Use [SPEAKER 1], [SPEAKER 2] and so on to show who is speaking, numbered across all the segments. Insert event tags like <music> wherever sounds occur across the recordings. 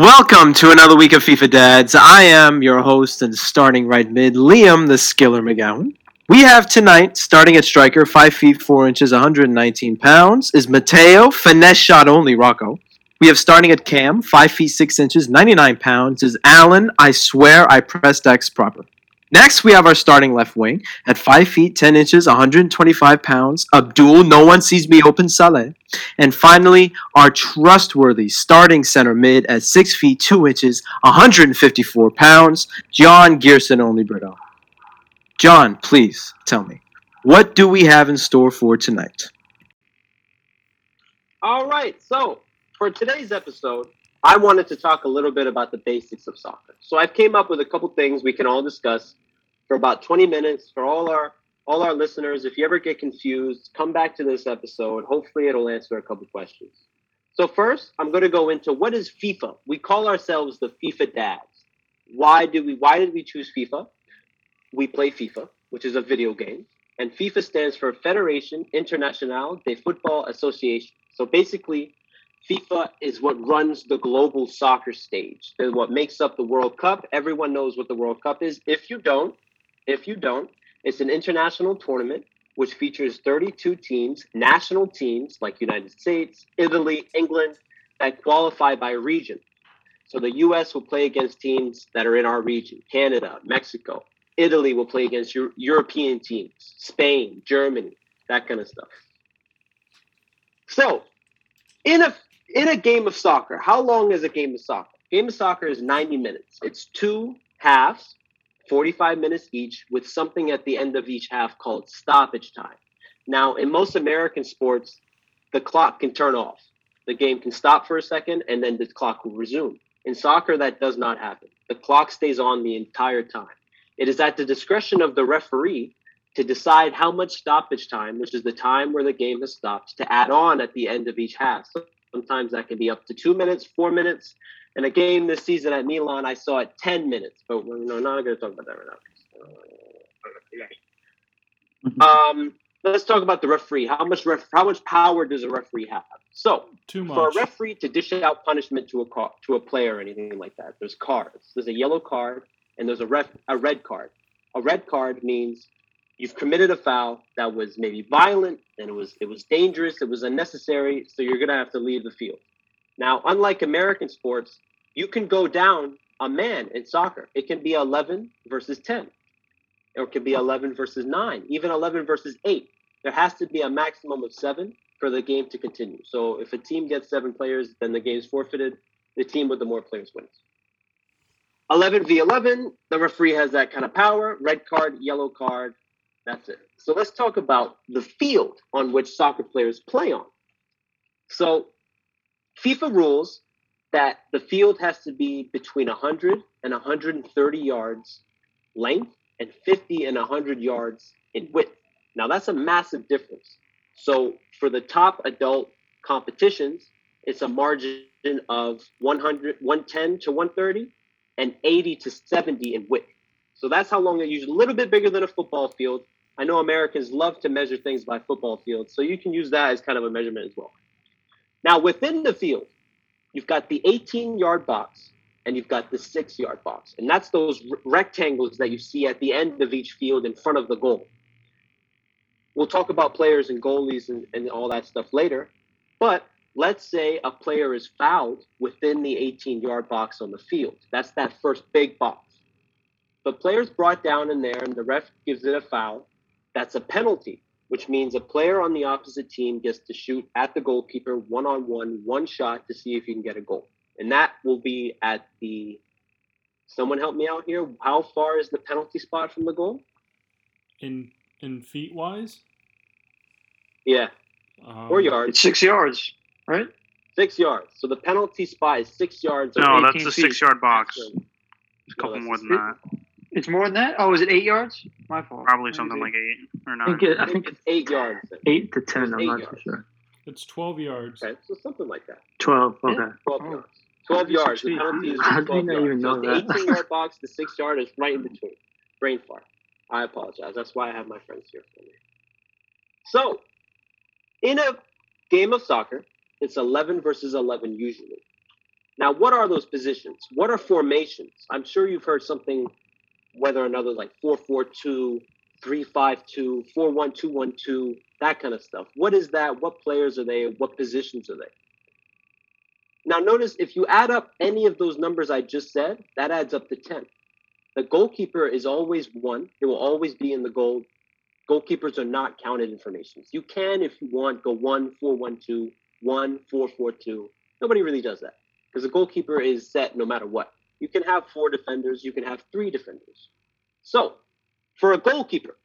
[SPEAKER 1] Welcome to another week of FIFA Dads. I am your host and starting right mid, Liam the Skiller McGowan. We have tonight, starting at striker, 5 feet 4 inches, 119 pounds, is Mateo, finesse shot only, Rocco. We have starting at cam, 5 feet 6 inches, 99 pounds, is Alan, I swear I pressed X proper. Next, we have our starting left wing at 5 feet 10 inches, 125 pounds, Abdul, no one sees me open Saleh. And finally, our trustworthy starting center mid at 6 feet 2 inches, 154 pounds, John Gearson only Brito. John, please tell me, what do we have in store for tonight?
[SPEAKER 2] All right. So for today's episode, I wanted to talk a little bit about the basics of soccer. So I've came up with a couple things we can all discuss for about 20 minutes for all our all our listeners. If you ever get confused, come back to this episode. Hopefully, it'll answer a couple questions. So first, I'm going to go into what is FIFA. We call ourselves the FIFA Dads. Why do we? Why did we choose FIFA? We play FIFA, which is a video game, and FIFA stands for Federation Internationale de Football Association. So basically, FIFA is what runs the global soccer stage. They're what makes up the World Cup. Everyone knows what the World Cup is. If you don't, if you don't, it's an international tournament which features 32 teams, national teams like United States, Italy, England, that qualify by region. So the U.S. will play against teams that are in our region: Canada, Mexico. Italy will play against Eu- European teams, Spain, Germany, that kind of stuff. So, in a in a game of soccer, how long is a game of soccer? Game of soccer is 90 minutes. It's two halves, 45 minutes each, with something at the end of each half called stoppage time. Now, in most American sports, the clock can turn off. The game can stop for a second and then the clock will resume. In soccer, that does not happen. The clock stays on the entire time. It is at the discretion of the referee to decide how much stoppage time, which is the time where the game has stopped, to add on at the end of each half. Sometimes that can be up to two minutes, four minutes. In a game this season at Milan, I saw it 10 minutes, but we're no, not going to talk about that right now. Um, let's talk about the referee. How much ref- how much power does a referee have? So,
[SPEAKER 3] Too
[SPEAKER 2] for a
[SPEAKER 3] much.
[SPEAKER 2] referee to dish out punishment to a car, to a player or anything like that, there's cards. There's a yellow card and there's a ref, a red card. A red card means you've committed a foul that was maybe violent and it was it was dangerous, it was unnecessary, so you're gonna have to leave the field. Now, unlike American sports, you can go down a man in soccer. It can be 11 versus 10, or it can be 11 versus 9, even 11 versus 8. There has to be a maximum of seven for the game to continue. So if a team gets seven players, then the game's forfeited. The team with the more players wins. 11 v 11, the referee has that kind of power. Red card, yellow card, that's it. So let's talk about the field on which soccer players play on. So FIFA rules that the field has to be between 100 and 130 yards length and 50 and 100 yards in width. Now that's a massive difference. So for the top adult competitions, it's a margin of 100, 110 to 130 and 80 to 70 in width. So that's how long they use. A little bit bigger than a football field. I know Americans love to measure things by football fields, so you can use that as kind of a measurement as well. Now, within the field, you've got the 18 yard box and you've got the six yard box. And that's those r- rectangles that you see at the end of each field in front of the goal. We'll talk about players and goalies and, and all that stuff later. But let's say a player is fouled within the 18 yard box on the field. That's that first big box. The player's brought down in there and the ref gives it a foul. That's a penalty, which means a player on the opposite team gets to shoot at the goalkeeper one on one, one shot to see if you can get a goal. And that will be at the. Someone help me out here. How far is the penalty spot from the goal?
[SPEAKER 3] In in feet wise.
[SPEAKER 2] Yeah,
[SPEAKER 3] Um,
[SPEAKER 2] four yards,
[SPEAKER 4] It's six yards, right?
[SPEAKER 2] six yards. So the penalty spot is six yards. or
[SPEAKER 5] No,
[SPEAKER 2] 18
[SPEAKER 5] that's the
[SPEAKER 2] feet.
[SPEAKER 5] six yard box.
[SPEAKER 2] That's
[SPEAKER 5] It's a couple
[SPEAKER 2] that's
[SPEAKER 5] more
[SPEAKER 2] the
[SPEAKER 5] than that.
[SPEAKER 4] It's more than that. Oh, is it eight yards? My fault.
[SPEAKER 5] Probably something like eight or
[SPEAKER 6] I
[SPEAKER 5] nine.
[SPEAKER 6] think it,
[SPEAKER 2] I
[SPEAKER 6] I
[SPEAKER 2] think
[SPEAKER 6] think
[SPEAKER 2] it's eight yards.
[SPEAKER 6] eight to ten. I'm
[SPEAKER 2] eight
[SPEAKER 6] not too
[SPEAKER 2] yards.
[SPEAKER 6] sure.
[SPEAKER 3] It's twelve yards.
[SPEAKER 2] Okay, so something like that.
[SPEAKER 6] Twelve.
[SPEAKER 4] Yeah.
[SPEAKER 6] Okay.
[SPEAKER 2] 12
[SPEAKER 4] Oh.
[SPEAKER 2] yards. 12 yards. The
[SPEAKER 6] Sweet.
[SPEAKER 2] penalty is
[SPEAKER 6] How
[SPEAKER 2] just
[SPEAKER 6] did we
[SPEAKER 2] 12
[SPEAKER 6] not
[SPEAKER 2] yards.
[SPEAKER 6] even
[SPEAKER 2] So
[SPEAKER 6] know
[SPEAKER 2] it's the
[SPEAKER 6] that?
[SPEAKER 2] 18
[SPEAKER 6] <laughs>
[SPEAKER 2] yard box, the 6 yard is right in between. Brain fart. I apologize. That's why I have my friends here for me. So, in a game of soccer, it's 11 versus 11 usually. Now, what are those positions? What are formations? I'm sure you've heard something, whether or another, like 442, 352, 41212, that kind of stuff. What is that? What players are they? What positions are they? Now, notice if you add up any of those numbers I just said, that adds up to 10. The goalkeeper is always one, it will always be in the goal. Goalkeepers are not counted informations. You can, if you want, go 1, 4, 1, 2, 1, 4, 4, 2. Nobody really does that because the goalkeeper is set no matter what. You can have four defenders, you can have three defenders. So, for a goalkeeper,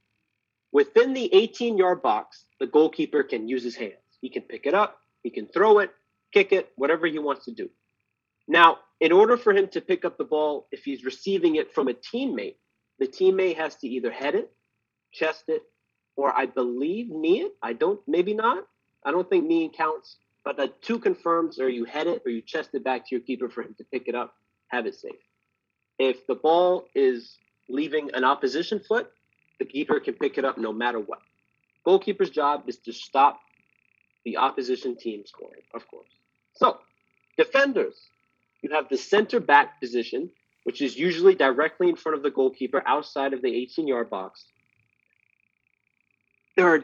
[SPEAKER 2] within the 18 yard box, the goalkeeper can use his hands. He can pick it up, he can throw it, kick it, whatever he wants to do. Now, in order for him to pick up the ball, if he's receiving it from a teammate, the teammate has to either head it, chest it, or I believe knee it. I don't, maybe not. I don't think kneeing counts, but the two confirms are you head it or you chest it back to your keeper for him to pick it up, have it safe. If the ball is leaving an opposition foot, the keeper can pick it up no matter what. Goalkeeper's job is to stop the opposition team scoring, of course. So, defenders, you have the center back position, which is usually directly in front of the goalkeeper outside of the 18 yard box. There are,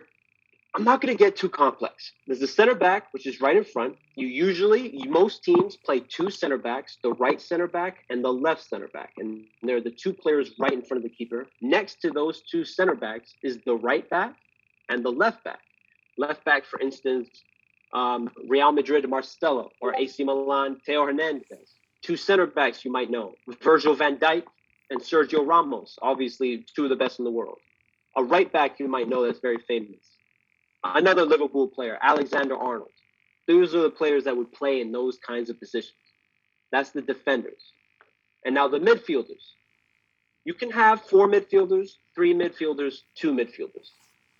[SPEAKER 2] I'm not going to get too complex. There's the center back, which is right in front. You usually, most teams play two center backs, the right center back and the left center back. And they're the two players right in front of the keeper. Next to those two center backs is the right back and the left back left back, for instance, um, Real Madrid Marcelo or AC Milan Teo Hernandez. Two center backs you might know, Virgil van Dijk and Sergio Ramos, obviously two of the best in the world. A right back you might know that's very famous. Another Liverpool player, Alexander Arnold. Those are the players that would play in those kinds of positions. That's the defenders. And now the midfielders. You can have four midfielders, three midfielders, two midfielders.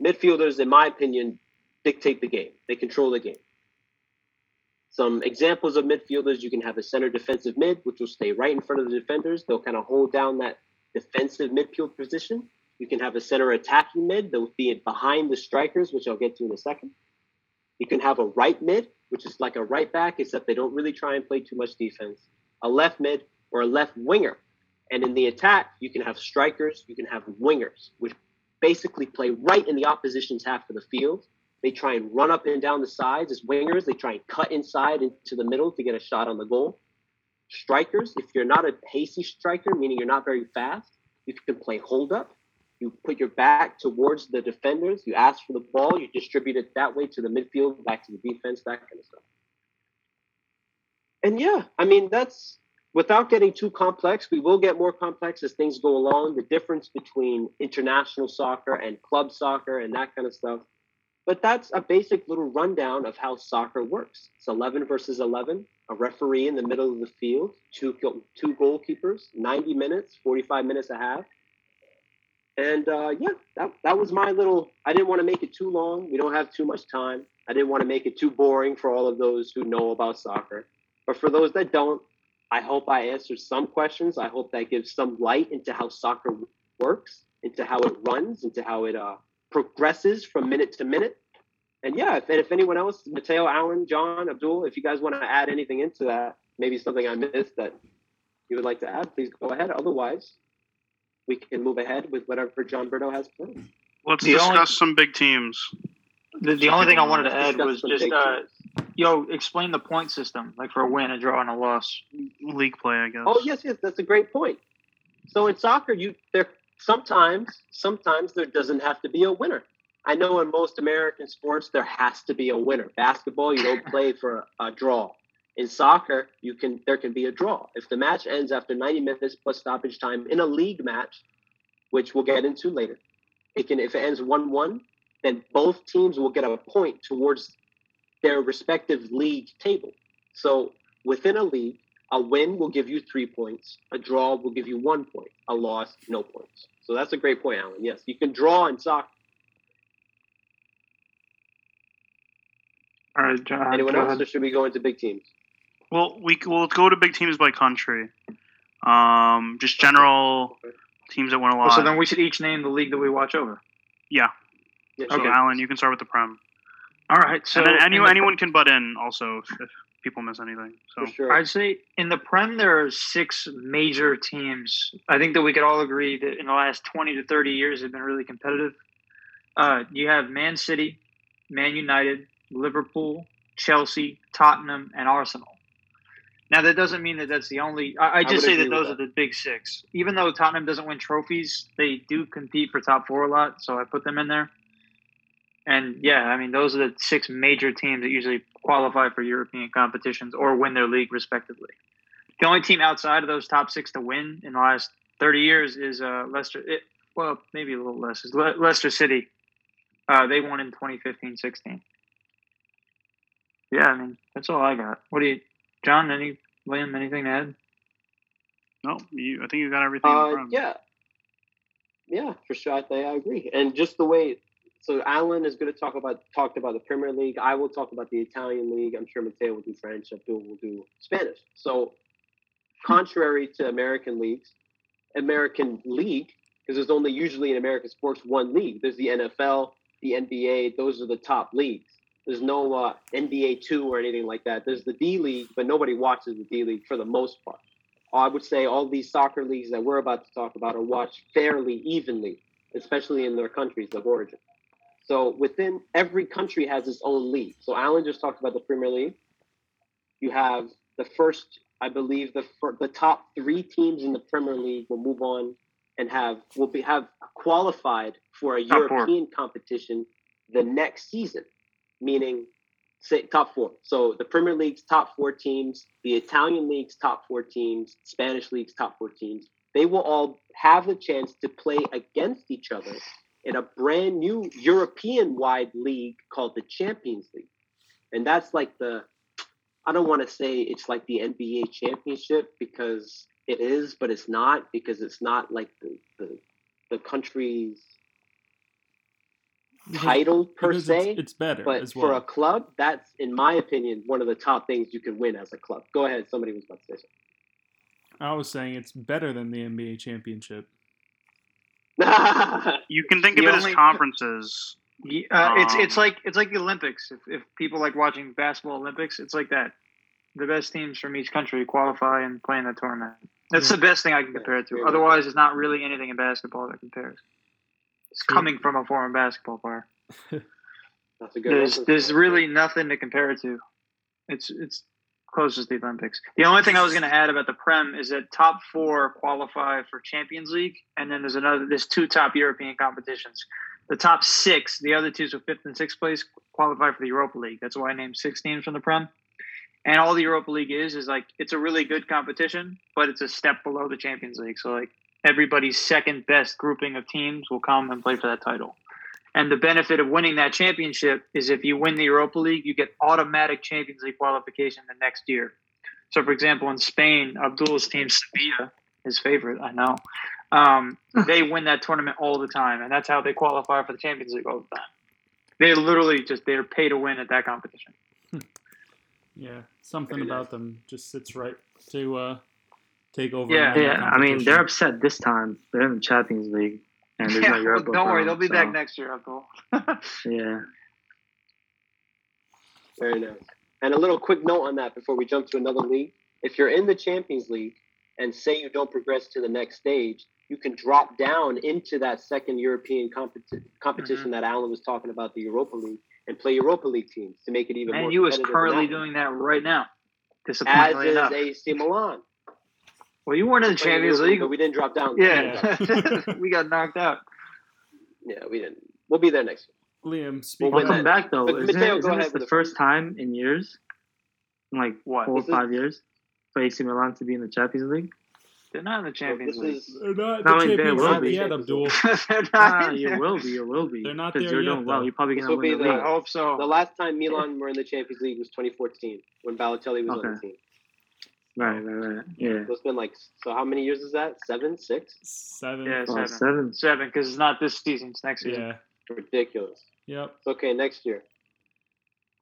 [SPEAKER 2] Midfielders, in my opinion, dictate the game. They control the game. Some examples of midfielders you can have a center defensive mid, which will stay right in front of the defenders. They'll kind of hold down that defensive midfield position. You can have a center attacking mid that will be behind the strikers, which I'll get to in a second. You can have a right mid, which is like a right back, except they don't really try and play too much defense. A left mid or a left winger. And in the attack, you can have strikers, you can have wingers, which basically play right in the opposition's half of the field they try and run up and down the sides as wingers. They try and cut inside into the middle to get a shot on the goal. Strikers, if you're not a hasty striker, meaning you're not very fast, you can play hold up. You put your back towards the defenders. You ask for the ball. You distribute it that way to the midfield, back to the defense, that kind of stuff. And yeah, I mean, that's without getting too complex. We will get more complex as things go along. The difference between international soccer and club soccer and that kind of stuff. But that's a basic little rundown of how soccer works. It's 11 versus 11, a referee in the middle of the field, two, go- two goalkeepers, 90 minutes, 45 minutes a half. And uh, yeah, that, that was my little. I didn't want to make it too long. We don't have too much time. I didn't want to make it too boring for all of those who know about soccer. But for those that don't, I hope I answered some questions. I hope that gives some light into how soccer works, into how it runs, into how it uh, progresses from minute to minute. And yeah, if, and if anyone else, Mateo, Allen, John, Abdul, if you guys want to add anything into that, maybe something I missed that you would like to add, please go ahead. Otherwise, we can move ahead with whatever John Berto has planned.
[SPEAKER 5] Let's
[SPEAKER 4] The
[SPEAKER 5] discuss
[SPEAKER 4] only-
[SPEAKER 5] some big teams.
[SPEAKER 4] The, the only thing I wanted to add
[SPEAKER 2] Discuss
[SPEAKER 4] was
[SPEAKER 2] some
[SPEAKER 4] just,
[SPEAKER 2] big
[SPEAKER 4] uh,
[SPEAKER 2] teams.
[SPEAKER 4] yo, explain the point system, like for a win, a draw, and a loss.
[SPEAKER 5] League play, I guess.
[SPEAKER 2] oh yes, yes, that's a great point. So in soccer, you there sometimes sometimes there doesn't have to be a winner. I know in most American sports there has to be a winner. Basketball, you don't play for a, a draw. In soccer, you can there can be a draw. If the match ends after 90 minutes plus stoppage time in a league match, which we'll get into later, it can if it ends 1-1, then both teams will get a point towards their respective league table. So within a league, a win will give you three points. A draw will give you one point. A loss, no points. So that's a great point, Alan. Yes, you can draw in soccer.
[SPEAKER 4] All right, John.
[SPEAKER 2] Anyone
[SPEAKER 4] go
[SPEAKER 2] else,
[SPEAKER 4] ahead.
[SPEAKER 2] or should we go into big teams?
[SPEAKER 5] Well, we c- we'll go to big teams by country. Um, just general teams that win a
[SPEAKER 4] Well,
[SPEAKER 5] lot.
[SPEAKER 4] Oh, so then we should each name the league that we watch over.
[SPEAKER 2] Yes,
[SPEAKER 5] So,
[SPEAKER 2] sure.
[SPEAKER 5] Alan, you can start with the prem,
[SPEAKER 4] All right. So
[SPEAKER 5] and then any,
[SPEAKER 4] in the-
[SPEAKER 5] anyone can butt in also. If, if people miss anything. So
[SPEAKER 2] for sure.
[SPEAKER 4] I'd say in the Prem there are six major teams. I think that we could all agree that in the last twenty to thirty years have been really competitive. Uh, you have Man City, Man United, Liverpool, Chelsea, Tottenham, and Arsenal. Now that doesn't mean that that's the only. I, I just
[SPEAKER 2] would
[SPEAKER 4] say that
[SPEAKER 2] agree with
[SPEAKER 4] those are the big six. Even though Tottenham doesn't win trophies, they do compete for top four a lot, so I put them in there. And yeah, I mean those are the six major teams that usually qualify for European competitions or win their league respectively. The only team outside of those top six to win in the last thirty years is uh, Leicester. It, well, maybe a little less is Le- Leicester City. Uh, they won in 2015-16. Yeah, I mean that's all I got. What do you, John? Any Liam? Anything to add?
[SPEAKER 5] no, you, I think you got everything. in
[SPEAKER 2] Uh,
[SPEAKER 5] front.
[SPEAKER 2] yeah, yeah, for sure. I, think I agree. And just the way, so Alan is going to talk about talked about the Premier League. I will talk about the Italian league. I'm sure Matteo will do French. Abdul will do Spanish. So, contrary to American leagues, American league because there's only usually in American sports one league. There's the NFL, the NBA. Those are the top leagues. There's no uh, NBA two or anything like that. There's the D league, but nobody watches the D league for the most part. I would say all these soccer leagues that we're about to talk about are watched fairly evenly, especially in their countries of origin. So within every country has its own league. So Alan just talked about the Premier League. You have the first, I believe, the fir- the top three teams in the Premier League will move on and have will be have qualified for a
[SPEAKER 4] Top four.
[SPEAKER 2] European competition the next season, meaning say, top four. So the Premier League's top four teams, the Italian League's top four teams, Spanish League's top four teams, they will all have the chance to play against each other in a brand new European wide league called the Champions League. And that's like the, I don't want to say it's like the NBA championship because it is, but it's not because it's not like the, the, the country's
[SPEAKER 3] Because-
[SPEAKER 2] title per
[SPEAKER 3] because
[SPEAKER 2] se
[SPEAKER 3] It's, it's better
[SPEAKER 2] but
[SPEAKER 3] as well.
[SPEAKER 2] for a club, that's in my opinion one of the top things you can win as a club. Go ahead, somebody was about to say
[SPEAKER 3] I was saying it's better than the NBA championship.
[SPEAKER 2] something. <laughs>
[SPEAKER 5] You can think
[SPEAKER 4] The
[SPEAKER 5] of it
[SPEAKER 4] only-
[SPEAKER 5] as conferences.
[SPEAKER 4] Yeah, uh, it's it's
[SPEAKER 5] Um,
[SPEAKER 4] like it's like the Olympics. If, if people like watching basketball Olympics, it's like that. The best teams from each country qualify and play in the tournament. That's
[SPEAKER 3] Yeah.
[SPEAKER 4] the best thing I can compare it to. Otherwise, it's not really anything in basketball that compares. It's
[SPEAKER 3] True.
[SPEAKER 4] coming from a former basketball player.
[SPEAKER 2] that's a good.
[SPEAKER 4] There's
[SPEAKER 2] reference.
[SPEAKER 4] there's really nothing to compare it to. It's it's close as the Olympics. The only thing I was going to add about the Prem is that top four qualify for Champions League, and then there's another there's two top European competitions. The top six, the other two, so fifth and sixth place, qualify for the Europa League. That's why I named six teams from the Prem. And all the Europa League is is like it's a really good competition, but it's a step below the Champions League. So like everybody's second best grouping of teams will come and play for that title. And the benefit of winning that championship is if you win the Europa League, you get automatic Champions League qualification the next year. So, for example, in Spain, Abdul's team, Sevilla, his favorite, I know, <laughs> um, they win that tournament all the time. And that's how they qualify for the Champions League all the time. They literally just, they're pay to win at that competition.
[SPEAKER 3] Yeah, something
[SPEAKER 2] Very nice.
[SPEAKER 3] about them just sits right to uh, take over.
[SPEAKER 4] Yeah,
[SPEAKER 3] another
[SPEAKER 6] Yeah, I mean they're
[SPEAKER 3] competition.
[SPEAKER 6] upset this time. They're in the Champions League, and there's no
[SPEAKER 4] <laughs> Yeah, well,
[SPEAKER 6] Europa.
[SPEAKER 4] don't worry,
[SPEAKER 6] for
[SPEAKER 4] they'll
[SPEAKER 6] them,
[SPEAKER 4] be back
[SPEAKER 6] so,
[SPEAKER 4] next year, Abdul.
[SPEAKER 6] Yeah,
[SPEAKER 2] Very nice. And a little quick note on that before we jump to another league. If you're in the Champions League and say you don't progress to the next stage, you can drop down into that second European competi- competition
[SPEAKER 4] Mm-hmm.
[SPEAKER 2] that Alan was talking about, the Europa League, and play Europa League teams to make it even more.
[SPEAKER 4] Man U is
[SPEAKER 2] competitive
[SPEAKER 4] currently
[SPEAKER 2] than
[SPEAKER 4] doing that right now.
[SPEAKER 2] that.
[SPEAKER 4] Disappointingly
[SPEAKER 2] as
[SPEAKER 4] enough.
[SPEAKER 2] is AC Milan.
[SPEAKER 4] well, you weren't in the
[SPEAKER 2] Playing
[SPEAKER 4] Champions
[SPEAKER 2] Europa,
[SPEAKER 4] League.
[SPEAKER 2] but we didn't drop down.
[SPEAKER 4] Yeah, <laughs> we got knocked out.
[SPEAKER 2] yeah, we didn't. We'll be there next. year.
[SPEAKER 3] Liam.
[SPEAKER 2] Well,
[SPEAKER 3] Speaking
[SPEAKER 6] we'll
[SPEAKER 2] when
[SPEAKER 3] of-
[SPEAKER 6] come back though.
[SPEAKER 2] but
[SPEAKER 6] Isn't,
[SPEAKER 2] Mateo, go
[SPEAKER 6] it, isn't
[SPEAKER 2] ahead
[SPEAKER 6] this
[SPEAKER 2] with
[SPEAKER 6] the
[SPEAKER 2] the
[SPEAKER 6] first time in years, in like
[SPEAKER 4] What?
[SPEAKER 6] four or
[SPEAKER 2] This is-
[SPEAKER 6] five years, for AC Milan to be in the Champions
[SPEAKER 4] <laughs>
[SPEAKER 6] League?
[SPEAKER 4] They're not in the
[SPEAKER 2] So
[SPEAKER 4] Champions
[SPEAKER 2] this
[SPEAKER 4] League.
[SPEAKER 2] is
[SPEAKER 3] they're not
[SPEAKER 6] Not
[SPEAKER 3] the
[SPEAKER 6] like they
[SPEAKER 3] champions
[SPEAKER 6] will
[SPEAKER 3] league
[SPEAKER 6] be.
[SPEAKER 2] <laughs>
[SPEAKER 3] yet, Abdul.
[SPEAKER 4] <laughs> They're not
[SPEAKER 6] Ah,
[SPEAKER 4] in
[SPEAKER 6] you
[SPEAKER 4] there.
[SPEAKER 6] will be. You will be.
[SPEAKER 3] They're not
[SPEAKER 6] 'cause
[SPEAKER 3] there
[SPEAKER 6] You're
[SPEAKER 3] yet,
[SPEAKER 6] doing well.
[SPEAKER 3] though.
[SPEAKER 6] You're probably
[SPEAKER 2] This
[SPEAKER 6] gonna
[SPEAKER 2] will be
[SPEAKER 6] win the
[SPEAKER 2] the-
[SPEAKER 6] league.
[SPEAKER 4] I hope so.
[SPEAKER 2] The last time Milan were in the Champions League was 2014 when Balotelli was on the
[SPEAKER 6] Okay.
[SPEAKER 2] team.
[SPEAKER 6] Right, right, right. Yeah.
[SPEAKER 2] So it's been like, so how many years is that? Seven, six?
[SPEAKER 3] Seven.
[SPEAKER 4] Yeah,
[SPEAKER 6] Well,
[SPEAKER 4] seven.
[SPEAKER 6] seven.
[SPEAKER 4] Seven, because it's not this season. It's next season.
[SPEAKER 3] Yeah.
[SPEAKER 2] Ridiculous.
[SPEAKER 3] Yep.
[SPEAKER 2] It's okay, next year.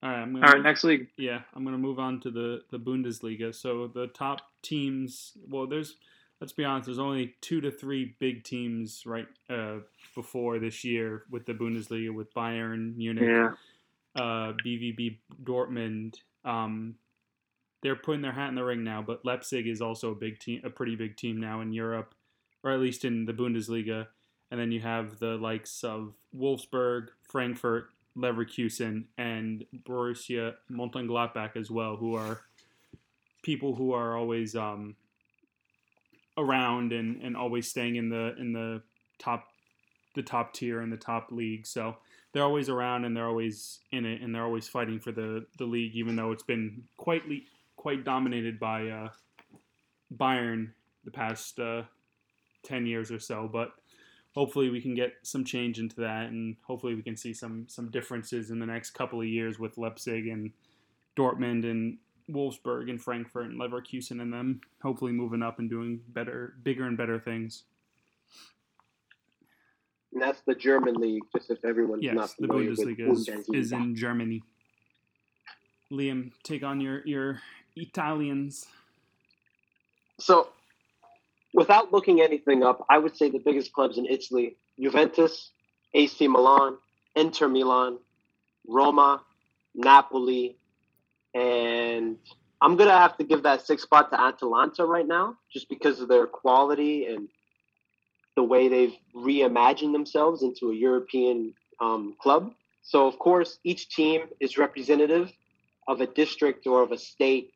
[SPEAKER 3] All right. I'm gonna,
[SPEAKER 4] All right, next league.
[SPEAKER 3] Yeah, I'm gonna move on to the the Bundesliga. So the top teams. Well, there's. Let's be honest. There's only two to three big teams right uh, before this year with the Bundesliga, with Bayern Munich,
[SPEAKER 6] Yeah.
[SPEAKER 3] uh, BVB Dortmund, um, they're putting their hat in the ring now. But Leipzig is also a big team, a pretty big team now in Europe, or at least in the Bundesliga. And then you have the likes of Wolfsburg, Frankfurt, Leverkusen, and Borussia Mönchengladbach as well, who are people who are always um, around and, and always staying in the in the top the top tier and the top league. So they're always around and they're always in it and they're always fighting for the, the league, even though it's been quite le- quite dominated by uh, Bayern the past uh, ten years or so. But hopefully we can get some change into that and hopefully we can see some some differences in the next couple of years with Leipzig and Dortmund and Wolfsburg and Frankfurt and Leverkusen and them hopefully moving up and doing better, bigger and better things.
[SPEAKER 2] And that's the German league, just if everyone's not
[SPEAKER 3] Yes, the
[SPEAKER 2] familiar
[SPEAKER 3] Bundesliga
[SPEAKER 2] with
[SPEAKER 3] is, is in Germany. Liam, take on your your Italians.
[SPEAKER 2] So, without looking anything up, I would say the biggest clubs in Italy: Juventus, AC Milan, Inter Milan, Roma, Napoli, and I'm gonna have to give that sixth spot to Atalanta right now, just because of their quality and the way they've reimagined themselves into a European um, club. So, of course, each team is representative of a district or of a state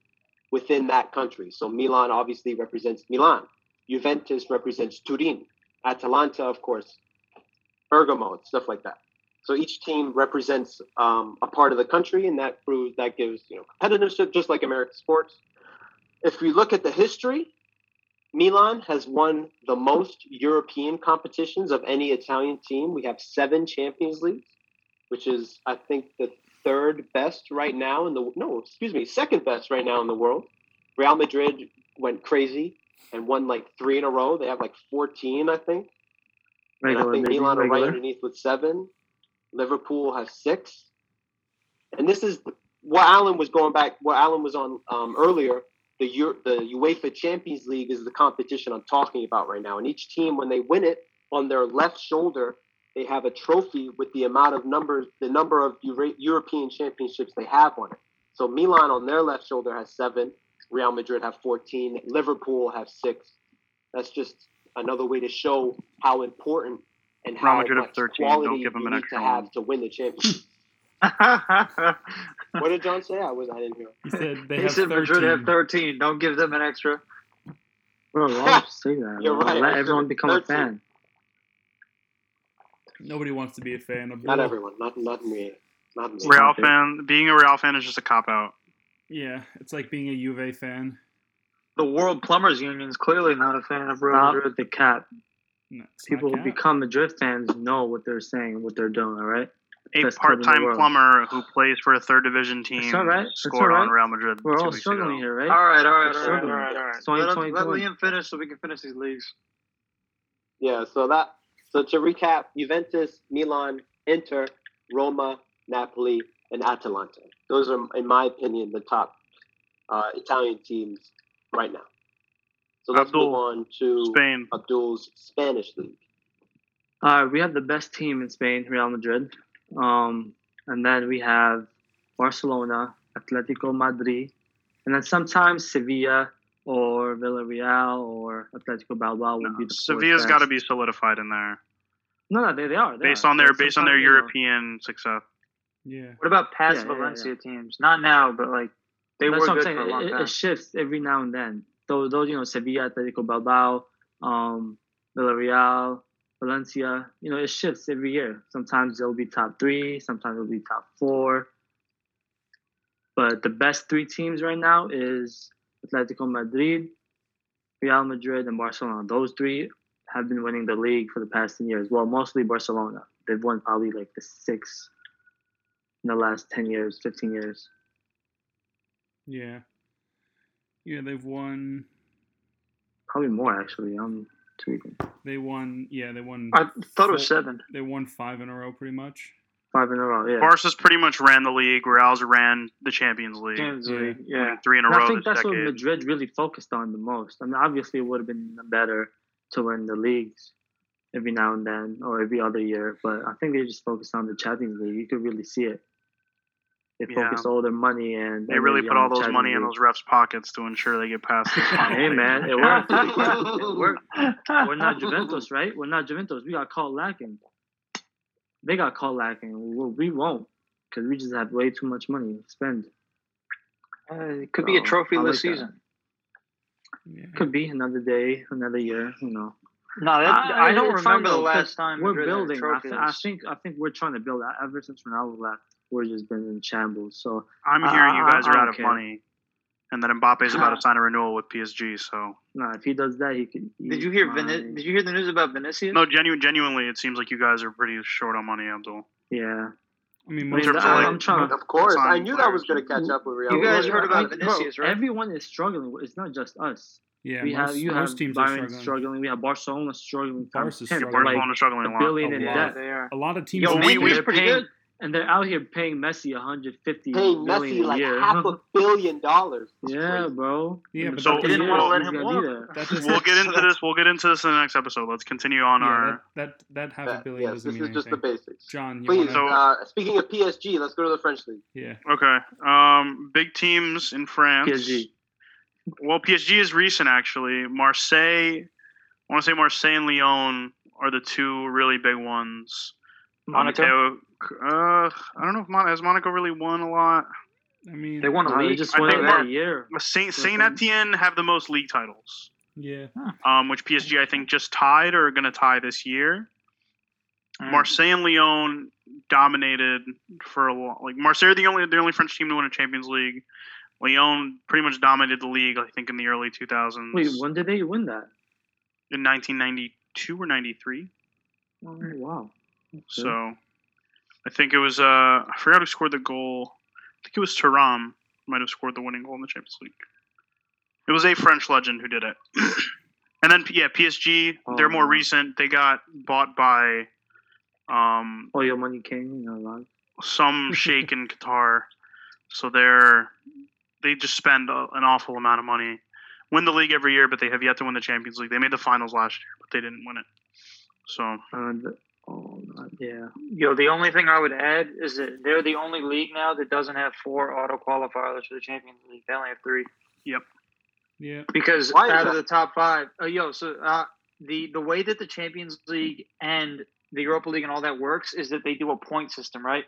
[SPEAKER 2] within that country. So Milan obviously represents Milan. Juventus represents Turin. Atalanta, of course, Bergamo, and stuff like that. So each team represents um, a part of the country, and that proves that gives you know competitiveness, just like American sports. If we look at the history, Milan has won the most European competitions of any Italian team. We have seven Champions Leagues, which is I think the third best right now in the no, excuse me, second best right now in the world. Real Madrid went crazy and won like three in a row. They have like fourteen, I think. And I
[SPEAKER 6] Regular,
[SPEAKER 2] think
[SPEAKER 6] maybe,
[SPEAKER 2] Milan are right
[SPEAKER 6] regular.
[SPEAKER 2] underneath with seven. Liverpool has six. And this is what Alan was going back. What Alan was on um, earlier. The Euro, the UEFA Champions League is the competition I'm talking about right now. And each team, when they win it, on their left shoulder, they have a trophy with the amount of numbers, the number of Euro- European championships they have on it. So Milan on their left shoulder has seven. Real Madrid have 14. Liverpool have six. That's just another way to show how important and
[SPEAKER 5] Real
[SPEAKER 2] how
[SPEAKER 5] Madrid have
[SPEAKER 2] much
[SPEAKER 5] 13. Don't
[SPEAKER 2] quality
[SPEAKER 5] give them
[SPEAKER 2] you
[SPEAKER 5] an
[SPEAKER 2] need
[SPEAKER 5] extra
[SPEAKER 2] to
[SPEAKER 5] one.
[SPEAKER 2] have to win the
[SPEAKER 5] <laughs>
[SPEAKER 2] championship.
[SPEAKER 4] <laughs>
[SPEAKER 2] what did John say? I was I didn't hear. <laughs>
[SPEAKER 3] He said they
[SPEAKER 4] he
[SPEAKER 3] have
[SPEAKER 4] said
[SPEAKER 3] 13.
[SPEAKER 4] Madrid have 13. Don't give them an extra.
[SPEAKER 6] Bro, why would you say that?
[SPEAKER 2] <laughs> You're
[SPEAKER 6] bro?
[SPEAKER 2] right,
[SPEAKER 6] Let
[SPEAKER 2] I
[SPEAKER 6] everyone
[SPEAKER 2] should've
[SPEAKER 6] become a
[SPEAKER 2] heard you.
[SPEAKER 6] fan.
[SPEAKER 3] Nobody wants to be a fan of
[SPEAKER 2] Not
[SPEAKER 3] Bull.
[SPEAKER 2] everyone. Not not me. Not me.
[SPEAKER 5] Real
[SPEAKER 6] it.
[SPEAKER 5] fan, being a Real fan is just a cop out.
[SPEAKER 3] Yeah, it's like being a Juve fan.
[SPEAKER 4] The World Plumbers Union's clearly not a fan of Real
[SPEAKER 6] Stop
[SPEAKER 4] Madrid.
[SPEAKER 6] with the cap.
[SPEAKER 3] No, it's not
[SPEAKER 6] People who
[SPEAKER 3] cap.
[SPEAKER 6] become Madrid fans know what they're saying, what they're doing. All right,
[SPEAKER 5] A
[SPEAKER 6] Best club in the
[SPEAKER 5] part-time
[SPEAKER 6] world.
[SPEAKER 5] plumber who plays for a third division team
[SPEAKER 6] It's all right. It's
[SPEAKER 5] scored
[SPEAKER 6] all
[SPEAKER 5] on
[SPEAKER 6] right.
[SPEAKER 5] Real Madrid
[SPEAKER 6] we're
[SPEAKER 5] two
[SPEAKER 6] all
[SPEAKER 5] weeks ago.
[SPEAKER 6] struggling here,
[SPEAKER 4] All
[SPEAKER 6] right?
[SPEAKER 4] right, all right, all
[SPEAKER 6] Sure.
[SPEAKER 4] right, all right, all right.
[SPEAKER 6] Twenty,
[SPEAKER 4] let,
[SPEAKER 6] twenty,
[SPEAKER 4] let
[SPEAKER 6] twenty.
[SPEAKER 4] Liam finish so we can finish these leagues.
[SPEAKER 2] Yeah, so that so to recap, Juventus, Milan, Inter, Roma, Napoli, and Atalanta. Those are, in my opinion, the top uh, Italian teams right now. So let's move
[SPEAKER 5] Abdul,
[SPEAKER 2] on to
[SPEAKER 5] Spain.
[SPEAKER 2] Abdul's Spanish league.
[SPEAKER 6] Uh, we have the best team in Spain, Real Madrid. Um, and then we have Barcelona, Atletico Madrid, and then sometimes Sevilla or Villarreal or Atletico Bilbao would be the fourth
[SPEAKER 5] Sevilla's got to
[SPEAKER 6] best.
[SPEAKER 5] be solidified in there
[SPEAKER 6] No, no, they, they are. they
[SPEAKER 5] based
[SPEAKER 6] are.
[SPEAKER 5] on their
[SPEAKER 6] But
[SPEAKER 5] based on their
[SPEAKER 6] sometimes, you know,
[SPEAKER 5] European success.
[SPEAKER 3] Yeah.
[SPEAKER 4] What about past
[SPEAKER 6] Yeah, yeah, yeah,
[SPEAKER 4] Valencia teams? Not now, but like they were
[SPEAKER 6] That's what I'm
[SPEAKER 4] good
[SPEAKER 6] saying.
[SPEAKER 4] for a long
[SPEAKER 6] it, it-
[SPEAKER 4] time.
[SPEAKER 6] it shifts every now and then. Those, those you know, Sevilla, Atletico Bilbao, um, Villarreal, Valencia. You know, it shifts every year. Sometimes they'll be top three. Sometimes they'll be top four. But the best three teams right now is Atletico Madrid, Real Madrid, and Barcelona. Those three have been winning the league for the past ten years. Well, mostly Barcelona. They've won probably like the six in the last ten years, fifteen years.
[SPEAKER 3] Yeah. Yeah, they've won.
[SPEAKER 6] Probably more actually. um, I'm tweaking.
[SPEAKER 3] They won. Yeah, they won.
[SPEAKER 4] I thought it was
[SPEAKER 3] four-
[SPEAKER 4] seven.
[SPEAKER 3] They won five in a row, pretty much.
[SPEAKER 6] Five in a row, yeah.
[SPEAKER 5] Barca's pretty much ran the league. Real's ran the Champions League.
[SPEAKER 4] Champions
[SPEAKER 3] Yeah.
[SPEAKER 4] League,
[SPEAKER 5] I
[SPEAKER 4] yeah.
[SPEAKER 5] think three in a
[SPEAKER 6] And I
[SPEAKER 5] row
[SPEAKER 6] think
[SPEAKER 5] this
[SPEAKER 6] that's what
[SPEAKER 5] decade.
[SPEAKER 6] Madrid really focused on the most. I mean, obviously, it would have been better to win the leagues every now and then or every other year, but I think they just focused on the Champions League. You could really see it. They
[SPEAKER 5] Yeah.
[SPEAKER 6] focus all their money and
[SPEAKER 5] They really put all those money in
[SPEAKER 6] on
[SPEAKER 5] those refs' pockets to ensure they get past the
[SPEAKER 6] <laughs>
[SPEAKER 5] final. <laughs>
[SPEAKER 6] Hey man, it
[SPEAKER 4] <laughs>
[SPEAKER 6] worked. It worked. It worked. We're
[SPEAKER 4] We're <laughs>
[SPEAKER 6] not Juventus, right? We're not Juventus. We got caught lacking. They got caught lacking. We- We won't because we just have way too much money to spend.
[SPEAKER 4] Uh, it could be a
[SPEAKER 6] So,
[SPEAKER 4] trophy
[SPEAKER 6] I like
[SPEAKER 4] less
[SPEAKER 6] that.
[SPEAKER 4] season.
[SPEAKER 6] Could be another day, another year. You know,
[SPEAKER 4] No, that, I, don't
[SPEAKER 6] it's fine,
[SPEAKER 4] remember the
[SPEAKER 6] though, 'cause
[SPEAKER 4] last time
[SPEAKER 6] we're
[SPEAKER 4] Madrid had a
[SPEAKER 6] building. I,
[SPEAKER 4] trophy
[SPEAKER 6] thi- I
[SPEAKER 4] less.
[SPEAKER 6] think I think we're trying to build. Ever since Ronaldo left, we're just been in shambles. So
[SPEAKER 5] I'm
[SPEAKER 6] I-
[SPEAKER 5] hearing you
[SPEAKER 6] I-
[SPEAKER 5] guys
[SPEAKER 6] I
[SPEAKER 5] are
[SPEAKER 6] don't
[SPEAKER 5] out of
[SPEAKER 6] care.
[SPEAKER 5] money, and that Mbappe is about to sign a renewal with PSG. So
[SPEAKER 6] no, if he does that, he could.
[SPEAKER 4] Did
[SPEAKER 6] eat
[SPEAKER 4] you hear
[SPEAKER 6] my-
[SPEAKER 4] Vini- Did you hear the news about Vinicius?
[SPEAKER 5] no, genuine, genuinely, it seems like you guys are pretty short on money, Abdul.
[SPEAKER 6] Yeah,
[SPEAKER 3] I mean,
[SPEAKER 6] I
[SPEAKER 3] most
[SPEAKER 6] mean,
[SPEAKER 5] terms of,
[SPEAKER 6] I-
[SPEAKER 5] like,
[SPEAKER 6] I'm trying.
[SPEAKER 2] Of course, I knew that was
[SPEAKER 5] Players.
[SPEAKER 2] going to catch up with Real.
[SPEAKER 4] You guys
[SPEAKER 2] Madrid.
[SPEAKER 4] heard about
[SPEAKER 6] Bro,
[SPEAKER 4] Vinicius, right?
[SPEAKER 6] Everyone is struggling. It's not just us.
[SPEAKER 3] yeah,
[SPEAKER 6] we
[SPEAKER 3] most,
[SPEAKER 6] have you
[SPEAKER 3] most
[SPEAKER 6] have
[SPEAKER 3] teams are
[SPEAKER 6] Bayern
[SPEAKER 3] struggling.
[SPEAKER 6] struggling. We have Barcelona struggling. times
[SPEAKER 3] Barca's
[SPEAKER 6] 10, but,
[SPEAKER 3] struggling.
[SPEAKER 6] like,
[SPEAKER 5] Barcelona struggling a
[SPEAKER 6] a
[SPEAKER 5] lot.
[SPEAKER 6] billion
[SPEAKER 5] a
[SPEAKER 6] in
[SPEAKER 5] lot.
[SPEAKER 6] debt.
[SPEAKER 4] they are.
[SPEAKER 3] A lot of teams.
[SPEAKER 4] Yo,
[SPEAKER 5] Yo,
[SPEAKER 3] are
[SPEAKER 5] we-
[SPEAKER 6] we,
[SPEAKER 5] we-
[SPEAKER 6] are
[SPEAKER 4] pretty
[SPEAKER 6] paying,
[SPEAKER 4] good.
[SPEAKER 6] and they're out here paying Messi 150
[SPEAKER 2] Paying
[SPEAKER 6] million
[SPEAKER 2] Messi
[SPEAKER 6] a
[SPEAKER 2] like
[SPEAKER 6] year.
[SPEAKER 2] half a billion
[SPEAKER 3] <laughs>
[SPEAKER 2] dollars. That's
[SPEAKER 6] yeah,
[SPEAKER 2] crazy.
[SPEAKER 6] bro.
[SPEAKER 3] Yeah,
[SPEAKER 6] In
[SPEAKER 3] but
[SPEAKER 5] that
[SPEAKER 6] the fucking
[SPEAKER 5] doesn't-
[SPEAKER 6] years,
[SPEAKER 5] Well,
[SPEAKER 4] let
[SPEAKER 6] he's
[SPEAKER 4] him
[SPEAKER 6] gonna be
[SPEAKER 4] walk.
[SPEAKER 6] there.
[SPEAKER 3] that doesn't-
[SPEAKER 5] we'll get into this. We'll get into this in the next episode. Let's continue on
[SPEAKER 3] yeah,
[SPEAKER 5] our.
[SPEAKER 3] that, that that half
[SPEAKER 2] Yeah,
[SPEAKER 3] a billion
[SPEAKER 2] yes,
[SPEAKER 3] doesn't
[SPEAKER 2] this
[SPEAKER 3] mean
[SPEAKER 2] is just the
[SPEAKER 3] anything.
[SPEAKER 2] basics.
[SPEAKER 3] John, you
[SPEAKER 2] Please,
[SPEAKER 5] So-
[SPEAKER 3] wanna,
[SPEAKER 2] uh, speaking of PSG, let's go to the French league.
[SPEAKER 3] yeah,
[SPEAKER 5] Okay. Um, big teams in France.
[SPEAKER 6] PSG.
[SPEAKER 5] Well, PSG is recent actually. Marseille. I want to say Marseille and Lyon are the two really big ones.
[SPEAKER 4] Monaco.
[SPEAKER 5] Monaco. Uh, I don't know if Mon- has Monaco really won a lot.
[SPEAKER 3] I mean,
[SPEAKER 4] They won a
[SPEAKER 6] Nah, they
[SPEAKER 4] league.
[SPEAKER 6] just
[SPEAKER 5] I
[SPEAKER 6] won
[SPEAKER 5] think
[SPEAKER 6] it
[SPEAKER 5] Mar-
[SPEAKER 6] that year.
[SPEAKER 5] Saint
[SPEAKER 6] Well,
[SPEAKER 5] Saint
[SPEAKER 6] then-
[SPEAKER 5] Etienne have the most league titles,
[SPEAKER 3] yeah,
[SPEAKER 5] um, which PSG I think just tied or are going to tie this year.
[SPEAKER 4] Mm.
[SPEAKER 5] Marseille and Lyon dominated for a while. Like Marseille are the only the only French team to win a Champions League. Lyon pretty much dominated the league, I think, in the early 2000s.
[SPEAKER 6] Wait, when did they win that?
[SPEAKER 5] in 1992 or 93.
[SPEAKER 6] Oh, wow.
[SPEAKER 5] So I think it was uh I forgot who scored the goal. I think it was Turam might have scored the winning goal in the Champions League. It was a French legend who did it. <clears throat> and then yeah, PSG, they're
[SPEAKER 6] Oh,
[SPEAKER 5] more
[SPEAKER 6] wow.
[SPEAKER 5] recent. They got bought by um
[SPEAKER 6] Oh, your money came. You know, like,
[SPEAKER 5] some sheikh in Qatar. So they're they just spend a, an awful amount of money. Win the league every year, but they have yet to win the Champions League. They made the finals last year, but they didn't win it. So
[SPEAKER 6] uh, the- oh, no,
[SPEAKER 4] Mm.
[SPEAKER 6] yeah.
[SPEAKER 4] Yo, the only thing I would add is that they're the only league now that doesn't have four auto qualifiers for the Champions League. They only have three
[SPEAKER 3] yeah.
[SPEAKER 4] because
[SPEAKER 2] Why is
[SPEAKER 4] out
[SPEAKER 2] that?
[SPEAKER 4] of the top five. Uh, yo, so uh, the the way that the Champions League and the Europa League and all that works is that they do a point system, right?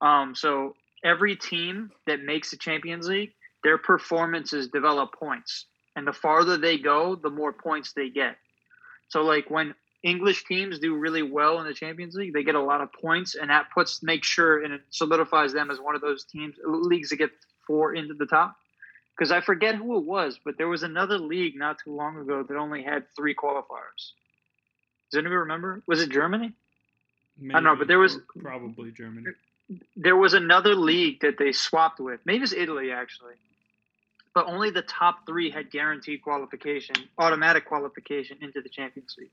[SPEAKER 4] Um, so every team that makes the Champions League, their performances develop points, and the farther they go, the more points they get. So like when English teams do really well in the Champions League, they get a lot of points, and that puts makes sure and it solidifies them as one of those teams leagues that get four into the top. Because I forget who it was, but there was another league not too long ago that only had three qualifiers. Does anybody remember? Was it Germany?
[SPEAKER 3] Maybe,
[SPEAKER 4] don't know, but there was-
[SPEAKER 3] or probably Germany.
[SPEAKER 4] there was another league that they swapped with. Maybe it's Italy actually, but only the top three had guaranteed qualification, automatic qualification into the Champions League.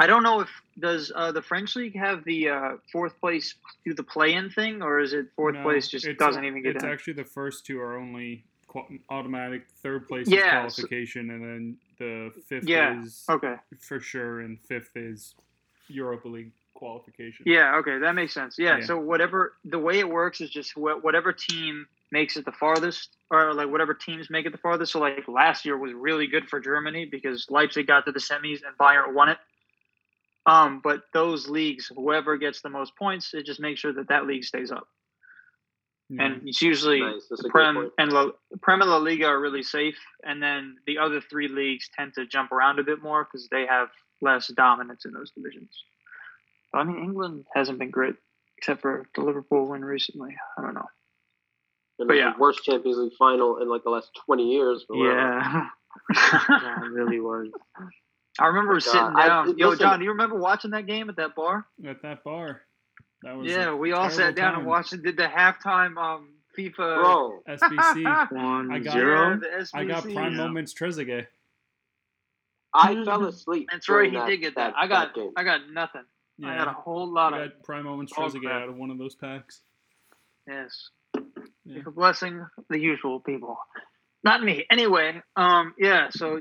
[SPEAKER 4] I don't know if does uh, the French league have the uh, fourth place do the play-in thing, or is it fourth
[SPEAKER 3] No,
[SPEAKER 4] place just
[SPEAKER 3] it's-
[SPEAKER 4] doesn't even get
[SPEAKER 3] It's
[SPEAKER 4] in?
[SPEAKER 3] actually the first two are only qua- automatic third place is
[SPEAKER 4] Yeah, so-
[SPEAKER 3] qualification, and then the fifth
[SPEAKER 4] Yeah, Oh.
[SPEAKER 3] is
[SPEAKER 4] Okay.
[SPEAKER 3] for sure, and fifth is Europa League qualification.
[SPEAKER 4] Yeah. Okay, that makes sense. Yeah,
[SPEAKER 3] Yeah.
[SPEAKER 4] So whatever the way it works is just wh- whatever team makes it the farthest, or like whatever teams make it the farthest. So like last year was really good for Germany because Leipzig got to the semis and Bayern won it. Um, but those leagues, whoever gets the most points, it just makes sure that that league stays up.
[SPEAKER 3] Yeah.
[SPEAKER 4] And it's usually
[SPEAKER 2] Nice. That's a
[SPEAKER 4] the
[SPEAKER 2] good
[SPEAKER 4] Prem
[SPEAKER 2] point.
[SPEAKER 4] and La, Prem and La Liga are really safe, and then the other three leagues tend to jump around a bit more because they have less dominance in those divisions. I mean, England hasn't been great except for the Liverpool win recently. I don't know.
[SPEAKER 2] And
[SPEAKER 4] But
[SPEAKER 2] it's
[SPEAKER 4] yeah.
[SPEAKER 2] the worst Champions League final in like the last 20 years. or whatever.
[SPEAKER 4] <laughs> Yeah,
[SPEAKER 6] Nah, it really was.
[SPEAKER 4] I remember
[SPEAKER 2] God.
[SPEAKER 4] sitting
[SPEAKER 2] I-
[SPEAKER 4] down. Yo,
[SPEAKER 2] listen-
[SPEAKER 4] John, do you remember watching that game at that bar?
[SPEAKER 3] at that bar, that was
[SPEAKER 4] Yeah,
[SPEAKER 3] a
[SPEAKER 4] we all sat
[SPEAKER 3] terrible
[SPEAKER 4] down
[SPEAKER 3] time.
[SPEAKER 4] and watched and did the halftime um, FIFA.
[SPEAKER 2] Bro,
[SPEAKER 4] <laughs>
[SPEAKER 3] SBC.
[SPEAKER 6] One
[SPEAKER 3] I got-
[SPEAKER 4] Yeah,
[SPEAKER 6] zero.
[SPEAKER 4] the
[SPEAKER 3] I got
[SPEAKER 4] SBC.
[SPEAKER 3] prime
[SPEAKER 5] Yeah.
[SPEAKER 3] moments Trezeguet.
[SPEAKER 2] I fell asleep.
[SPEAKER 4] Mm-hmm. That's right,
[SPEAKER 2] during
[SPEAKER 4] he did get that. I got,
[SPEAKER 2] game.
[SPEAKER 4] I got nothing. I got a
[SPEAKER 3] Yeah,
[SPEAKER 4] whole
[SPEAKER 3] I
[SPEAKER 4] lot of
[SPEAKER 3] got prime moments
[SPEAKER 4] Oh,
[SPEAKER 3] Trezeguet
[SPEAKER 4] crap.
[SPEAKER 3] out of one of those packs.
[SPEAKER 4] Yes.
[SPEAKER 3] Yeah.
[SPEAKER 4] A blessing the usual people. Not me. Anyway, um, yeah, so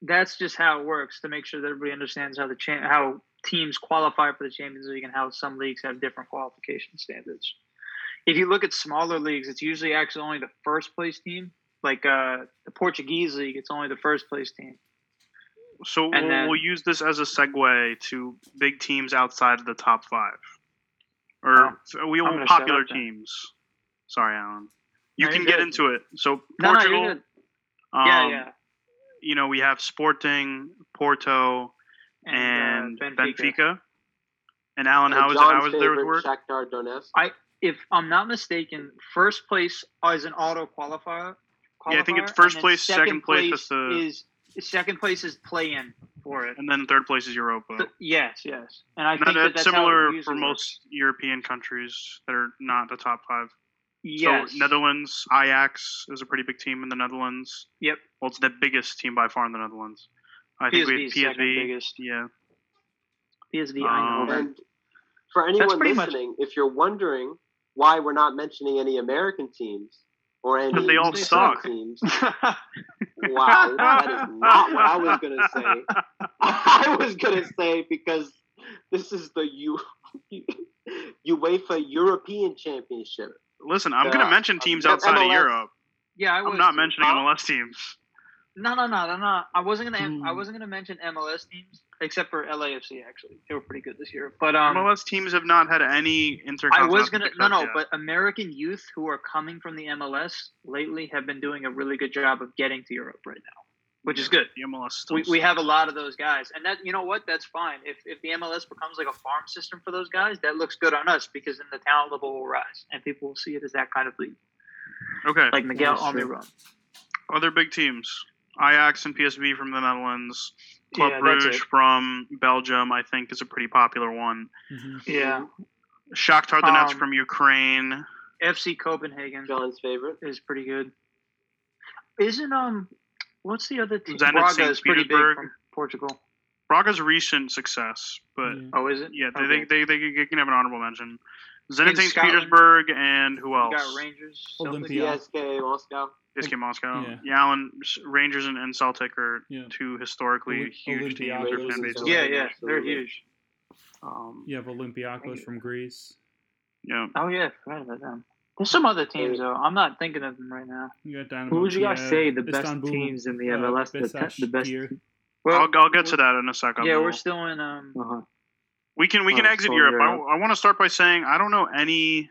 [SPEAKER 4] that's just how it works to make sure that everybody understands how the cha- how teams qualify for the Champions League and how some leagues have different qualification standards. if you look at smaller leagues, it's usually actually only the first place team. Like uh, the Portuguese league, it's only the first place team.
[SPEAKER 5] So
[SPEAKER 4] And
[SPEAKER 5] we'll,
[SPEAKER 4] then-
[SPEAKER 5] we'll use this as a segue to big teams outside of the top five, or
[SPEAKER 4] Oh,
[SPEAKER 5] so we
[SPEAKER 4] I'm
[SPEAKER 5] want
[SPEAKER 4] gonna shut
[SPEAKER 5] popular
[SPEAKER 4] up then.
[SPEAKER 5] teams. Sorry, Alan. You
[SPEAKER 4] No,
[SPEAKER 5] can
[SPEAKER 4] you're
[SPEAKER 5] get
[SPEAKER 4] good.
[SPEAKER 5] into it. So
[SPEAKER 4] No, no,
[SPEAKER 5] Portugal,
[SPEAKER 4] you're good.
[SPEAKER 5] um,
[SPEAKER 4] yeah, yeah,
[SPEAKER 5] you know we have Sporting, Porto, and,
[SPEAKER 4] uh,
[SPEAKER 5] Benfica. And Alan, how is
[SPEAKER 2] John's
[SPEAKER 5] how is there with
[SPEAKER 2] favorite,
[SPEAKER 5] work?
[SPEAKER 2] Shakhtar Donetsk.
[SPEAKER 4] If I'm not mistaken, first place is an auto qualifier.
[SPEAKER 5] Yeah, I think it's
[SPEAKER 4] qualifier,
[SPEAKER 5] first
[SPEAKER 4] and then
[SPEAKER 5] place, second place is the-
[SPEAKER 4] is second place is play in for it.
[SPEAKER 5] And then third place is Europa.
[SPEAKER 4] Th- yes, yes, and I
[SPEAKER 5] Now,
[SPEAKER 4] think that
[SPEAKER 5] that's
[SPEAKER 4] that's how it
[SPEAKER 5] similar for
[SPEAKER 4] usually works.
[SPEAKER 5] most European countries that are not the top five.
[SPEAKER 4] Yes,
[SPEAKER 5] So Netherlands, Ajax is a pretty big team in the Netherlands.
[SPEAKER 4] Yep.
[SPEAKER 5] Well, it's the biggest team by far in the Netherlands. I think we have
[SPEAKER 4] PSV 's second
[SPEAKER 5] PSV.
[SPEAKER 4] biggest.
[SPEAKER 5] Yeah.
[SPEAKER 6] PSV,
[SPEAKER 5] Um,
[SPEAKER 6] I know.
[SPEAKER 5] Okay.
[SPEAKER 2] And for anyone
[SPEAKER 4] Oh, pretty much-
[SPEAKER 2] listening, if you're wondering why we're not mentioning any American teams or any
[SPEAKER 5] they all
[SPEAKER 2] Eastern
[SPEAKER 4] <laughs>
[SPEAKER 5] suck.
[SPEAKER 2] teams, wow, that is not what I was gonna say.
[SPEAKER 4] <laughs>
[SPEAKER 2] <laughs> I was gonna say because this is the U- <laughs> UEFA European Championship.
[SPEAKER 5] Listen, I'm going to
[SPEAKER 2] Uh,
[SPEAKER 5] mention teams
[SPEAKER 2] um,
[SPEAKER 5] outside of
[SPEAKER 2] MLS.
[SPEAKER 5] Europe.
[SPEAKER 4] yeah, I
[SPEAKER 5] I'm
[SPEAKER 4] was
[SPEAKER 5] not
[SPEAKER 4] too.
[SPEAKER 5] mentioning
[SPEAKER 4] Huh?
[SPEAKER 5] MLS teams.
[SPEAKER 4] No, no, no, no, no. I wasn't gonna. I wasn't gonna mention MLS teams except for LAFC. Actually, they were pretty good this year. But um,
[SPEAKER 5] MLS teams have not had any
[SPEAKER 4] I
[SPEAKER 5] intercontinental.
[SPEAKER 4] was gonna. No,
[SPEAKER 5] success
[SPEAKER 4] no.
[SPEAKER 5] yet.
[SPEAKER 4] But American youth who are coming from the MLS lately have been doing a really good job of getting to Europe right now, which is good.
[SPEAKER 5] the MLS. Still
[SPEAKER 4] We, we have a lot of those guys, and that you know what? That's fine. If if the MLS becomes like a farm system for those guys, that looks good on us because then the talent level will rise, and people will see it as that kind of league,
[SPEAKER 5] okay.
[SPEAKER 4] like Miguel
[SPEAKER 6] Yeah, sure.
[SPEAKER 4] Almiron.
[SPEAKER 5] Other big teams: Ajax and PSV from the Netherlands. Club
[SPEAKER 4] Yeah, that's
[SPEAKER 5] Brugge
[SPEAKER 4] it.
[SPEAKER 5] from Belgium, I think, is a pretty popular one.
[SPEAKER 3] Mm-hmm,
[SPEAKER 4] Yeah,
[SPEAKER 5] Shakhtar Donetsk
[SPEAKER 4] Um,
[SPEAKER 5] from Ukraine.
[SPEAKER 4] FC Copenhagen.
[SPEAKER 2] John's favorite.
[SPEAKER 4] is pretty good. Isn't um, what's the other team?
[SPEAKER 5] Zenit
[SPEAKER 4] Braga
[SPEAKER 5] Saint
[SPEAKER 4] is pretty big
[SPEAKER 5] Petersburg.
[SPEAKER 4] from Portugal.
[SPEAKER 5] Braga's recent success, but
[SPEAKER 3] Yeah.
[SPEAKER 4] Oh, is it?
[SPEAKER 5] Yeah, they,
[SPEAKER 4] Okay.
[SPEAKER 5] they, they, they can have an honorable mention. Zenit
[SPEAKER 4] In
[SPEAKER 5] St.
[SPEAKER 4] Scotland,
[SPEAKER 5] Petersburg and who
[SPEAKER 4] You
[SPEAKER 5] else?
[SPEAKER 4] got Rangers. Celtic.
[SPEAKER 3] Olympia. Yeah.
[SPEAKER 2] CSKA Moscow.
[SPEAKER 5] SK Moscow.
[SPEAKER 3] Yeah.
[SPEAKER 5] Yeah, Alan, Rangers and, and Celtic are
[SPEAKER 3] Yeah.
[SPEAKER 5] two historically
[SPEAKER 3] Oly-
[SPEAKER 5] huge teams.
[SPEAKER 3] Olympiacos
[SPEAKER 5] They're
[SPEAKER 3] and
[SPEAKER 5] fan bases.
[SPEAKER 4] Yeah, yeah, they're
[SPEAKER 2] Absolutely.
[SPEAKER 4] huge.
[SPEAKER 5] Um, yeah.
[SPEAKER 3] You have Olympiacos from Greece.
[SPEAKER 4] Oh yeah, I forgot about them. There's some other teams though. I'm not thinking of them right now.
[SPEAKER 3] You got Dynamo
[SPEAKER 6] Who would you guys
[SPEAKER 3] Kiev,
[SPEAKER 6] say the best
[SPEAKER 3] Istanbul,
[SPEAKER 6] teams in the
[SPEAKER 3] uh,
[SPEAKER 6] MLS? The,
[SPEAKER 3] Besiktas
[SPEAKER 6] te- the best.
[SPEAKER 3] Pier.
[SPEAKER 5] I'll, I'll get to that in a second.
[SPEAKER 4] yeah, we're still in um.
[SPEAKER 6] Uh-huh.
[SPEAKER 5] we can we can
[SPEAKER 6] Oh,
[SPEAKER 5] exit
[SPEAKER 6] so
[SPEAKER 5] Europe.
[SPEAKER 6] Europe.
[SPEAKER 5] I, I want to start by saying I don't know any.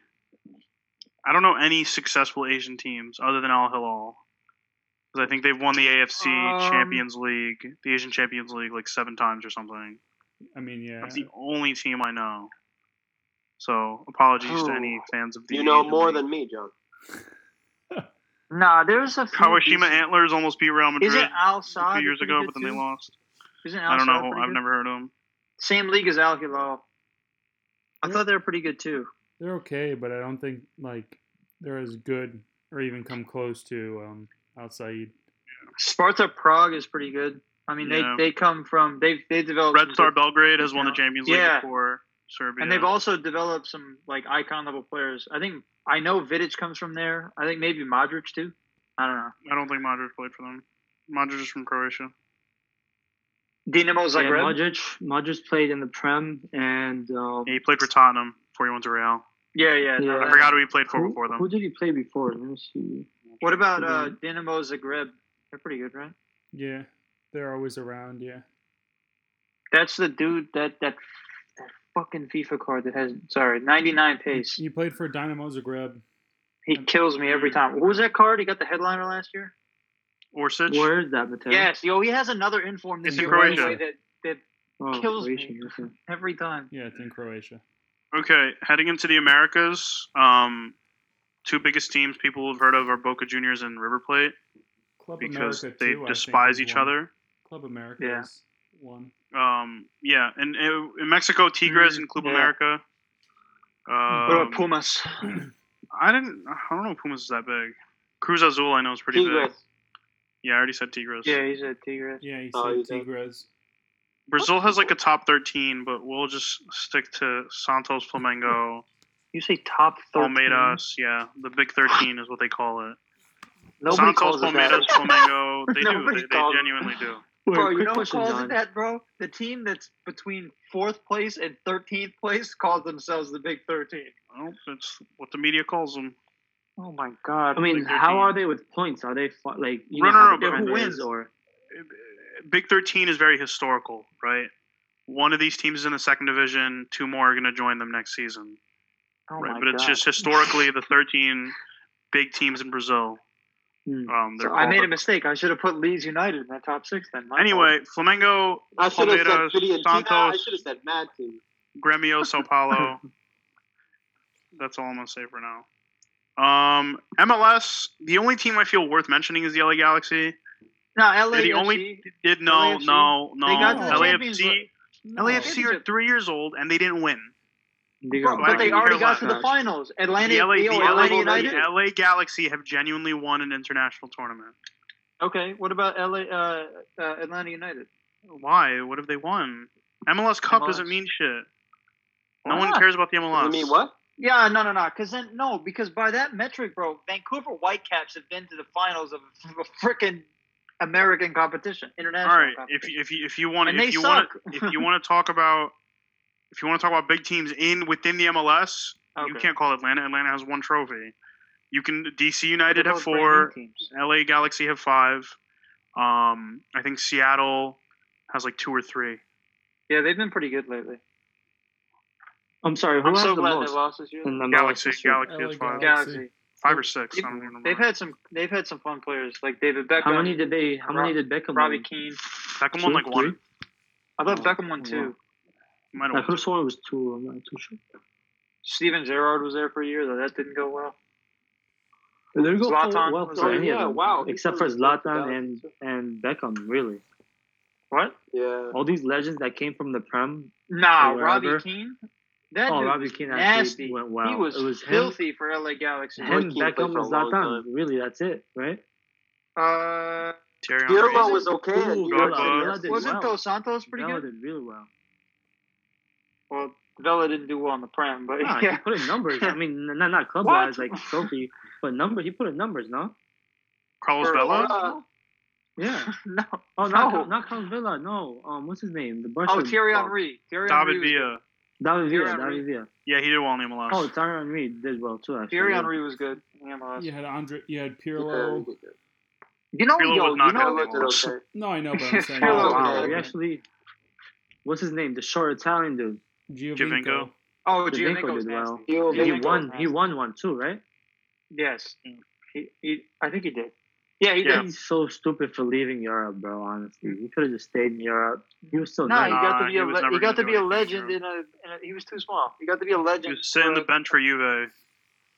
[SPEAKER 5] I don't know any successful Asian teams other than Al Hilal, because I think they've won the AFC
[SPEAKER 4] Um,
[SPEAKER 5] Champions League, the Asian Champions League, like seven times or something.
[SPEAKER 3] I mean, yeah.
[SPEAKER 5] That's the only team I know. So apologies to any fans of the.
[SPEAKER 2] You know
[SPEAKER 5] Asian
[SPEAKER 2] more
[SPEAKER 5] League.
[SPEAKER 2] than me, John.
[SPEAKER 4] Nah, there's a. few
[SPEAKER 5] Kawashima
[SPEAKER 4] decent-
[SPEAKER 5] Antlers almost beat Real Madrid
[SPEAKER 4] Isn't Al
[SPEAKER 5] a
[SPEAKER 4] Saad
[SPEAKER 5] few years
[SPEAKER 4] pretty
[SPEAKER 5] ago,
[SPEAKER 4] good
[SPEAKER 5] but then they
[SPEAKER 4] too?
[SPEAKER 5] lost.
[SPEAKER 4] Isn't Al
[SPEAKER 5] I don't
[SPEAKER 4] Saad
[SPEAKER 5] know.
[SPEAKER 4] pretty
[SPEAKER 5] I've
[SPEAKER 4] good?
[SPEAKER 5] never heard of them.
[SPEAKER 4] Same league as Al Hilal. I
[SPEAKER 3] Yeah.
[SPEAKER 4] thought they were pretty good too.
[SPEAKER 3] They're okay, but I don't think like they're as good or even come close to um, outside.
[SPEAKER 4] Sparta Prague is pretty good. I mean,
[SPEAKER 5] Yeah.
[SPEAKER 4] they they come from they they developed
[SPEAKER 5] Red
[SPEAKER 4] some
[SPEAKER 5] Star
[SPEAKER 4] good-
[SPEAKER 5] Belgrade has won the Champions League
[SPEAKER 4] Yeah.
[SPEAKER 5] before Serbia.
[SPEAKER 4] And they've also developed some like icon level players. I think I know Vidic comes from there. I think maybe Modric too. I don't know.
[SPEAKER 5] I don't think Modric played for them. Modric is from Croatia.
[SPEAKER 4] Dinamo
[SPEAKER 6] Yeah,
[SPEAKER 4] Zagreb.
[SPEAKER 6] Modric, Modric played in the Prem and um,
[SPEAKER 5] Yeah, he played for Tottenham before he went to Real.
[SPEAKER 4] Yeah, yeah. no,
[SPEAKER 6] Yeah.
[SPEAKER 5] I
[SPEAKER 4] that-
[SPEAKER 5] forgot who he played for
[SPEAKER 6] who,
[SPEAKER 5] before them.
[SPEAKER 6] who did he play before? Let me see.
[SPEAKER 4] What about uh, Dinamo Zagreb? They're pretty good, right?
[SPEAKER 3] Yeah, they're always around. Yeah,
[SPEAKER 4] That's the dude that that, that fucking FIFA card that has sorry ninety nine pace.
[SPEAKER 3] you played for Dynamo Zagreb.
[SPEAKER 4] He kills me every time. What was that card? He got the headliner last year.
[SPEAKER 5] Orsic.
[SPEAKER 6] Where is that, Mateo?
[SPEAKER 4] Yes. Yo, he has another inform this
[SPEAKER 5] It's in
[SPEAKER 4] year. by the
[SPEAKER 5] Croatia.
[SPEAKER 4] way, that that
[SPEAKER 6] oh,
[SPEAKER 4] kills me.
[SPEAKER 6] Croatian, okay.
[SPEAKER 4] every time.
[SPEAKER 3] Yeah, it's in Croatia.
[SPEAKER 5] Okay, heading into the Americas, um, two biggest teams people have heard of are Boca Juniors and River Plate
[SPEAKER 3] Club
[SPEAKER 5] because
[SPEAKER 3] America
[SPEAKER 5] they
[SPEAKER 3] too, I think,
[SPEAKER 5] despise
[SPEAKER 3] is
[SPEAKER 5] each
[SPEAKER 3] one.
[SPEAKER 5] other.
[SPEAKER 3] Club America
[SPEAKER 4] Yeah.
[SPEAKER 3] is one.
[SPEAKER 5] Um, yeah, and uh, in Mexico, Tigres
[SPEAKER 4] Mm,
[SPEAKER 5] and Club
[SPEAKER 4] yeah. uh,
[SPEAKER 5] America.
[SPEAKER 4] What about
[SPEAKER 5] Um,
[SPEAKER 4] Pumas?
[SPEAKER 5] I didn't. I don't know if Pumas is that big. Cruz Azul, I know is pretty
[SPEAKER 2] Tigres.
[SPEAKER 5] big. Yeah, I already said Tigres.
[SPEAKER 4] Yeah, he's a Tigres.
[SPEAKER 3] Yeah, he said
[SPEAKER 2] Oh, you said-
[SPEAKER 3] Tigres.
[SPEAKER 5] Brazil has like a top thirteen, but we'll just stick to Santos,
[SPEAKER 4] <laughs>
[SPEAKER 5] Flamengo,
[SPEAKER 4] You say top 13?
[SPEAKER 5] Palmeiras. Yeah, the big thirteen is what they call it.
[SPEAKER 4] Nobody
[SPEAKER 5] Santos,
[SPEAKER 4] calls it that. <laughs>
[SPEAKER 5] Palmeiras, Flamengo. They do.
[SPEAKER 4] Nobody
[SPEAKER 5] They, they
[SPEAKER 4] calls it-
[SPEAKER 5] genuinely do.
[SPEAKER 4] Bro, you
[SPEAKER 6] quick
[SPEAKER 4] know what
[SPEAKER 6] question,
[SPEAKER 4] calls
[SPEAKER 6] John.
[SPEAKER 4] it that, bro? The team that's between fourth place and thirteenth place calls themselves the Big Thirteen.
[SPEAKER 5] Well, that's what the media calls them.
[SPEAKER 4] Oh my god!
[SPEAKER 6] I mean,
[SPEAKER 5] Like,
[SPEAKER 6] how
[SPEAKER 5] they're
[SPEAKER 6] are they with points? Are they fi- like you
[SPEAKER 5] No,
[SPEAKER 6] know
[SPEAKER 5] no, no,
[SPEAKER 6] how the
[SPEAKER 5] but who
[SPEAKER 6] trend is,
[SPEAKER 4] wins?
[SPEAKER 6] or
[SPEAKER 5] Big 13 is very historical, right? One of these teams is in the second division. Two more are going to join them next season,
[SPEAKER 4] oh
[SPEAKER 5] right?
[SPEAKER 4] my
[SPEAKER 5] But it's
[SPEAKER 4] God.
[SPEAKER 5] just historically the 13 big teams in Brazil.
[SPEAKER 6] Hmm.
[SPEAKER 5] Um, they're
[SPEAKER 4] So I
[SPEAKER 5] called
[SPEAKER 4] made
[SPEAKER 5] the-
[SPEAKER 4] a mistake. I should have put Leeds United in that top six. Then my fault.
[SPEAKER 5] Anyway, Flamengo,
[SPEAKER 2] I should have said
[SPEAKER 5] Palmeiras,
[SPEAKER 2] Fiorentina. I
[SPEAKER 5] Santos,
[SPEAKER 2] should have said Mad Team.
[SPEAKER 5] Gremio,
[SPEAKER 4] <laughs>
[SPEAKER 5] Sao Paulo. That's all I'm gonna say for now. Um, MLS. The only team I feel worth mentioning is the LA Galaxy.
[SPEAKER 4] no, LAFC.
[SPEAKER 5] They're the only- Did no,
[SPEAKER 4] LAFC?
[SPEAKER 5] no, no.
[SPEAKER 4] They got
[SPEAKER 3] to the
[SPEAKER 4] Champions
[SPEAKER 5] LAFC.
[SPEAKER 4] League.
[SPEAKER 5] LAFC are three years old and they didn't win.
[SPEAKER 6] they
[SPEAKER 4] Bro,
[SPEAKER 6] got
[SPEAKER 5] Why
[SPEAKER 4] but they
[SPEAKER 5] do you
[SPEAKER 4] already
[SPEAKER 5] care
[SPEAKER 4] got
[SPEAKER 5] about
[SPEAKER 4] to the
[SPEAKER 5] that?
[SPEAKER 4] finals. Atlanta,
[SPEAKER 5] the, LA,
[SPEAKER 4] yo,
[SPEAKER 5] the,
[SPEAKER 4] Atlanta
[SPEAKER 5] LA,
[SPEAKER 4] United.
[SPEAKER 5] the LA Galaxy have genuinely won an international tournament.
[SPEAKER 4] Okay, what about LA? Uh, uh, Atlanta United.
[SPEAKER 5] Why? What have they won? MLS Cup doesn't
[SPEAKER 4] MLS.
[SPEAKER 5] mean shit. No
[SPEAKER 4] Why
[SPEAKER 5] one
[SPEAKER 4] not?
[SPEAKER 5] cares about the MLS.
[SPEAKER 2] You mean what?
[SPEAKER 4] Yeah, no, no, no. Because then, no, because by that metric, bro, Vancouver Whitecaps have been to the finals of a freaking American competition,
[SPEAKER 5] All
[SPEAKER 4] international.
[SPEAKER 5] right, if
[SPEAKER 4] competition.
[SPEAKER 5] you, if you, if you want
[SPEAKER 4] and
[SPEAKER 5] if
[SPEAKER 4] they
[SPEAKER 5] you want
[SPEAKER 4] suck.
[SPEAKER 5] if you want to talk about if you want to talk about big teams in within the MLS, you
[SPEAKER 4] Okay.
[SPEAKER 5] can't call Atlanta. Atlanta has one trophy. You can DC
[SPEAKER 4] But
[SPEAKER 5] United
[SPEAKER 4] they're both
[SPEAKER 5] have
[SPEAKER 4] brand new
[SPEAKER 5] four.
[SPEAKER 4] teams.
[SPEAKER 5] LA Galaxy have five. Um, I think Seattle has like two or three.
[SPEAKER 4] Yeah, they've been pretty good lately.
[SPEAKER 6] I'm sorry, who
[SPEAKER 4] I'm
[SPEAKER 6] has
[SPEAKER 4] so
[SPEAKER 6] the
[SPEAKER 4] glad
[SPEAKER 6] most?
[SPEAKER 4] they lost this year.
[SPEAKER 6] in the
[SPEAKER 5] Galaxy,
[SPEAKER 6] MLS history?
[SPEAKER 5] Galaxy
[SPEAKER 3] LA
[SPEAKER 5] has five,
[SPEAKER 3] Galaxy.
[SPEAKER 4] Galaxy.
[SPEAKER 5] five or six. I don't even
[SPEAKER 4] They've
[SPEAKER 5] remember.
[SPEAKER 4] had some. They've had some fun players like David Beckham.
[SPEAKER 6] How many did they? How many
[SPEAKER 4] Rob-
[SPEAKER 6] did Beckham?
[SPEAKER 4] Robbie
[SPEAKER 6] win?
[SPEAKER 4] Keane.
[SPEAKER 5] Beckham won
[SPEAKER 6] Two,
[SPEAKER 5] like one.
[SPEAKER 6] three?
[SPEAKER 4] I thought
[SPEAKER 6] Oh,
[SPEAKER 4] Beckham won two.
[SPEAKER 5] Might have
[SPEAKER 6] I
[SPEAKER 5] won
[SPEAKER 6] could have sworn it was two. I'm not too sure.
[SPEAKER 4] Steven Gerrard was there for a year, though that didn't go well.
[SPEAKER 6] They didn't go for-
[SPEAKER 4] Zlatan
[SPEAKER 6] well
[SPEAKER 4] was
[SPEAKER 6] for
[SPEAKER 4] there.
[SPEAKER 6] any of
[SPEAKER 2] Yeah,
[SPEAKER 6] them,
[SPEAKER 2] wow, he
[SPEAKER 6] except for
[SPEAKER 2] played both the
[SPEAKER 6] Zlatan and
[SPEAKER 2] Galaxy.
[SPEAKER 6] and Beckham. Really,
[SPEAKER 4] What?
[SPEAKER 2] Yeah.
[SPEAKER 6] all these legends that came from the Prem.
[SPEAKER 4] Nah,
[SPEAKER 6] Or
[SPEAKER 4] Robbie
[SPEAKER 6] wherever.
[SPEAKER 4] Keane. That
[SPEAKER 6] Oh,
[SPEAKER 4] dude
[SPEAKER 6] Robbie Keane
[SPEAKER 4] nasty.
[SPEAKER 6] actually went well.
[SPEAKER 4] He was,
[SPEAKER 6] it was him,
[SPEAKER 4] filthy for LA Galaxy.
[SPEAKER 6] him,
[SPEAKER 2] Robbie Keane played
[SPEAKER 6] Beckham,
[SPEAKER 2] for a
[SPEAKER 6] and
[SPEAKER 2] long
[SPEAKER 6] Zlatan.
[SPEAKER 2] time.
[SPEAKER 6] Really, that's it, right?
[SPEAKER 4] Uh,
[SPEAKER 5] Terry
[SPEAKER 2] Pirlo
[SPEAKER 5] Henry.
[SPEAKER 2] was okay.
[SPEAKER 6] Ooh,
[SPEAKER 2] and he
[SPEAKER 5] Villa-
[SPEAKER 2] was-
[SPEAKER 6] Villa did
[SPEAKER 4] wasn't
[SPEAKER 6] well.
[SPEAKER 4] Dos Santos pretty
[SPEAKER 6] Vela
[SPEAKER 4] good?
[SPEAKER 6] did
[SPEAKER 4] <laughs>
[SPEAKER 6] really well.
[SPEAKER 4] Well, Vela didn't do well on the prem, but
[SPEAKER 6] Nah,
[SPEAKER 4] yeah.
[SPEAKER 6] he put in numbers. I mean, n- not not club wise, like trophy, but number. He put in numbers, no?
[SPEAKER 5] Carlos
[SPEAKER 4] For-
[SPEAKER 5] Vela.
[SPEAKER 2] Uh,
[SPEAKER 6] Yeah.
[SPEAKER 4] <laughs> <laughs> no.
[SPEAKER 6] Oh, not
[SPEAKER 4] No.
[SPEAKER 6] Cal- not Carlos Vela. No. Um, what's his name? The Barca.
[SPEAKER 4] Oh, Thierry Henry. Thierry
[SPEAKER 5] David
[SPEAKER 4] Henry. Was,
[SPEAKER 5] Villa.
[SPEAKER 6] David
[SPEAKER 4] Thierry
[SPEAKER 6] Villa.
[SPEAKER 4] Henry.
[SPEAKER 6] David Villa.
[SPEAKER 5] Yeah, he did well in the MLS.
[SPEAKER 6] Oh, Thierry Henry did well too. Actually.
[SPEAKER 4] Thierry
[SPEAKER 6] yeah.
[SPEAKER 4] Henry was good. in the MLS.
[SPEAKER 3] You had Andre. You had
[SPEAKER 2] yeah, he
[SPEAKER 3] Pirlo.
[SPEAKER 2] did good.
[SPEAKER 4] You know,
[SPEAKER 5] Pirlo
[SPEAKER 4] yo,
[SPEAKER 5] was not
[SPEAKER 4] you know,
[SPEAKER 5] good.
[SPEAKER 2] Pirlo did okay.
[SPEAKER 3] No, I know, but I'm saying.
[SPEAKER 4] Pirlo
[SPEAKER 6] Oh
[SPEAKER 4] was
[SPEAKER 6] wow.
[SPEAKER 4] good.
[SPEAKER 6] We actually. What's his name? The short Italian dude.
[SPEAKER 3] Giovinco.
[SPEAKER 4] Oh,
[SPEAKER 6] Giovinco
[SPEAKER 4] Giovinco was
[SPEAKER 6] did
[SPEAKER 4] nasty.
[SPEAKER 6] well.
[SPEAKER 2] Giovinco.
[SPEAKER 6] And he
[SPEAKER 2] Giovinco.
[SPEAKER 6] won. He won one too, right?
[SPEAKER 4] Yes. He, he, I think he did. Yeah, he
[SPEAKER 5] Yeah.
[SPEAKER 4] did.
[SPEAKER 6] He's so stupid for leaving Europe, bro. Honestly, he could have just stayed in Europe. He was still
[SPEAKER 4] No, he
[SPEAKER 6] nice.
[SPEAKER 4] got to be
[SPEAKER 5] Nah,
[SPEAKER 4] a
[SPEAKER 5] he was
[SPEAKER 4] le-
[SPEAKER 5] never
[SPEAKER 4] he got
[SPEAKER 5] gonna
[SPEAKER 4] to
[SPEAKER 5] do
[SPEAKER 4] be a
[SPEAKER 5] anything,
[SPEAKER 4] legend
[SPEAKER 5] yeah.
[SPEAKER 4] in a, in a. He was too small. He got to be a
[SPEAKER 5] He
[SPEAKER 4] legend.
[SPEAKER 5] was sitting on
[SPEAKER 4] for
[SPEAKER 5] the
[SPEAKER 4] a-
[SPEAKER 5] bench for Juve.
[SPEAKER 4] Yeah.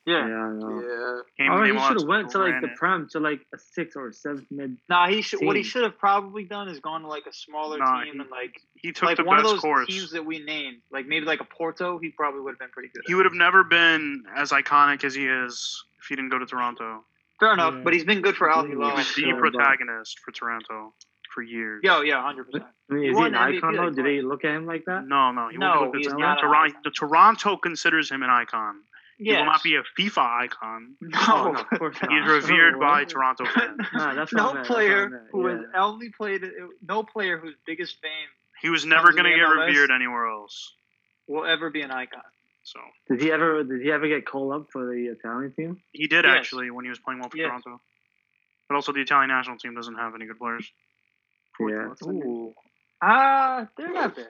[SPEAKER 6] Yeah. I know.
[SPEAKER 2] Yeah.
[SPEAKER 4] Oh,
[SPEAKER 5] Came
[SPEAKER 6] Or
[SPEAKER 5] in
[SPEAKER 6] he
[SPEAKER 5] the MLS,
[SPEAKER 6] should have went to like
[SPEAKER 5] ran
[SPEAKER 6] the
[SPEAKER 5] it.
[SPEAKER 6] prem to like a sixth or seventh mid.
[SPEAKER 4] Nah, he should. What he
[SPEAKER 6] Team.
[SPEAKER 4] should have probably done is gone to like a smaller
[SPEAKER 5] Nah,
[SPEAKER 4] team
[SPEAKER 5] he-
[SPEAKER 4] and like
[SPEAKER 5] He took
[SPEAKER 4] like
[SPEAKER 5] the
[SPEAKER 4] one of
[SPEAKER 5] best
[SPEAKER 4] those
[SPEAKER 5] course.
[SPEAKER 4] teams that we named, like maybe like a Porto. He probably would have been pretty good.
[SPEAKER 5] He would have never been as iconic as he is if he didn't go to Toronto.
[SPEAKER 4] Fair enough,
[SPEAKER 3] Yeah.
[SPEAKER 4] but he's been good for Al
[SPEAKER 6] He
[SPEAKER 5] He
[SPEAKER 4] Hilal.
[SPEAKER 5] was <laughs> the
[SPEAKER 6] sure, but-
[SPEAKER 5] protagonist for Toronto for years.
[SPEAKER 4] Yo, yeah, hundred percent.
[SPEAKER 6] I mean,
[SPEAKER 4] He
[SPEAKER 6] is he
[SPEAKER 4] won
[SPEAKER 6] an
[SPEAKER 4] MVP
[SPEAKER 6] icon though?
[SPEAKER 4] like
[SPEAKER 6] Do they look at him like that?
[SPEAKER 4] <laughs>
[SPEAKER 5] No, no, he
[SPEAKER 4] No,
[SPEAKER 5] won't be
[SPEAKER 4] he
[SPEAKER 5] looked
[SPEAKER 4] is
[SPEAKER 5] at as an
[SPEAKER 4] not an
[SPEAKER 5] Toron-
[SPEAKER 4] icon.
[SPEAKER 5] The Toronto considers him an icon. He
[SPEAKER 4] Yeah.
[SPEAKER 5] will not be a FIFA icon.
[SPEAKER 6] Oh,
[SPEAKER 4] <laughs> No.
[SPEAKER 6] no, of course not.
[SPEAKER 5] He's revered
[SPEAKER 6] Oh,
[SPEAKER 5] by
[SPEAKER 6] what?
[SPEAKER 5] Toronto fans.
[SPEAKER 6] Nah, that's what
[SPEAKER 4] <laughs>
[SPEAKER 6] I
[SPEAKER 4] no
[SPEAKER 6] meant, that's what I
[SPEAKER 4] player
[SPEAKER 6] meant,
[SPEAKER 4] who has
[SPEAKER 6] yeah.
[SPEAKER 4] only played. No player whose biggest fame
[SPEAKER 5] He was never
[SPEAKER 4] Comes
[SPEAKER 5] going to
[SPEAKER 4] in
[SPEAKER 5] get
[SPEAKER 4] the MLS.
[SPEAKER 5] revered anywhere else.
[SPEAKER 4] will ever be an icon.
[SPEAKER 5] So
[SPEAKER 6] Did he ever? Did he ever get called up for the Italian team?
[SPEAKER 5] he did
[SPEAKER 4] Yes.
[SPEAKER 5] actually when he was playing well for
[SPEAKER 4] Yes.
[SPEAKER 5] Toronto. But also, the Italian national team doesn't have any good players.
[SPEAKER 6] Yeah.
[SPEAKER 4] Ooh. Ah, they're not bad.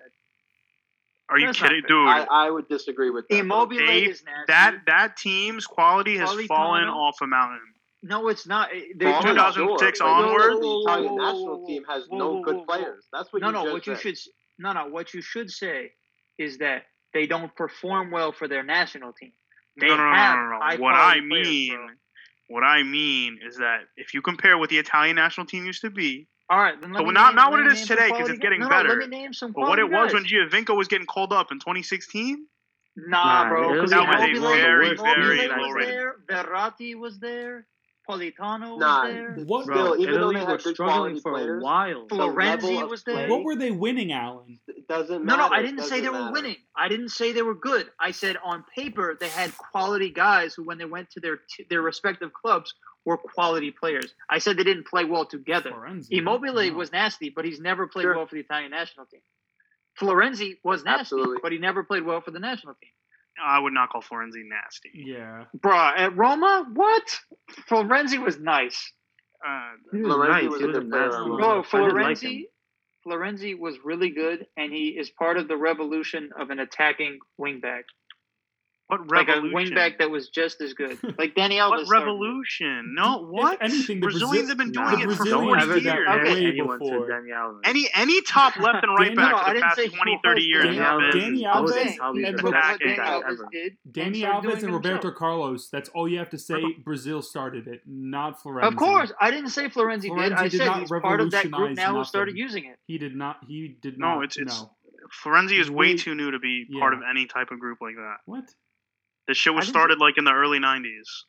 [SPEAKER 5] Are you
[SPEAKER 4] That's not
[SPEAKER 5] kidding,
[SPEAKER 4] fair.
[SPEAKER 5] dude?
[SPEAKER 2] I, I would disagree with that. though.
[SPEAKER 4] Immobile
[SPEAKER 5] Dave,
[SPEAKER 4] is nasty.
[SPEAKER 5] that that team's quality has
[SPEAKER 4] Politano?
[SPEAKER 5] fallen off a mountain.
[SPEAKER 4] no, it's not. It- They
[SPEAKER 2] From
[SPEAKER 5] Two thousand- 2006
[SPEAKER 2] sure, but you
[SPEAKER 5] onward?
[SPEAKER 2] know The Italian
[SPEAKER 4] Whoa, whoa, whoa,
[SPEAKER 2] national
[SPEAKER 4] whoa,
[SPEAKER 2] team has
[SPEAKER 4] whoa,
[SPEAKER 2] no
[SPEAKER 4] whoa,
[SPEAKER 2] good
[SPEAKER 4] whoa,
[SPEAKER 2] players. That's what
[SPEAKER 4] no,
[SPEAKER 2] you
[SPEAKER 4] no.
[SPEAKER 2] just
[SPEAKER 4] What you
[SPEAKER 2] said.
[SPEAKER 4] should s- no, no. What you should say is that they don't perform well for their national team. They
[SPEAKER 5] no, no, no,
[SPEAKER 4] have
[SPEAKER 5] no, no,
[SPEAKER 4] high
[SPEAKER 5] no. What I
[SPEAKER 4] quality players,
[SPEAKER 5] mean,
[SPEAKER 4] bro.
[SPEAKER 5] what I mean is that if you compare what the Italian national team used to be,
[SPEAKER 4] All right, then let
[SPEAKER 5] But
[SPEAKER 4] me
[SPEAKER 5] not-
[SPEAKER 4] name,
[SPEAKER 5] not what
[SPEAKER 4] let me
[SPEAKER 5] it is
[SPEAKER 4] name some
[SPEAKER 5] today, 'cause
[SPEAKER 4] quality guys.
[SPEAKER 5] it's getting
[SPEAKER 4] no, No,
[SPEAKER 5] better.
[SPEAKER 4] let me name some
[SPEAKER 5] but what
[SPEAKER 4] quality
[SPEAKER 5] it
[SPEAKER 4] guys.
[SPEAKER 5] was when Giovinco was getting called up in 2016,
[SPEAKER 4] Nah,
[SPEAKER 6] Nah,
[SPEAKER 4] bro.
[SPEAKER 6] it
[SPEAKER 4] 'cause
[SPEAKER 6] doesn't
[SPEAKER 5] That was a
[SPEAKER 4] Immobile-
[SPEAKER 5] very,
[SPEAKER 4] Immobile
[SPEAKER 5] very
[SPEAKER 4] was
[SPEAKER 5] low rating.
[SPEAKER 4] there. Verratti was there. Politano was
[SPEAKER 2] Nah,
[SPEAKER 4] there.
[SPEAKER 3] What?
[SPEAKER 2] Still,
[SPEAKER 6] Bro,
[SPEAKER 2] even though
[SPEAKER 6] Italy
[SPEAKER 2] they
[SPEAKER 6] were
[SPEAKER 2] had good quality
[SPEAKER 6] struggling for a
[SPEAKER 2] players,
[SPEAKER 6] while.
[SPEAKER 2] the level
[SPEAKER 4] Florenzi
[SPEAKER 2] of
[SPEAKER 4] was there.
[SPEAKER 2] play
[SPEAKER 3] What were they winning, Alan?
[SPEAKER 2] it doesn't
[SPEAKER 4] No,
[SPEAKER 2] matter.
[SPEAKER 4] no, I didn't say
[SPEAKER 2] Doesn't
[SPEAKER 4] they were
[SPEAKER 2] matter.
[SPEAKER 4] winning. I didn't say they were good. I said on paper they had quality guys who, when they went to their t- their respective clubs, were quality players. I said they didn't play well together.
[SPEAKER 3] Florenzi.
[SPEAKER 4] Immobile
[SPEAKER 3] Wow.
[SPEAKER 4] was nasty, but he's never played
[SPEAKER 2] Sure.
[SPEAKER 4] well for the Italian national team. Florenzi was nasty,
[SPEAKER 2] Absolutely.
[SPEAKER 4] but he never played well for the national team.
[SPEAKER 5] I would not call Florenzi nasty.
[SPEAKER 3] Yeah.
[SPEAKER 4] Bruh, at Roma, what? Florenzi was nice.
[SPEAKER 5] Uh,
[SPEAKER 6] He was
[SPEAKER 2] Florenzi
[SPEAKER 6] nice.
[SPEAKER 2] was
[SPEAKER 6] He
[SPEAKER 2] a
[SPEAKER 6] was a
[SPEAKER 2] good player
[SPEAKER 6] nasty.
[SPEAKER 2] on Roma.
[SPEAKER 4] Bro,
[SPEAKER 6] I didn't like
[SPEAKER 4] Florenzi,
[SPEAKER 6] him.
[SPEAKER 4] Florenzi was really good, and he is part of the revolution of an attacking wingback,
[SPEAKER 5] what
[SPEAKER 4] like a
[SPEAKER 5] revolution?
[SPEAKER 4] wingback that was just as good, like Danny Alves.
[SPEAKER 5] What
[SPEAKER 4] started.
[SPEAKER 5] revolution? No, what?
[SPEAKER 3] anything, the Brazil-
[SPEAKER 5] Brazilians have been
[SPEAKER 6] Nah,
[SPEAKER 5] doing
[SPEAKER 3] the
[SPEAKER 5] it for
[SPEAKER 3] Brazilians
[SPEAKER 5] four
[SPEAKER 3] have
[SPEAKER 6] ever
[SPEAKER 3] been
[SPEAKER 5] years.
[SPEAKER 3] that way
[SPEAKER 6] anyone
[SPEAKER 3] before.
[SPEAKER 6] said Dani Alves.
[SPEAKER 5] Any any top left and right
[SPEAKER 3] Danny-
[SPEAKER 5] back
[SPEAKER 4] No,
[SPEAKER 5] for
[SPEAKER 4] I
[SPEAKER 5] the
[SPEAKER 4] didn't
[SPEAKER 5] past
[SPEAKER 4] say
[SPEAKER 5] 20,
[SPEAKER 4] who
[SPEAKER 5] 30 years
[SPEAKER 6] Danny
[SPEAKER 5] have
[SPEAKER 6] Alves.
[SPEAKER 5] been
[SPEAKER 3] Danny
[SPEAKER 6] I was
[SPEAKER 3] Alves
[SPEAKER 6] saying Alves
[SPEAKER 3] and
[SPEAKER 6] was
[SPEAKER 3] Ro-
[SPEAKER 6] the best
[SPEAKER 5] Danny
[SPEAKER 6] guy
[SPEAKER 4] Alves
[SPEAKER 6] ever.
[SPEAKER 4] did, and
[SPEAKER 3] Danny
[SPEAKER 4] started doing
[SPEAKER 3] Alves
[SPEAKER 4] it
[SPEAKER 3] and Roberto
[SPEAKER 4] himself.
[SPEAKER 3] Carlos. That's all you have to say. Brazil started it, not Florenzi.
[SPEAKER 4] Of course, I didn't say Florenzi, did.
[SPEAKER 3] Florenzi
[SPEAKER 4] I
[SPEAKER 3] did
[SPEAKER 4] said
[SPEAKER 3] not
[SPEAKER 4] he's part of that group
[SPEAKER 3] revolutionize
[SPEAKER 4] now who started
[SPEAKER 3] nothing.
[SPEAKER 4] using it.
[SPEAKER 3] he did not. He did
[SPEAKER 5] No,
[SPEAKER 3] not.
[SPEAKER 5] it's- it's-
[SPEAKER 3] no.
[SPEAKER 5] Florenzi is way
[SPEAKER 3] Wait.
[SPEAKER 5] too new to be part
[SPEAKER 3] Yeah.
[SPEAKER 5] of any type of group like that.
[SPEAKER 3] What?
[SPEAKER 5] This shit
[SPEAKER 4] I
[SPEAKER 5] was
[SPEAKER 4] didn't-
[SPEAKER 5] started like in the early 90s.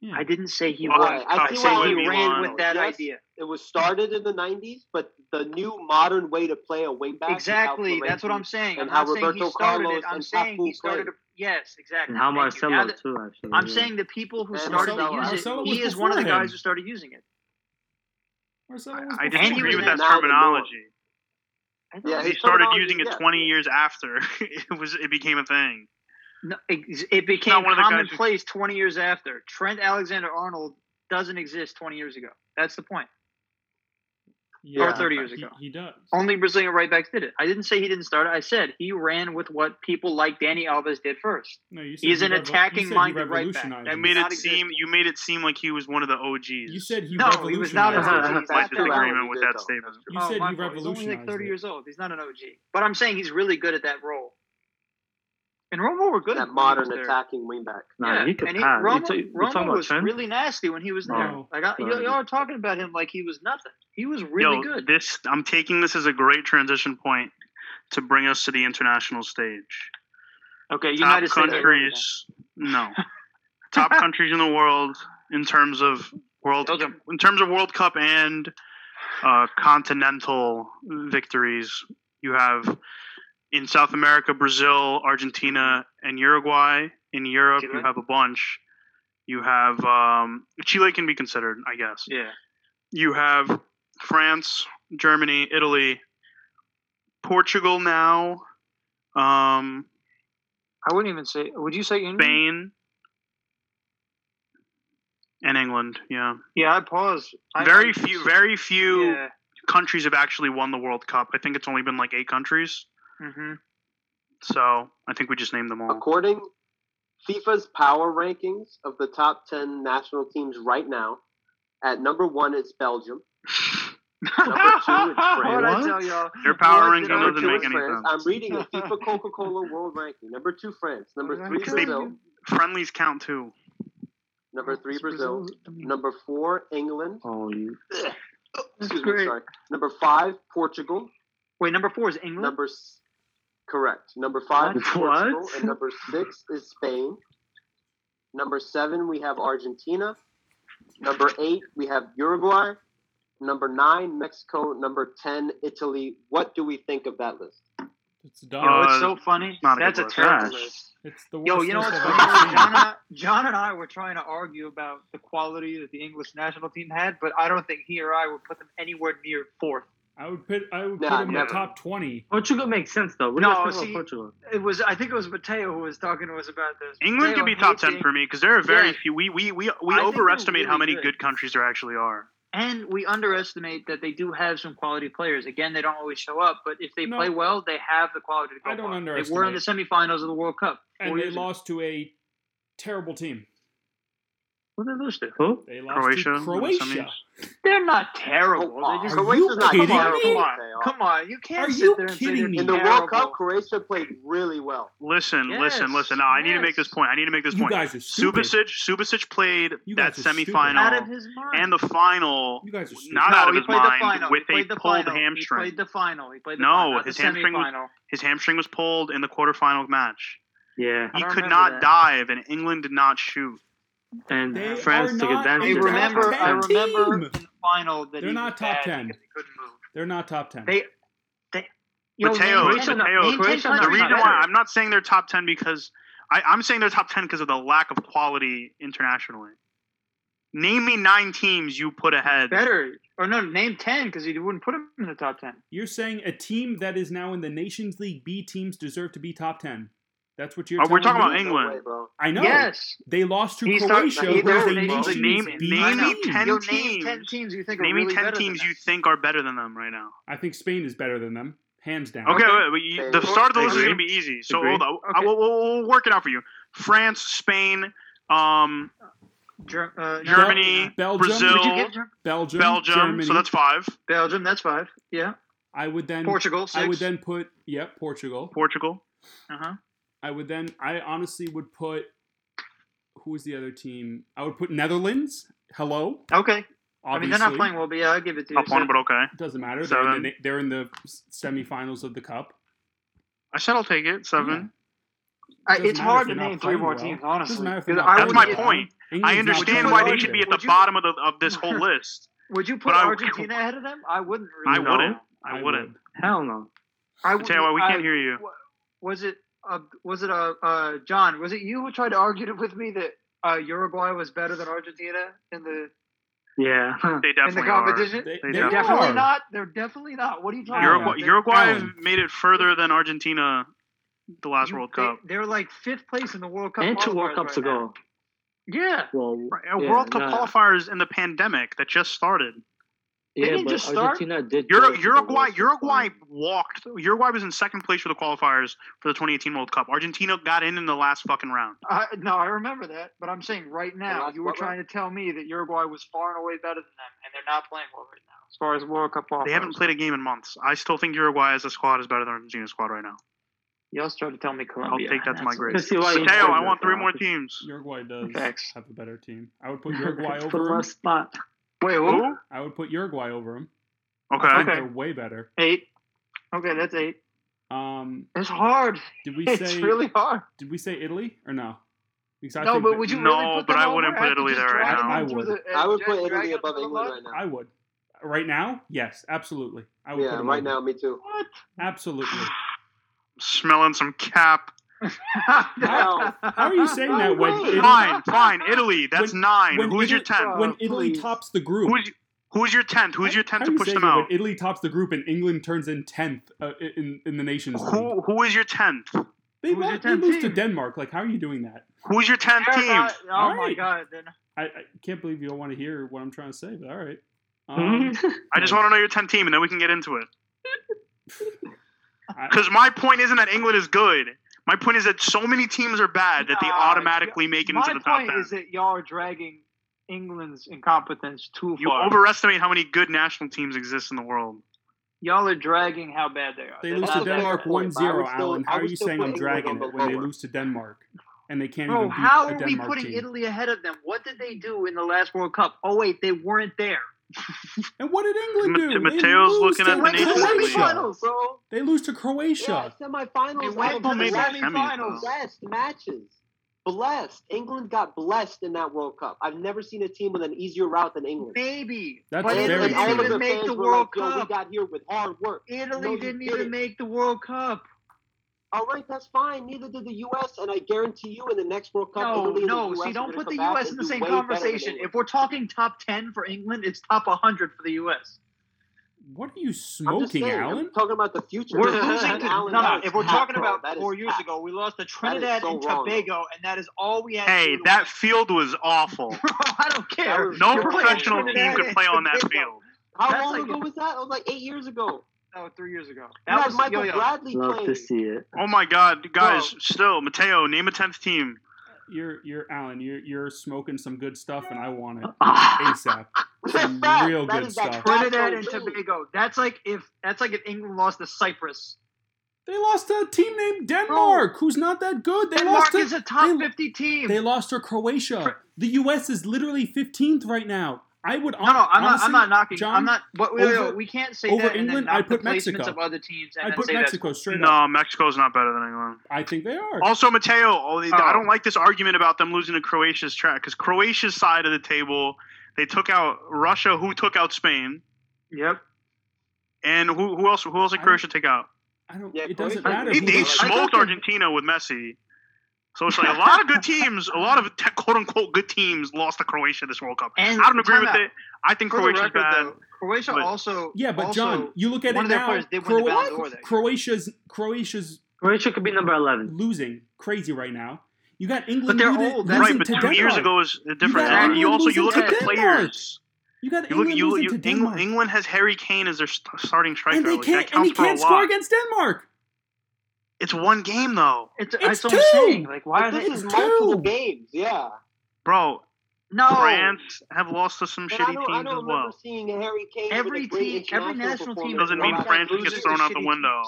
[SPEAKER 3] Yeah.
[SPEAKER 4] I didn't say he
[SPEAKER 5] Well,
[SPEAKER 4] was.
[SPEAKER 2] I
[SPEAKER 4] I,
[SPEAKER 2] see why
[SPEAKER 4] said he
[SPEAKER 2] Milan
[SPEAKER 4] ran with
[SPEAKER 5] was
[SPEAKER 4] that
[SPEAKER 2] just-
[SPEAKER 4] idea.
[SPEAKER 2] It was started in the 90s, but the new modern way to play a wingback. is how
[SPEAKER 4] Exactly. That's what
[SPEAKER 2] Florenzi-
[SPEAKER 4] I'm saying.
[SPEAKER 2] and
[SPEAKER 4] I'm
[SPEAKER 2] how
[SPEAKER 4] not saying he
[SPEAKER 2] Roberto
[SPEAKER 4] started
[SPEAKER 2] Carlos
[SPEAKER 4] it. I'm
[SPEAKER 2] and
[SPEAKER 4] saying
[SPEAKER 2] Papu
[SPEAKER 4] he started.
[SPEAKER 2] played.
[SPEAKER 4] A, yes, exactly.
[SPEAKER 6] And how
[SPEAKER 4] Thank you. Now
[SPEAKER 6] Marcelo
[SPEAKER 4] that-
[SPEAKER 6] too, actually.
[SPEAKER 4] I'm
[SPEAKER 6] yeah.
[SPEAKER 4] saying the people who
[SPEAKER 2] And
[SPEAKER 4] started
[SPEAKER 2] Marcelo-
[SPEAKER 4] to use
[SPEAKER 3] Marcelo
[SPEAKER 4] it,
[SPEAKER 3] was
[SPEAKER 4] he is one of the
[SPEAKER 3] before him.
[SPEAKER 4] guys who started using it.
[SPEAKER 3] Marcelo was
[SPEAKER 5] I, I
[SPEAKER 3] before
[SPEAKER 4] And he
[SPEAKER 5] disagree
[SPEAKER 4] was
[SPEAKER 5] with
[SPEAKER 4] now
[SPEAKER 5] that
[SPEAKER 2] the norm.
[SPEAKER 5] terminology.
[SPEAKER 4] I don't
[SPEAKER 2] Yeah,
[SPEAKER 4] know.
[SPEAKER 5] He
[SPEAKER 2] his
[SPEAKER 5] started
[SPEAKER 2] terminology-
[SPEAKER 5] using it
[SPEAKER 2] yeah.
[SPEAKER 5] 20 years after <laughs> it was it became a thing.
[SPEAKER 4] No, it, it became
[SPEAKER 5] not one of the guys who-
[SPEAKER 4] commonplace 20 years after. Trent Alexander Arnold doesn't exist 20 years ago. That's the point.
[SPEAKER 3] Yeah,
[SPEAKER 2] or
[SPEAKER 4] 30 years
[SPEAKER 3] he-
[SPEAKER 4] ago.
[SPEAKER 3] He, does.
[SPEAKER 4] Only Brazilian right backs did it. I didn't say he didn't start it. I said he ran with what people like Danny Alves did first.
[SPEAKER 3] No, you said
[SPEAKER 4] He's
[SPEAKER 3] he
[SPEAKER 4] an
[SPEAKER 3] revo- you
[SPEAKER 4] attacking
[SPEAKER 3] said he
[SPEAKER 4] minded right back.
[SPEAKER 3] revolutionized it.
[SPEAKER 4] That
[SPEAKER 5] You
[SPEAKER 4] does
[SPEAKER 5] made
[SPEAKER 4] not
[SPEAKER 5] it
[SPEAKER 4] exist.
[SPEAKER 5] seem you made it seem like he was one of the OGs.
[SPEAKER 3] You said he
[SPEAKER 4] No, he was not
[SPEAKER 3] revolutionized.
[SPEAKER 4] an
[SPEAKER 3] it.
[SPEAKER 4] OG.
[SPEAKER 5] my
[SPEAKER 4] After
[SPEAKER 5] disagreement
[SPEAKER 2] Raul
[SPEAKER 5] with
[SPEAKER 2] did,
[SPEAKER 5] that
[SPEAKER 2] though.
[SPEAKER 4] <laughs>
[SPEAKER 5] statement.
[SPEAKER 3] You
[SPEAKER 4] oh,
[SPEAKER 3] said
[SPEAKER 4] my
[SPEAKER 3] he
[SPEAKER 4] fault. He's only like
[SPEAKER 3] revolutionized
[SPEAKER 4] 30
[SPEAKER 3] it.
[SPEAKER 4] years old. He's not an OG. But I'm saying he's really good at that role. And Roma were good at
[SPEAKER 2] That
[SPEAKER 4] when he was
[SPEAKER 2] modern
[SPEAKER 4] there.
[SPEAKER 2] attacking wingback.
[SPEAKER 6] Nah,
[SPEAKER 4] yeah,
[SPEAKER 6] he could
[SPEAKER 4] and he,
[SPEAKER 6] pass. You
[SPEAKER 4] Roma,
[SPEAKER 6] ta- you
[SPEAKER 4] Roma
[SPEAKER 6] talking about
[SPEAKER 4] was
[SPEAKER 6] Trent?
[SPEAKER 4] really nasty when he was there.
[SPEAKER 3] No.
[SPEAKER 4] Like I, y-
[SPEAKER 6] Sorry.
[SPEAKER 4] y'all are talking about him like he was nothing. He was really
[SPEAKER 5] Yo,
[SPEAKER 4] good.
[SPEAKER 5] this I'm taking this as a great transition point to bring us to the international stage.
[SPEAKER 4] Okay,
[SPEAKER 5] Top
[SPEAKER 4] United States.
[SPEAKER 5] countries,
[SPEAKER 4] <laughs>
[SPEAKER 5] no, top countries in the world in terms of world
[SPEAKER 4] Those are-
[SPEAKER 5] in terms of World Cup and uh, continental victories. You have in South America, Brazil, Argentina, and Uruguay. In Europe, you
[SPEAKER 4] Chile?
[SPEAKER 5] have a bunch. You have um, Chile can be considered, I guess
[SPEAKER 4] Yeah.
[SPEAKER 5] you have France, Germany, Italy, Portugal now, um,
[SPEAKER 4] I wouldn't even say. Would you say England?
[SPEAKER 5] Spain, and England. Yeah,
[SPEAKER 4] Yeah, I pause. I,
[SPEAKER 5] very
[SPEAKER 4] I-
[SPEAKER 5] few, very few
[SPEAKER 4] Yeah.
[SPEAKER 5] countries have actually won the World Cup. I think it's only been like eight countries.
[SPEAKER 4] hmm
[SPEAKER 5] So I think we just named them all.
[SPEAKER 2] According FIFA's power rankings of the top 10 national teams right now, at number one is Belgium. Number
[SPEAKER 4] <laughs>
[SPEAKER 2] two is
[SPEAKER 4] What'd
[SPEAKER 2] France.
[SPEAKER 4] I tell y'all?
[SPEAKER 5] Your power
[SPEAKER 4] What did
[SPEAKER 5] ranking
[SPEAKER 4] I
[SPEAKER 2] Number
[SPEAKER 5] doesn't
[SPEAKER 2] two
[SPEAKER 5] make
[SPEAKER 2] is
[SPEAKER 5] any
[SPEAKER 2] France.
[SPEAKER 5] sense.
[SPEAKER 2] I'm reading a FIFA Coca-Cola World Ranking. Number two, France. Number three,
[SPEAKER 5] Because they-
[SPEAKER 2] Brazil.
[SPEAKER 5] Friendlies count too.
[SPEAKER 2] Number three, Brazil. Number four, England.
[SPEAKER 6] Oh, you.
[SPEAKER 2] Excuse me,
[SPEAKER 4] great.
[SPEAKER 2] sorry. Number five, Portugal.
[SPEAKER 4] Wait, number four is England.
[SPEAKER 2] Number s- correct. Number five is
[SPEAKER 6] What?
[SPEAKER 2] Portugal, and number six is Spain. Number seven we have Argentina. Number eight we have Uruguay. Number nine Mexico. Number ten Italy. What do we think of that list?
[SPEAKER 3] It's dumb.
[SPEAKER 4] you know,
[SPEAKER 5] Uh,
[SPEAKER 4] it's so funny.
[SPEAKER 5] not a good
[SPEAKER 4] That's a
[SPEAKER 5] word.
[SPEAKER 4] terrible
[SPEAKER 6] Gosh.
[SPEAKER 4] list.
[SPEAKER 3] it's the worst.
[SPEAKER 4] Yo, you know
[SPEAKER 3] list
[SPEAKER 4] what's
[SPEAKER 3] I've ever
[SPEAKER 4] funny?
[SPEAKER 3] seen.
[SPEAKER 4] John, and- John and I were trying to argue about the quality that the English national team had, but I don't think he or I would put them anywhere near fourth.
[SPEAKER 3] I would put I would
[SPEAKER 2] Nah,
[SPEAKER 3] put him in the
[SPEAKER 2] never.
[SPEAKER 3] top twenty.
[SPEAKER 6] Portugal makes sense though. What
[SPEAKER 4] No,
[SPEAKER 6] do you guys think
[SPEAKER 4] see-
[SPEAKER 6] about Portugal?
[SPEAKER 4] It was, I think it was Mateo who was talking to us about this.
[SPEAKER 5] England could be top ten
[SPEAKER 4] me.
[SPEAKER 5] for me because there are very
[SPEAKER 4] Yeah.
[SPEAKER 5] few. We we we, we
[SPEAKER 4] I think they're
[SPEAKER 5] overestimate how
[SPEAKER 4] really
[SPEAKER 5] many
[SPEAKER 4] good.
[SPEAKER 5] good countries there actually are.
[SPEAKER 4] and we underestimate that they do have some quality players. Again, they don't always show up, but if they
[SPEAKER 3] No.
[SPEAKER 4] play well, they have the quality to go
[SPEAKER 3] I don't
[SPEAKER 4] far. They were in
[SPEAKER 3] underestimate.
[SPEAKER 4] the semifinals of the World Cup.
[SPEAKER 3] And
[SPEAKER 4] four
[SPEAKER 3] they
[SPEAKER 4] years ago.
[SPEAKER 3] lost to a terrible team.
[SPEAKER 4] What did they lose to?
[SPEAKER 6] Who?
[SPEAKER 3] They lost
[SPEAKER 5] Croatia.
[SPEAKER 3] to
[SPEAKER 5] in the
[SPEAKER 3] Croatia.
[SPEAKER 5] semis.
[SPEAKER 4] They're not terrible.
[SPEAKER 2] Oh,
[SPEAKER 4] They're just
[SPEAKER 3] Are
[SPEAKER 2] Croatia's
[SPEAKER 3] you
[SPEAKER 2] not
[SPEAKER 3] kidding
[SPEAKER 2] terrible.
[SPEAKER 3] me?
[SPEAKER 4] Come on,
[SPEAKER 2] They are.
[SPEAKER 4] come on! You can't
[SPEAKER 3] Are
[SPEAKER 4] sit
[SPEAKER 3] you
[SPEAKER 4] there and
[SPEAKER 3] kidding
[SPEAKER 4] say they're
[SPEAKER 3] me?
[SPEAKER 2] In the World Cup,
[SPEAKER 4] terrible.
[SPEAKER 2] Croatia played really well.
[SPEAKER 5] Listen, listen,
[SPEAKER 4] Yes,
[SPEAKER 5] listen. No, I need to make this
[SPEAKER 4] yes.
[SPEAKER 5] point. I need to make this
[SPEAKER 3] You
[SPEAKER 5] point.
[SPEAKER 3] guys are stupid.
[SPEAKER 5] Subasic, Subasic played
[SPEAKER 3] You
[SPEAKER 5] that
[SPEAKER 3] guys are stupid.
[SPEAKER 4] out of
[SPEAKER 5] semifinal
[SPEAKER 4] his mind.
[SPEAKER 5] and the final,
[SPEAKER 3] You guys are stupid.
[SPEAKER 5] not
[SPEAKER 4] no,
[SPEAKER 5] out of
[SPEAKER 4] he
[SPEAKER 5] his
[SPEAKER 4] played
[SPEAKER 5] mind,
[SPEAKER 4] the final.
[SPEAKER 5] with
[SPEAKER 4] he
[SPEAKER 5] a
[SPEAKER 4] played the
[SPEAKER 5] pulled
[SPEAKER 4] final.
[SPEAKER 5] hamstring.
[SPEAKER 4] He played the final. He played the
[SPEAKER 5] No,
[SPEAKER 4] final. not
[SPEAKER 5] his
[SPEAKER 4] the
[SPEAKER 5] hamstring was-
[SPEAKER 4] semifinal.
[SPEAKER 5] His hamstring was pulled in the quarterfinals match.
[SPEAKER 6] Yeah.
[SPEAKER 4] I
[SPEAKER 5] He
[SPEAKER 4] don't
[SPEAKER 5] could
[SPEAKER 4] remember
[SPEAKER 5] not
[SPEAKER 4] that.
[SPEAKER 5] dive, and England did not shoot.
[SPEAKER 6] And
[SPEAKER 3] They
[SPEAKER 6] France
[SPEAKER 3] are
[SPEAKER 6] took
[SPEAKER 3] not
[SPEAKER 6] advantage.
[SPEAKER 4] I
[SPEAKER 3] He's a
[SPEAKER 6] of that.
[SPEAKER 4] remember.
[SPEAKER 3] top
[SPEAKER 4] I
[SPEAKER 3] 10 team.
[SPEAKER 4] remember in the final that
[SPEAKER 3] They're
[SPEAKER 4] he
[SPEAKER 3] not
[SPEAKER 4] was
[SPEAKER 3] top
[SPEAKER 4] bad
[SPEAKER 3] 10.
[SPEAKER 4] because he couldn't move.
[SPEAKER 3] They're not top ten.
[SPEAKER 4] They, they, yo,
[SPEAKER 5] Mateo,
[SPEAKER 4] name ten-
[SPEAKER 5] Mateo,
[SPEAKER 4] name ten countries
[SPEAKER 6] Croatia
[SPEAKER 5] The
[SPEAKER 6] not
[SPEAKER 5] reason
[SPEAKER 4] better.
[SPEAKER 5] why I'm not saying they're top ten because I, I'm saying they're top ten because of the lack of quality internationally. Name me nine teams you put ahead.
[SPEAKER 4] Better or no? Name ten because you wouldn't put him in the top ten.
[SPEAKER 3] You're saying a team that is now in the Nations League B teams deserve to be top ten. That's what you're.
[SPEAKER 5] Oh, we're
[SPEAKER 3] telling
[SPEAKER 5] talking
[SPEAKER 3] me?
[SPEAKER 5] about England.
[SPEAKER 2] No way, bro.
[SPEAKER 3] I know.
[SPEAKER 4] Yes.
[SPEAKER 3] They lost to
[SPEAKER 4] He's talking-
[SPEAKER 3] Croatia,
[SPEAKER 4] he-
[SPEAKER 3] who is a
[SPEAKER 4] no,
[SPEAKER 3] Nations
[SPEAKER 5] name-
[SPEAKER 3] League
[SPEAKER 5] name me
[SPEAKER 3] team.
[SPEAKER 5] 10
[SPEAKER 4] You'll name
[SPEAKER 5] teams.
[SPEAKER 4] ten teams you think are
[SPEAKER 5] Name
[SPEAKER 4] really
[SPEAKER 5] me ten
[SPEAKER 4] better than
[SPEAKER 5] teams
[SPEAKER 4] them.
[SPEAKER 5] you think are better than them right now.
[SPEAKER 3] I think Spain is better than them, hands down.
[SPEAKER 5] Okay,
[SPEAKER 4] Okay.
[SPEAKER 5] wait, wait, you, the
[SPEAKER 2] Agree.
[SPEAKER 5] start of the list is
[SPEAKER 3] Agree.
[SPEAKER 5] going to be easy. So
[SPEAKER 3] Agree.
[SPEAKER 5] hold on, I,
[SPEAKER 4] Okay.
[SPEAKER 5] we'll, we'll, we'll work it out for you. France, Spain, um,
[SPEAKER 4] Ger- uh, no,
[SPEAKER 5] Germany,
[SPEAKER 3] Belgium.
[SPEAKER 5] Brazil,
[SPEAKER 4] Would you give Germ-
[SPEAKER 3] Belgium,
[SPEAKER 5] Belgium.
[SPEAKER 3] Germany.
[SPEAKER 5] So that's five.
[SPEAKER 4] Belgium? That's five. Yeah.
[SPEAKER 3] I would then.
[SPEAKER 4] Portugal. Six.
[SPEAKER 3] I would then put yep Portugal.
[SPEAKER 5] Portugal.
[SPEAKER 4] Uh huh.
[SPEAKER 3] I would then I honestly would put who was the other team? I would put Netherlands. Hello,
[SPEAKER 4] Okay.
[SPEAKER 3] obviously
[SPEAKER 4] I mean, they're not playing well, but yeah, I'll give it to you.
[SPEAKER 5] Top one, but okay.
[SPEAKER 3] doesn't matter. They're in, the,
[SPEAKER 5] Seven.
[SPEAKER 3] they're in the s- semifinals of the cup.
[SPEAKER 5] I said I'll take it. Seven.
[SPEAKER 4] I,
[SPEAKER 3] doesn't
[SPEAKER 4] it's
[SPEAKER 3] matter
[SPEAKER 4] hard
[SPEAKER 3] if
[SPEAKER 4] to
[SPEAKER 3] they're not
[SPEAKER 4] name three more
[SPEAKER 3] playing well.
[SPEAKER 4] teams, honestly.
[SPEAKER 3] Doesn't matter if they're
[SPEAKER 4] 'Cause
[SPEAKER 3] not
[SPEAKER 4] I
[SPEAKER 5] That's
[SPEAKER 4] would
[SPEAKER 5] my
[SPEAKER 4] give-
[SPEAKER 5] point. I
[SPEAKER 3] England's not
[SPEAKER 5] understand
[SPEAKER 3] playing
[SPEAKER 5] why
[SPEAKER 3] well
[SPEAKER 5] they should be
[SPEAKER 3] either.
[SPEAKER 5] at the
[SPEAKER 4] Would you-
[SPEAKER 5] bottom of the of
[SPEAKER 4] <laughs>
[SPEAKER 5] this whole list.
[SPEAKER 4] Would you
[SPEAKER 5] But
[SPEAKER 4] put
[SPEAKER 5] I-
[SPEAKER 4] Argentina ahead of them? I wouldn't.
[SPEAKER 5] I
[SPEAKER 4] really.
[SPEAKER 6] No,
[SPEAKER 5] wouldn't.
[SPEAKER 3] I
[SPEAKER 5] I
[SPEAKER 3] would.
[SPEAKER 5] wouldn't.
[SPEAKER 6] Hell no.
[SPEAKER 4] I
[SPEAKER 5] I tell you why we
[SPEAKER 4] I-
[SPEAKER 5] can't hear you.
[SPEAKER 4] Was it? Uh, was it? Uh, uh, John? Was it you who tried to argue <laughs> with me that uh, Uruguay was better than Argentina in the
[SPEAKER 6] Yeah.
[SPEAKER 5] They
[SPEAKER 4] in the
[SPEAKER 5] definitely are.
[SPEAKER 4] competition?
[SPEAKER 3] They,
[SPEAKER 5] They
[SPEAKER 3] they
[SPEAKER 4] They're
[SPEAKER 5] are.
[SPEAKER 4] definitely
[SPEAKER 3] are.
[SPEAKER 4] not. They're definitely not. What are you talking
[SPEAKER 5] Uruguay,
[SPEAKER 4] about? They-
[SPEAKER 5] Uruguay
[SPEAKER 3] Alan.
[SPEAKER 5] made it further than Argentina the last
[SPEAKER 4] you-
[SPEAKER 5] World
[SPEAKER 4] they-
[SPEAKER 5] Cup.
[SPEAKER 4] They're like fifth place in the World Cup.
[SPEAKER 6] and two World
[SPEAKER 4] qualifiers
[SPEAKER 6] Cups
[SPEAKER 4] right now.
[SPEAKER 6] ago.
[SPEAKER 4] Yeah.
[SPEAKER 6] Well,
[SPEAKER 5] Right, a
[SPEAKER 6] yeah,
[SPEAKER 5] World Cup
[SPEAKER 6] nah.
[SPEAKER 5] qualifiers in the pandemic that just started.
[SPEAKER 6] Yeah,
[SPEAKER 4] didn't it
[SPEAKER 6] but
[SPEAKER 4] just start?
[SPEAKER 6] Argentina did. go
[SPEAKER 5] Ur-
[SPEAKER 6] to the
[SPEAKER 5] Uruguay,
[SPEAKER 6] World Cup
[SPEAKER 5] Uruguay
[SPEAKER 6] final.
[SPEAKER 5] walked. Uruguay was in second place for the qualifiers for the 2018 World Cup. Argentina got in in the last fucking round.
[SPEAKER 4] I, no, I remember that, but I'm saying right now,
[SPEAKER 2] last
[SPEAKER 4] you were
[SPEAKER 2] World Cup?
[SPEAKER 4] trying to tell me that Uruguay was far and away better than them, and they're not playing well right now, as far as World Cup qualifiers.
[SPEAKER 5] They haven't played a game in months. I still think Uruguay as a squad is better than Argentina's squad right now.
[SPEAKER 4] You also tried to tell me
[SPEAKER 5] I'll
[SPEAKER 4] Colombia.
[SPEAKER 5] take that to my
[SPEAKER 4] That's-
[SPEAKER 5] grave.
[SPEAKER 6] Let's see why you
[SPEAKER 5] Mateo,
[SPEAKER 6] said
[SPEAKER 5] I
[SPEAKER 6] that,
[SPEAKER 5] want three
[SPEAKER 6] Ron.
[SPEAKER 5] more teams.
[SPEAKER 3] Uruguay does
[SPEAKER 4] Facts.
[SPEAKER 3] have a better team. I would
[SPEAKER 6] <laughs>
[SPEAKER 3] put Uruguay
[SPEAKER 6] Put
[SPEAKER 3] over
[SPEAKER 6] them on the
[SPEAKER 3] them.
[SPEAKER 6] spot.
[SPEAKER 4] Oh, Wait, what?
[SPEAKER 5] Who?
[SPEAKER 3] I would put Uruguay over them. I think
[SPEAKER 5] Okay.
[SPEAKER 4] Okay.
[SPEAKER 3] they're way better.
[SPEAKER 4] Eight. Okay, that's eight.
[SPEAKER 3] Um,
[SPEAKER 4] It's hard.
[SPEAKER 3] did we
[SPEAKER 4] It's
[SPEAKER 3] say
[SPEAKER 4] really hard.
[SPEAKER 3] did we say Italy or no? Because I
[SPEAKER 4] No,
[SPEAKER 3] think
[SPEAKER 4] but
[SPEAKER 3] that-
[SPEAKER 4] would you
[SPEAKER 5] No,
[SPEAKER 4] really put
[SPEAKER 5] but
[SPEAKER 4] them
[SPEAKER 5] I
[SPEAKER 4] over?
[SPEAKER 5] wouldn't put
[SPEAKER 4] After
[SPEAKER 5] Italy
[SPEAKER 4] just
[SPEAKER 5] there right
[SPEAKER 4] dragging
[SPEAKER 3] now.
[SPEAKER 4] them
[SPEAKER 3] I
[SPEAKER 4] through
[SPEAKER 3] would.
[SPEAKER 4] the-
[SPEAKER 2] I would
[SPEAKER 4] just
[SPEAKER 2] put Italy
[SPEAKER 4] dragging them
[SPEAKER 2] above
[SPEAKER 4] through the
[SPEAKER 2] England
[SPEAKER 4] mud?
[SPEAKER 2] right now.
[SPEAKER 3] I would. Right now, yes, absolutely. I would put
[SPEAKER 2] Yeah,
[SPEAKER 3] them
[SPEAKER 2] right
[SPEAKER 3] over.
[SPEAKER 2] now, me too.
[SPEAKER 4] What?
[SPEAKER 3] Absolutely.
[SPEAKER 5] Smelling some cap.
[SPEAKER 3] How- how are you saying that when
[SPEAKER 4] No way.
[SPEAKER 3] Italy-
[SPEAKER 5] Fine, fine. Italy, that's
[SPEAKER 3] When-
[SPEAKER 5] nine.
[SPEAKER 3] when
[SPEAKER 5] Who's your
[SPEAKER 3] Italy-
[SPEAKER 5] tenth?
[SPEAKER 3] When
[SPEAKER 4] Oh,
[SPEAKER 3] Italy
[SPEAKER 4] please.
[SPEAKER 3] tops the group,
[SPEAKER 5] Who's who's your tenth? Who's your tenth
[SPEAKER 3] How
[SPEAKER 5] to
[SPEAKER 3] you
[SPEAKER 5] push
[SPEAKER 3] say
[SPEAKER 5] them
[SPEAKER 3] that
[SPEAKER 5] out?
[SPEAKER 3] When Italy tops the group and England turns in tenth uh, in in the Nations League,
[SPEAKER 5] Who who is your tenth?
[SPEAKER 3] they,
[SPEAKER 4] who's your
[SPEAKER 3] lo- they
[SPEAKER 4] 10th
[SPEAKER 3] lose to
[SPEAKER 4] team?
[SPEAKER 3] Denmark. Like, how are you doing that?
[SPEAKER 5] Who's your tenth
[SPEAKER 4] They're
[SPEAKER 5] team?
[SPEAKER 4] not- oh
[SPEAKER 3] All
[SPEAKER 4] my
[SPEAKER 3] right.
[SPEAKER 4] god! Then
[SPEAKER 3] I, I can't believe you don't want to hear what I'm trying to say. But all right, um,
[SPEAKER 5] I just want to know your tenth team, and then we can get into it.
[SPEAKER 3] I,
[SPEAKER 5] Because my point isn't that England is good. My point is that so many teams are bad that they
[SPEAKER 4] Nah,
[SPEAKER 5] automatically make it
[SPEAKER 4] my
[SPEAKER 5] into the top
[SPEAKER 4] point
[SPEAKER 5] ten.
[SPEAKER 4] is that y'all are dragging England's incompetence too
[SPEAKER 5] You
[SPEAKER 4] far.
[SPEAKER 5] overestimate how many good national teams exist in the world.
[SPEAKER 4] y'all are dragging how bad they are.
[SPEAKER 3] they
[SPEAKER 4] That's
[SPEAKER 3] lose to
[SPEAKER 4] not
[SPEAKER 2] That's a fair
[SPEAKER 3] Denmark
[SPEAKER 2] point,
[SPEAKER 3] 1-0,
[SPEAKER 2] but I would still-
[SPEAKER 3] Alan.
[SPEAKER 2] I
[SPEAKER 3] How are
[SPEAKER 2] would
[SPEAKER 3] you
[SPEAKER 2] still
[SPEAKER 3] saying
[SPEAKER 2] put
[SPEAKER 3] I'm
[SPEAKER 2] England
[SPEAKER 3] dragging
[SPEAKER 2] over
[SPEAKER 3] it when they
[SPEAKER 2] Lower.
[SPEAKER 3] lose to Denmark and they can't
[SPEAKER 4] Bro,
[SPEAKER 3] even beat
[SPEAKER 4] how
[SPEAKER 3] a
[SPEAKER 4] are we
[SPEAKER 3] Denmark
[SPEAKER 4] putting
[SPEAKER 3] team?
[SPEAKER 4] Italy ahead of them? What did they do in the last World Cup? Oh wait, they weren't there.
[SPEAKER 3] And what did England
[SPEAKER 5] Mate-
[SPEAKER 3] do? They
[SPEAKER 5] Mateo's
[SPEAKER 3] lose
[SPEAKER 5] looking
[SPEAKER 3] to
[SPEAKER 5] at the
[SPEAKER 4] went to
[SPEAKER 5] Nations League.
[SPEAKER 3] Croatia.
[SPEAKER 4] semifinals, bro.
[SPEAKER 3] They lose to
[SPEAKER 2] Yeah,
[SPEAKER 3] Croatia.
[SPEAKER 4] They
[SPEAKER 2] semifinals.
[SPEAKER 4] went
[SPEAKER 2] and
[SPEAKER 4] to the
[SPEAKER 5] Well, maybe
[SPEAKER 2] blessed-
[SPEAKER 5] semi,
[SPEAKER 4] semifinals.
[SPEAKER 5] though.
[SPEAKER 2] Blessed matches. Blessed. England got blessed in that World Cup. I've never seen a team with an easier route than England.
[SPEAKER 4] Maybe,
[SPEAKER 3] That's
[SPEAKER 4] but
[SPEAKER 3] very
[SPEAKER 2] and,
[SPEAKER 4] Italy
[SPEAKER 2] and all
[SPEAKER 3] true.
[SPEAKER 2] of
[SPEAKER 4] didn't
[SPEAKER 2] their
[SPEAKER 4] make
[SPEAKER 2] fans
[SPEAKER 4] the
[SPEAKER 2] were like,
[SPEAKER 4] World
[SPEAKER 2] yo, we
[SPEAKER 4] Cup.
[SPEAKER 2] got here with hard work. No,
[SPEAKER 4] Italy
[SPEAKER 2] you
[SPEAKER 4] didn't
[SPEAKER 2] didn't.
[SPEAKER 4] even make the World Cup.
[SPEAKER 2] All right, that's fine. Neither did the U.S., and I guarantee you in the next World Cup,
[SPEAKER 4] No,
[SPEAKER 2] Italy and
[SPEAKER 4] no.
[SPEAKER 2] the
[SPEAKER 4] See,
[SPEAKER 2] US are
[SPEAKER 4] don't
[SPEAKER 2] gonna
[SPEAKER 4] put the
[SPEAKER 2] come back and
[SPEAKER 4] U.S. in the
[SPEAKER 2] do
[SPEAKER 4] same
[SPEAKER 2] way better than
[SPEAKER 4] conversation.
[SPEAKER 2] England.
[SPEAKER 4] If we're talking top ten for England, it's top 100 for the U.S.
[SPEAKER 3] What are you
[SPEAKER 2] I'm just
[SPEAKER 3] smoking,
[SPEAKER 2] saying,
[SPEAKER 3] Alan?
[SPEAKER 2] I'm talking about the future.
[SPEAKER 4] We're
[SPEAKER 2] And
[SPEAKER 4] losing. To, no,
[SPEAKER 2] <laughs> Alan,
[SPEAKER 4] no.
[SPEAKER 2] that is
[SPEAKER 4] If we're
[SPEAKER 2] cap,
[SPEAKER 4] talking
[SPEAKER 2] bro.
[SPEAKER 4] about
[SPEAKER 2] That is
[SPEAKER 4] four years
[SPEAKER 2] cap.
[SPEAKER 4] ago, we lost to
[SPEAKER 2] is
[SPEAKER 4] Trinidad
[SPEAKER 2] so
[SPEAKER 4] and
[SPEAKER 2] wrong.
[SPEAKER 4] Tobago, and that is all we had. to
[SPEAKER 5] Hey,
[SPEAKER 4] do to
[SPEAKER 5] that field was awful.
[SPEAKER 4] win. Bro, <laughs> I don't care.
[SPEAKER 2] was-
[SPEAKER 5] No
[SPEAKER 4] You're playing
[SPEAKER 5] professional team
[SPEAKER 4] Trinidad
[SPEAKER 5] could
[SPEAKER 4] and
[SPEAKER 5] play on that
[SPEAKER 4] Tobago.
[SPEAKER 5] field.
[SPEAKER 2] How
[SPEAKER 4] That's
[SPEAKER 2] long
[SPEAKER 4] like-
[SPEAKER 2] ago was that? It was like eight years ago.
[SPEAKER 4] No, three years ago.
[SPEAKER 2] you
[SPEAKER 4] That
[SPEAKER 2] had
[SPEAKER 4] was
[SPEAKER 2] Michael
[SPEAKER 4] yo, yo.
[SPEAKER 2] Bradley
[SPEAKER 6] Love to
[SPEAKER 2] playing.
[SPEAKER 6] see it.
[SPEAKER 5] Oh my God, guys! Still, Mateo, name a tenth team.
[SPEAKER 3] You're you're Alan. You're you're smoking some good stuff, and I want
[SPEAKER 4] <laughs>
[SPEAKER 3] it
[SPEAKER 6] Ah,
[SPEAKER 3] ASAP. Some
[SPEAKER 2] That-
[SPEAKER 3] real
[SPEAKER 2] that
[SPEAKER 3] good
[SPEAKER 2] is that
[SPEAKER 3] stuff.
[SPEAKER 2] crap
[SPEAKER 4] Trinidad and
[SPEAKER 2] show team.
[SPEAKER 4] Tobago. That's like if that's like if England lost to Cyprus.
[SPEAKER 3] They lost to a team named Denmark, who's not that good. They
[SPEAKER 4] Oh. Denmark
[SPEAKER 3] lost to
[SPEAKER 4] is a top
[SPEAKER 3] they-
[SPEAKER 4] fifty team.
[SPEAKER 3] They lost to Croatia. The U.S. is literally 15th right now. I would
[SPEAKER 4] no, no,
[SPEAKER 3] honestly,
[SPEAKER 4] I'm not. I'm not knocking.
[SPEAKER 3] John,
[SPEAKER 4] I'm not. But we,
[SPEAKER 3] over-
[SPEAKER 4] we can't say
[SPEAKER 3] over
[SPEAKER 4] that. and then
[SPEAKER 3] England,
[SPEAKER 4] knock
[SPEAKER 3] I put
[SPEAKER 4] the placements
[SPEAKER 3] Mexico.
[SPEAKER 4] of other teams. And
[SPEAKER 3] I
[SPEAKER 4] then
[SPEAKER 3] put
[SPEAKER 4] say that's-
[SPEAKER 3] Mexico straight up.
[SPEAKER 5] No, Mexico's not better than England.
[SPEAKER 3] I think they are.
[SPEAKER 5] Also, Mateo, oh, they- I
[SPEAKER 4] Oh.
[SPEAKER 5] don't like this argument about them losing to Croatia's track because Croatia's side of the table, they took out Russia, who took out Spain,
[SPEAKER 4] Yep.
[SPEAKER 5] and who, who else? Who else did
[SPEAKER 3] I
[SPEAKER 5] Croatia take out?
[SPEAKER 3] I don't.
[SPEAKER 2] Yeah,
[SPEAKER 3] it doesn't
[SPEAKER 2] Croatia-
[SPEAKER 3] matter.
[SPEAKER 5] They,
[SPEAKER 3] who
[SPEAKER 5] they
[SPEAKER 3] the-
[SPEAKER 4] I thought
[SPEAKER 5] smoked
[SPEAKER 4] they-
[SPEAKER 5] Argentina with Messi. So it's like a lot of good teams, a lot of te- quote unquote good teams lost to Croatia this World Cup.
[SPEAKER 4] And
[SPEAKER 5] I don't agree
[SPEAKER 4] time
[SPEAKER 5] with
[SPEAKER 4] out.
[SPEAKER 5] it. I think
[SPEAKER 4] For the
[SPEAKER 5] Croatia's
[SPEAKER 4] record,
[SPEAKER 5] bad.
[SPEAKER 4] though, Croatia
[SPEAKER 5] but-
[SPEAKER 4] also
[SPEAKER 3] Yeah, but
[SPEAKER 4] also,
[SPEAKER 3] John, you look at
[SPEAKER 4] one
[SPEAKER 3] it
[SPEAKER 4] of their
[SPEAKER 3] now.
[SPEAKER 4] players did win the
[SPEAKER 3] Cro-
[SPEAKER 4] Ballon d'Or that year.
[SPEAKER 3] Croatia's Croatia's
[SPEAKER 6] Croatia could be number 11.
[SPEAKER 3] losing crazy right now. You got England
[SPEAKER 4] But they're
[SPEAKER 3] losing,
[SPEAKER 4] old, that's-
[SPEAKER 5] Right,
[SPEAKER 3] losing
[SPEAKER 5] but
[SPEAKER 3] to
[SPEAKER 5] two
[SPEAKER 3] Denmark.
[SPEAKER 5] years ago is different.
[SPEAKER 3] got
[SPEAKER 5] You,
[SPEAKER 3] England
[SPEAKER 5] also
[SPEAKER 3] losing
[SPEAKER 5] you look
[SPEAKER 3] to
[SPEAKER 5] at the
[SPEAKER 3] Denmark.
[SPEAKER 5] players.
[SPEAKER 3] you got
[SPEAKER 5] You look,
[SPEAKER 3] England
[SPEAKER 5] you,
[SPEAKER 3] losing
[SPEAKER 5] you,
[SPEAKER 3] to
[SPEAKER 5] England,
[SPEAKER 3] Denmark,
[SPEAKER 5] England has Harry Kane as their st- starting striker.
[SPEAKER 3] and they
[SPEAKER 5] like, that
[SPEAKER 3] can't and
[SPEAKER 5] counts
[SPEAKER 3] he
[SPEAKER 5] for a
[SPEAKER 3] can't score
[SPEAKER 5] lot.
[SPEAKER 3] against Denmark.
[SPEAKER 5] It's one game though,
[SPEAKER 4] It's,
[SPEAKER 3] It's
[SPEAKER 4] that's what I'm
[SPEAKER 3] two!
[SPEAKER 4] saying. Like, why
[SPEAKER 2] But
[SPEAKER 4] are they?
[SPEAKER 2] this is
[SPEAKER 3] two.
[SPEAKER 2] multiple games, yeah.
[SPEAKER 5] bro.
[SPEAKER 4] No,
[SPEAKER 5] France have lost to some
[SPEAKER 2] But
[SPEAKER 5] shitty
[SPEAKER 2] I don't, I
[SPEAKER 5] teams
[SPEAKER 2] don't
[SPEAKER 5] as
[SPEAKER 2] remember
[SPEAKER 5] well.
[SPEAKER 2] seeing a Harry Kane. with a
[SPEAKER 4] Every
[SPEAKER 2] great
[SPEAKER 4] team- every
[SPEAKER 2] international
[SPEAKER 4] national team
[SPEAKER 2] performance
[SPEAKER 5] Doesn't mean
[SPEAKER 2] like that
[SPEAKER 5] France
[SPEAKER 2] loses
[SPEAKER 5] gets
[SPEAKER 2] to
[SPEAKER 5] thrown out
[SPEAKER 2] shitty
[SPEAKER 5] the
[SPEAKER 2] teams.
[SPEAKER 5] window.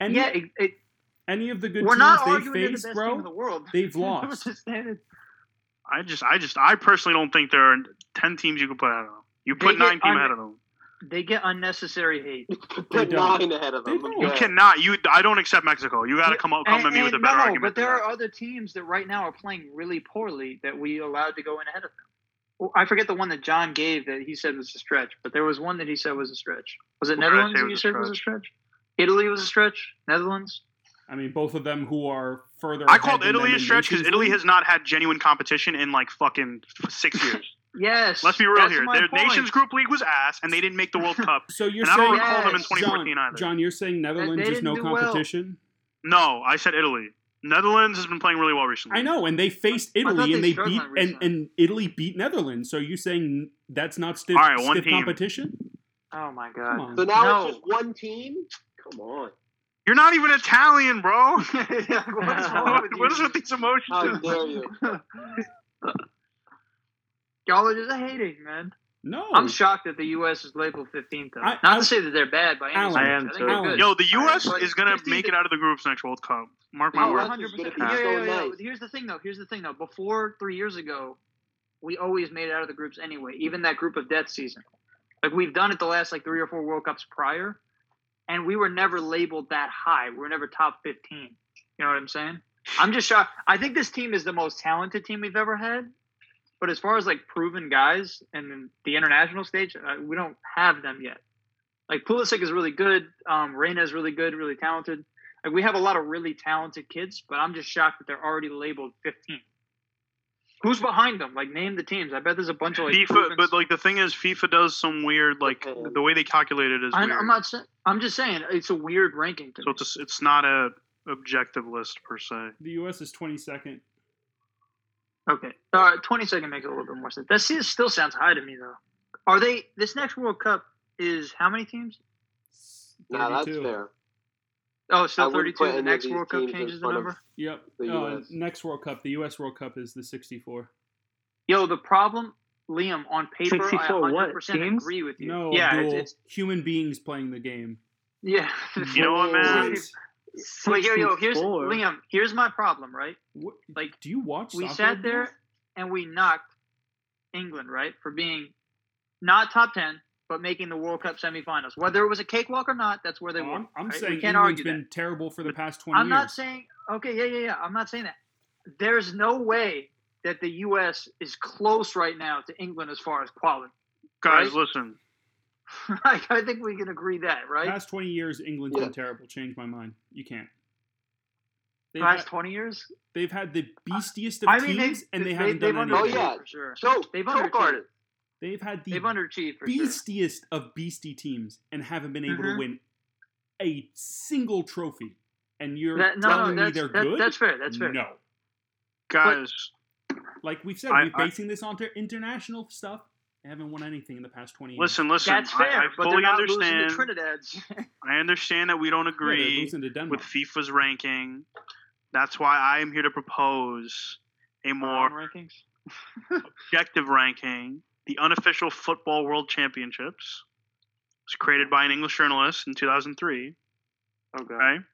[SPEAKER 3] And
[SPEAKER 4] yeah, it, it,
[SPEAKER 3] any of the good
[SPEAKER 4] we're not
[SPEAKER 3] teams
[SPEAKER 4] arguing
[SPEAKER 3] they
[SPEAKER 4] they're the
[SPEAKER 3] face,
[SPEAKER 4] best team in the
[SPEAKER 3] bro,
[SPEAKER 4] world.
[SPEAKER 3] they've
[SPEAKER 4] <laughs> I'm
[SPEAKER 3] lost.
[SPEAKER 4] just saying it.
[SPEAKER 5] I just, I just, I personally don't think there are ten teams you could put ahead of them. You
[SPEAKER 4] They
[SPEAKER 5] put
[SPEAKER 4] get
[SPEAKER 5] nine team
[SPEAKER 4] un-
[SPEAKER 5] ahead of them.
[SPEAKER 4] They get unnecessary hate.
[SPEAKER 3] They
[SPEAKER 2] Put
[SPEAKER 3] don't.
[SPEAKER 2] nine ahead of
[SPEAKER 3] They
[SPEAKER 2] them.
[SPEAKER 3] don't.
[SPEAKER 5] You
[SPEAKER 2] Yeah.
[SPEAKER 5] cannot. You, I don't accept Mexico. You got to come up, come
[SPEAKER 4] And-
[SPEAKER 5] at me with a
[SPEAKER 4] and
[SPEAKER 5] better
[SPEAKER 4] no, But
[SPEAKER 5] argument.
[SPEAKER 4] there
[SPEAKER 5] than that.
[SPEAKER 4] are other teams that right now are playing really poorly that we allowed to go in ahead of them. Well, I forget the one that John gave that he said was a stretch, but there was one that he said was a stretch. Was it
[SPEAKER 5] What did I
[SPEAKER 4] Netherlands
[SPEAKER 5] say
[SPEAKER 4] that
[SPEAKER 5] was
[SPEAKER 4] you
[SPEAKER 5] a
[SPEAKER 4] said was a stretch? Italy was a stretch? Netherlands?
[SPEAKER 3] I mean, both of them who are further.
[SPEAKER 5] I
[SPEAKER 3] ahead
[SPEAKER 5] called
[SPEAKER 3] than
[SPEAKER 5] Italy
[SPEAKER 3] them
[SPEAKER 5] a
[SPEAKER 3] in
[SPEAKER 5] stretch because
[SPEAKER 3] Nations
[SPEAKER 5] Italy
[SPEAKER 3] League.
[SPEAKER 5] has not had genuine competition in like fucking
[SPEAKER 3] <laughs>
[SPEAKER 5] six years.
[SPEAKER 4] Yes.
[SPEAKER 5] Let's be real
[SPEAKER 4] that's
[SPEAKER 5] here.
[SPEAKER 4] my
[SPEAKER 5] Their
[SPEAKER 4] point.
[SPEAKER 5] Nations Group League was ass, and they didn't make the World Cup.
[SPEAKER 3] So you're
[SPEAKER 5] And I
[SPEAKER 3] saying
[SPEAKER 5] don't recall them in
[SPEAKER 4] Yes.
[SPEAKER 5] 2014
[SPEAKER 3] John,
[SPEAKER 5] either.
[SPEAKER 3] John, you're saying Netherlands is
[SPEAKER 4] didn't
[SPEAKER 3] no
[SPEAKER 4] do well.
[SPEAKER 3] competition.
[SPEAKER 5] No, I said Italy. Netherlands has been playing really well recently.
[SPEAKER 3] I know, and they faced
[SPEAKER 4] thought
[SPEAKER 3] Italy,
[SPEAKER 4] they
[SPEAKER 3] and they
[SPEAKER 4] struggled
[SPEAKER 3] beat
[SPEAKER 4] on
[SPEAKER 3] and,
[SPEAKER 4] recently.
[SPEAKER 3] and Italy beat Netherlands. So you're saying that's not stiff,
[SPEAKER 5] All right, one
[SPEAKER 3] stiff
[SPEAKER 5] team.
[SPEAKER 3] competition?
[SPEAKER 4] Oh my
[SPEAKER 3] Come
[SPEAKER 4] god.
[SPEAKER 3] on.
[SPEAKER 2] So now
[SPEAKER 4] No.
[SPEAKER 2] it's just one team. Come on.
[SPEAKER 5] You're not even Italian,
[SPEAKER 4] <laughs>
[SPEAKER 5] bro.
[SPEAKER 4] what is wrong
[SPEAKER 5] <laughs> what <laughs>
[SPEAKER 4] with
[SPEAKER 5] what is
[SPEAKER 4] you?
[SPEAKER 5] with these emotions?
[SPEAKER 4] Oh,
[SPEAKER 2] How dare you?
[SPEAKER 4] Y'all are just hating, man.
[SPEAKER 3] No,
[SPEAKER 4] I'm shocked that the U.S. is labeled 15th. Though.
[SPEAKER 3] Oh. I-
[SPEAKER 4] Not
[SPEAKER 3] I-
[SPEAKER 4] to say that they're bad by any
[SPEAKER 3] Alan,
[SPEAKER 4] means.
[SPEAKER 6] I am
[SPEAKER 4] think
[SPEAKER 6] too.
[SPEAKER 4] they're
[SPEAKER 3] Alan.
[SPEAKER 4] good.
[SPEAKER 5] Yo, the
[SPEAKER 4] All right,
[SPEAKER 5] U.S.
[SPEAKER 4] but
[SPEAKER 5] is gonna
[SPEAKER 4] 15th
[SPEAKER 5] make it out of the groups next World Cup. Mark my
[SPEAKER 4] Oh,
[SPEAKER 5] words.
[SPEAKER 4] 100%.
[SPEAKER 2] But if
[SPEAKER 4] Yeah,
[SPEAKER 2] you
[SPEAKER 4] yeah,
[SPEAKER 2] go
[SPEAKER 4] yeah, yeah.
[SPEAKER 2] nice-
[SPEAKER 4] Here's the thing, though. Here's the thing, though. Before three years ago, we always made it out of the groups anyway. Even that group of death season, like we've done it the last like three or four World Cups prior, and we were never labeled that high. We were never top 15. You know what I'm saying? I'm just shocked. I think this team is the most talented team we've ever had. But as far as like proven guys and the international stage, uh, we don't have them yet. Like Pulisic is really good. Um, Reina is really good, really talented. Like we have a lot of really talented kids, but I'm just shocked that they're already labeled 15. Who's behind them? Like name the teams. I bet there's a bunch of like.
[SPEAKER 5] FIFA,
[SPEAKER 4] proven-
[SPEAKER 5] but like the thing is, FIFA does some weird like
[SPEAKER 2] Okay.
[SPEAKER 5] the way they calculate it is
[SPEAKER 4] I,
[SPEAKER 5] weird.
[SPEAKER 4] I'm not. sa- I'm just saying it's a weird ranking. To
[SPEAKER 5] so
[SPEAKER 4] me.
[SPEAKER 5] it's a, it's not a objective list per se.
[SPEAKER 3] the U.S. is 22nd.
[SPEAKER 4] Okay. All right. 20 second makes a little bit more sense. That still still sounds high to me though. Are they this next World Cup is how many teams?
[SPEAKER 2] Nah, that's
[SPEAKER 3] 32.
[SPEAKER 2] fair.
[SPEAKER 4] Oh,
[SPEAKER 2] I
[SPEAKER 4] still
[SPEAKER 2] wouldn't
[SPEAKER 4] 32.
[SPEAKER 2] put
[SPEAKER 4] The
[SPEAKER 2] any
[SPEAKER 4] next
[SPEAKER 2] of these
[SPEAKER 4] World Cup
[SPEAKER 2] teams in
[SPEAKER 4] changes the
[SPEAKER 2] front of-
[SPEAKER 4] number.
[SPEAKER 3] Yep.
[SPEAKER 2] The
[SPEAKER 3] Uh,
[SPEAKER 2] US.
[SPEAKER 3] next World Cup, the U.S. World Cup is the 64.
[SPEAKER 4] Yo, the problem, Liam, on paper,
[SPEAKER 6] 64
[SPEAKER 4] I
[SPEAKER 6] what,
[SPEAKER 4] 100
[SPEAKER 6] teams?
[SPEAKER 4] agree with you.
[SPEAKER 3] No,
[SPEAKER 4] yeah,
[SPEAKER 3] Abdul,
[SPEAKER 4] It's,
[SPEAKER 3] human beings playing the game.
[SPEAKER 4] it's yeah. <laughs>
[SPEAKER 5] You know what, man?
[SPEAKER 3] Boys.
[SPEAKER 4] Wait, yo, yo, here's
[SPEAKER 6] 64.
[SPEAKER 4] Liam. Here's my problem, right?
[SPEAKER 3] What,
[SPEAKER 4] Like,
[SPEAKER 3] do you watch?
[SPEAKER 4] we
[SPEAKER 3] soccer,
[SPEAKER 4] sat
[SPEAKER 3] Abdul?
[SPEAKER 4] there and we knocked England, right, for being not top ten, but making the World Cup semifinals. Whether it was a cakewalk or not, that's where they
[SPEAKER 3] No,
[SPEAKER 4] won.
[SPEAKER 3] I'm, I'm
[SPEAKER 4] right?
[SPEAKER 3] saying
[SPEAKER 4] we can't
[SPEAKER 3] England's
[SPEAKER 4] argue
[SPEAKER 3] been
[SPEAKER 4] that.
[SPEAKER 3] terrible for the past 20
[SPEAKER 4] I'm
[SPEAKER 3] years.
[SPEAKER 4] not saying okay, yeah, yeah, yeah. I'm not saying that. There's no way that the U.S. is close right now to England as far as quality. <laughs>
[SPEAKER 5] Guys,
[SPEAKER 4] Right?
[SPEAKER 5] listen.
[SPEAKER 4] like, I think we can agree that, right?
[SPEAKER 3] past 20 years, England's
[SPEAKER 2] Yeah.
[SPEAKER 3] been terrible. Change my mind. You can't. They've,
[SPEAKER 4] Last
[SPEAKER 3] had,
[SPEAKER 4] twenty years.
[SPEAKER 3] they've had the beastiest of
[SPEAKER 4] I mean,
[SPEAKER 3] teams,
[SPEAKER 4] they,
[SPEAKER 3] and they,
[SPEAKER 4] they
[SPEAKER 3] haven't
[SPEAKER 4] they've
[SPEAKER 3] done
[SPEAKER 4] underachieved
[SPEAKER 2] Oh,
[SPEAKER 3] anything.
[SPEAKER 2] yeah.
[SPEAKER 4] for sure.
[SPEAKER 2] So
[SPEAKER 4] They've
[SPEAKER 2] they've
[SPEAKER 4] underachieved.
[SPEAKER 2] undercarded.
[SPEAKER 3] They've had the
[SPEAKER 4] They've underachieved for sure.
[SPEAKER 3] beastiest of beastie teams and haven't been able to
[SPEAKER 4] Mhm.
[SPEAKER 3] win a single trophy. And you're
[SPEAKER 4] That, no, no,
[SPEAKER 3] telling me
[SPEAKER 4] that's,
[SPEAKER 3] they're
[SPEAKER 4] that-
[SPEAKER 3] good?
[SPEAKER 4] that's fair. That's fair.
[SPEAKER 3] No.
[SPEAKER 5] Guys,
[SPEAKER 3] Like we've said,
[SPEAKER 5] I-
[SPEAKER 3] we're
[SPEAKER 5] I-
[SPEAKER 3] basing this on their international stuff. They haven't won anything in the past 20 years.
[SPEAKER 5] listen, listen.
[SPEAKER 4] That's fair,
[SPEAKER 5] I, I
[SPEAKER 4] but they're
[SPEAKER 5] fully
[SPEAKER 4] not
[SPEAKER 5] understand.
[SPEAKER 4] losing to Trinidad's. <laughs>
[SPEAKER 5] I understand that we don't
[SPEAKER 3] Yeah, they're
[SPEAKER 5] agree.
[SPEAKER 3] losing to Denmark.
[SPEAKER 5] with FIFA's ranking. That's why I am here to propose a
[SPEAKER 4] <laughs>
[SPEAKER 5] more
[SPEAKER 4] rankings.
[SPEAKER 5] objective ranking. The unofficial Football World Championships was created by an English journalist in 2003.
[SPEAKER 4] Oh god.
[SPEAKER 5] Okay.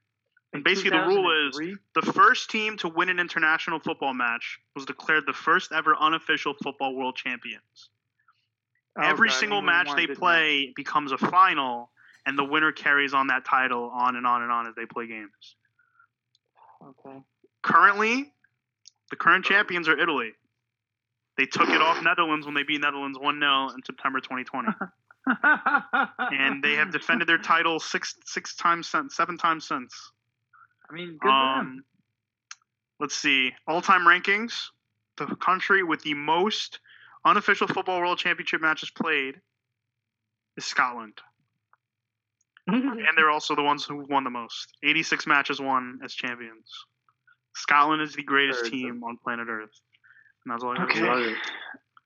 [SPEAKER 5] And basically, the rule is the first team to win an international football match was declared the first ever unofficial Football World Champions. Every single match they play becomes a final, and the winner carries on that title on and on and on as they play games.
[SPEAKER 4] Okay.
[SPEAKER 5] currently, the current champions are Italy. They took it off Netherlands when they beat Netherlands 1 0 in September 2020. And they
[SPEAKER 4] <laughs>
[SPEAKER 5] have defended their title six six times since, seven times since.
[SPEAKER 4] I mean, good for them.
[SPEAKER 5] Um, let's see, all-time rankings, the country with the most unofficial football world championship matches played is Scotland.
[SPEAKER 6] <laughs>
[SPEAKER 5] and they're also the ones who won the most. 86 matches won as champions. Scotland is the greatest
[SPEAKER 2] Earth.
[SPEAKER 5] team on planet Earth. And that's all I have to
[SPEAKER 4] Okay.
[SPEAKER 5] say.
[SPEAKER 4] Love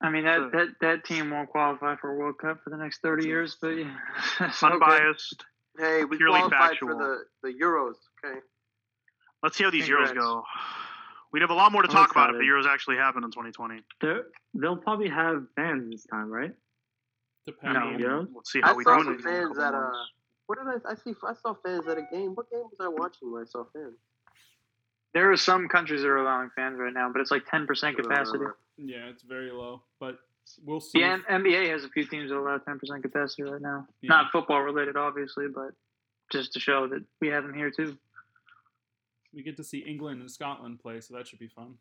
[SPEAKER 4] I mean that,
[SPEAKER 5] Sure.
[SPEAKER 4] that that team won't qualify for a World Cup for the next thirty years, but yeah. <laughs> It's okay.
[SPEAKER 5] Unbiased.
[SPEAKER 2] Hey, we
[SPEAKER 5] Purely
[SPEAKER 2] qualified for
[SPEAKER 5] factual.
[SPEAKER 2] the, the Euros. Okay.
[SPEAKER 5] Let's see how these Euros
[SPEAKER 4] Congrats.
[SPEAKER 5] go. We'd have a lot more to
[SPEAKER 6] I'm
[SPEAKER 5] talk about if the
[SPEAKER 6] excited.
[SPEAKER 5] Euros actually happen in 2020.
[SPEAKER 6] They're, they'll probably have fans this
[SPEAKER 4] <laughs>
[SPEAKER 6] time, right?
[SPEAKER 5] No.
[SPEAKER 3] Depending.
[SPEAKER 6] Yeah.
[SPEAKER 5] Let's see
[SPEAKER 2] I
[SPEAKER 5] how we do
[SPEAKER 2] saw
[SPEAKER 5] in
[SPEAKER 2] some
[SPEAKER 5] a
[SPEAKER 2] fans
[SPEAKER 5] couple
[SPEAKER 2] at, uh,
[SPEAKER 5] months.
[SPEAKER 2] What did I? I see. I saw fans at a game. What game was I watching when I saw fans?
[SPEAKER 4] There are some countries that are allowing fans right now, but it's like ten percent capacity.
[SPEAKER 3] Yeah, it's very low, but we'll see.
[SPEAKER 4] The
[SPEAKER 3] if-
[SPEAKER 4] N- NBA has a few teams that allow ten percent capacity right now.
[SPEAKER 3] Yeah.
[SPEAKER 4] Not football related, obviously, but just to show that we have them here too.
[SPEAKER 3] we get to see England and Scotland play, so that should be fun.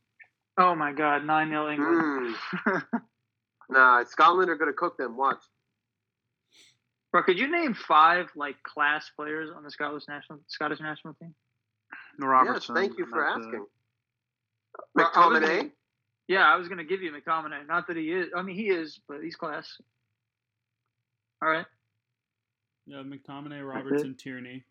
[SPEAKER 4] Oh my God, nine 0 England.
[SPEAKER 2] Mm.
[SPEAKER 5] <laughs>
[SPEAKER 2] Nah, Scotland are gonna cook them. Watch.
[SPEAKER 4] Bro, could you name five like class players on the Scottish national Scottish national team?
[SPEAKER 5] Robertson.
[SPEAKER 2] uh, yes, thank you for
[SPEAKER 5] and, uh,
[SPEAKER 2] asking. Uh,
[SPEAKER 4] Well, I was
[SPEAKER 2] McTominay.
[SPEAKER 4] gonna- Yeah, I was gonna give you McTominay. Not that he is. I mean, he is, but he's class. All right.
[SPEAKER 3] Yeah, McTominay, Robertson, Tierney.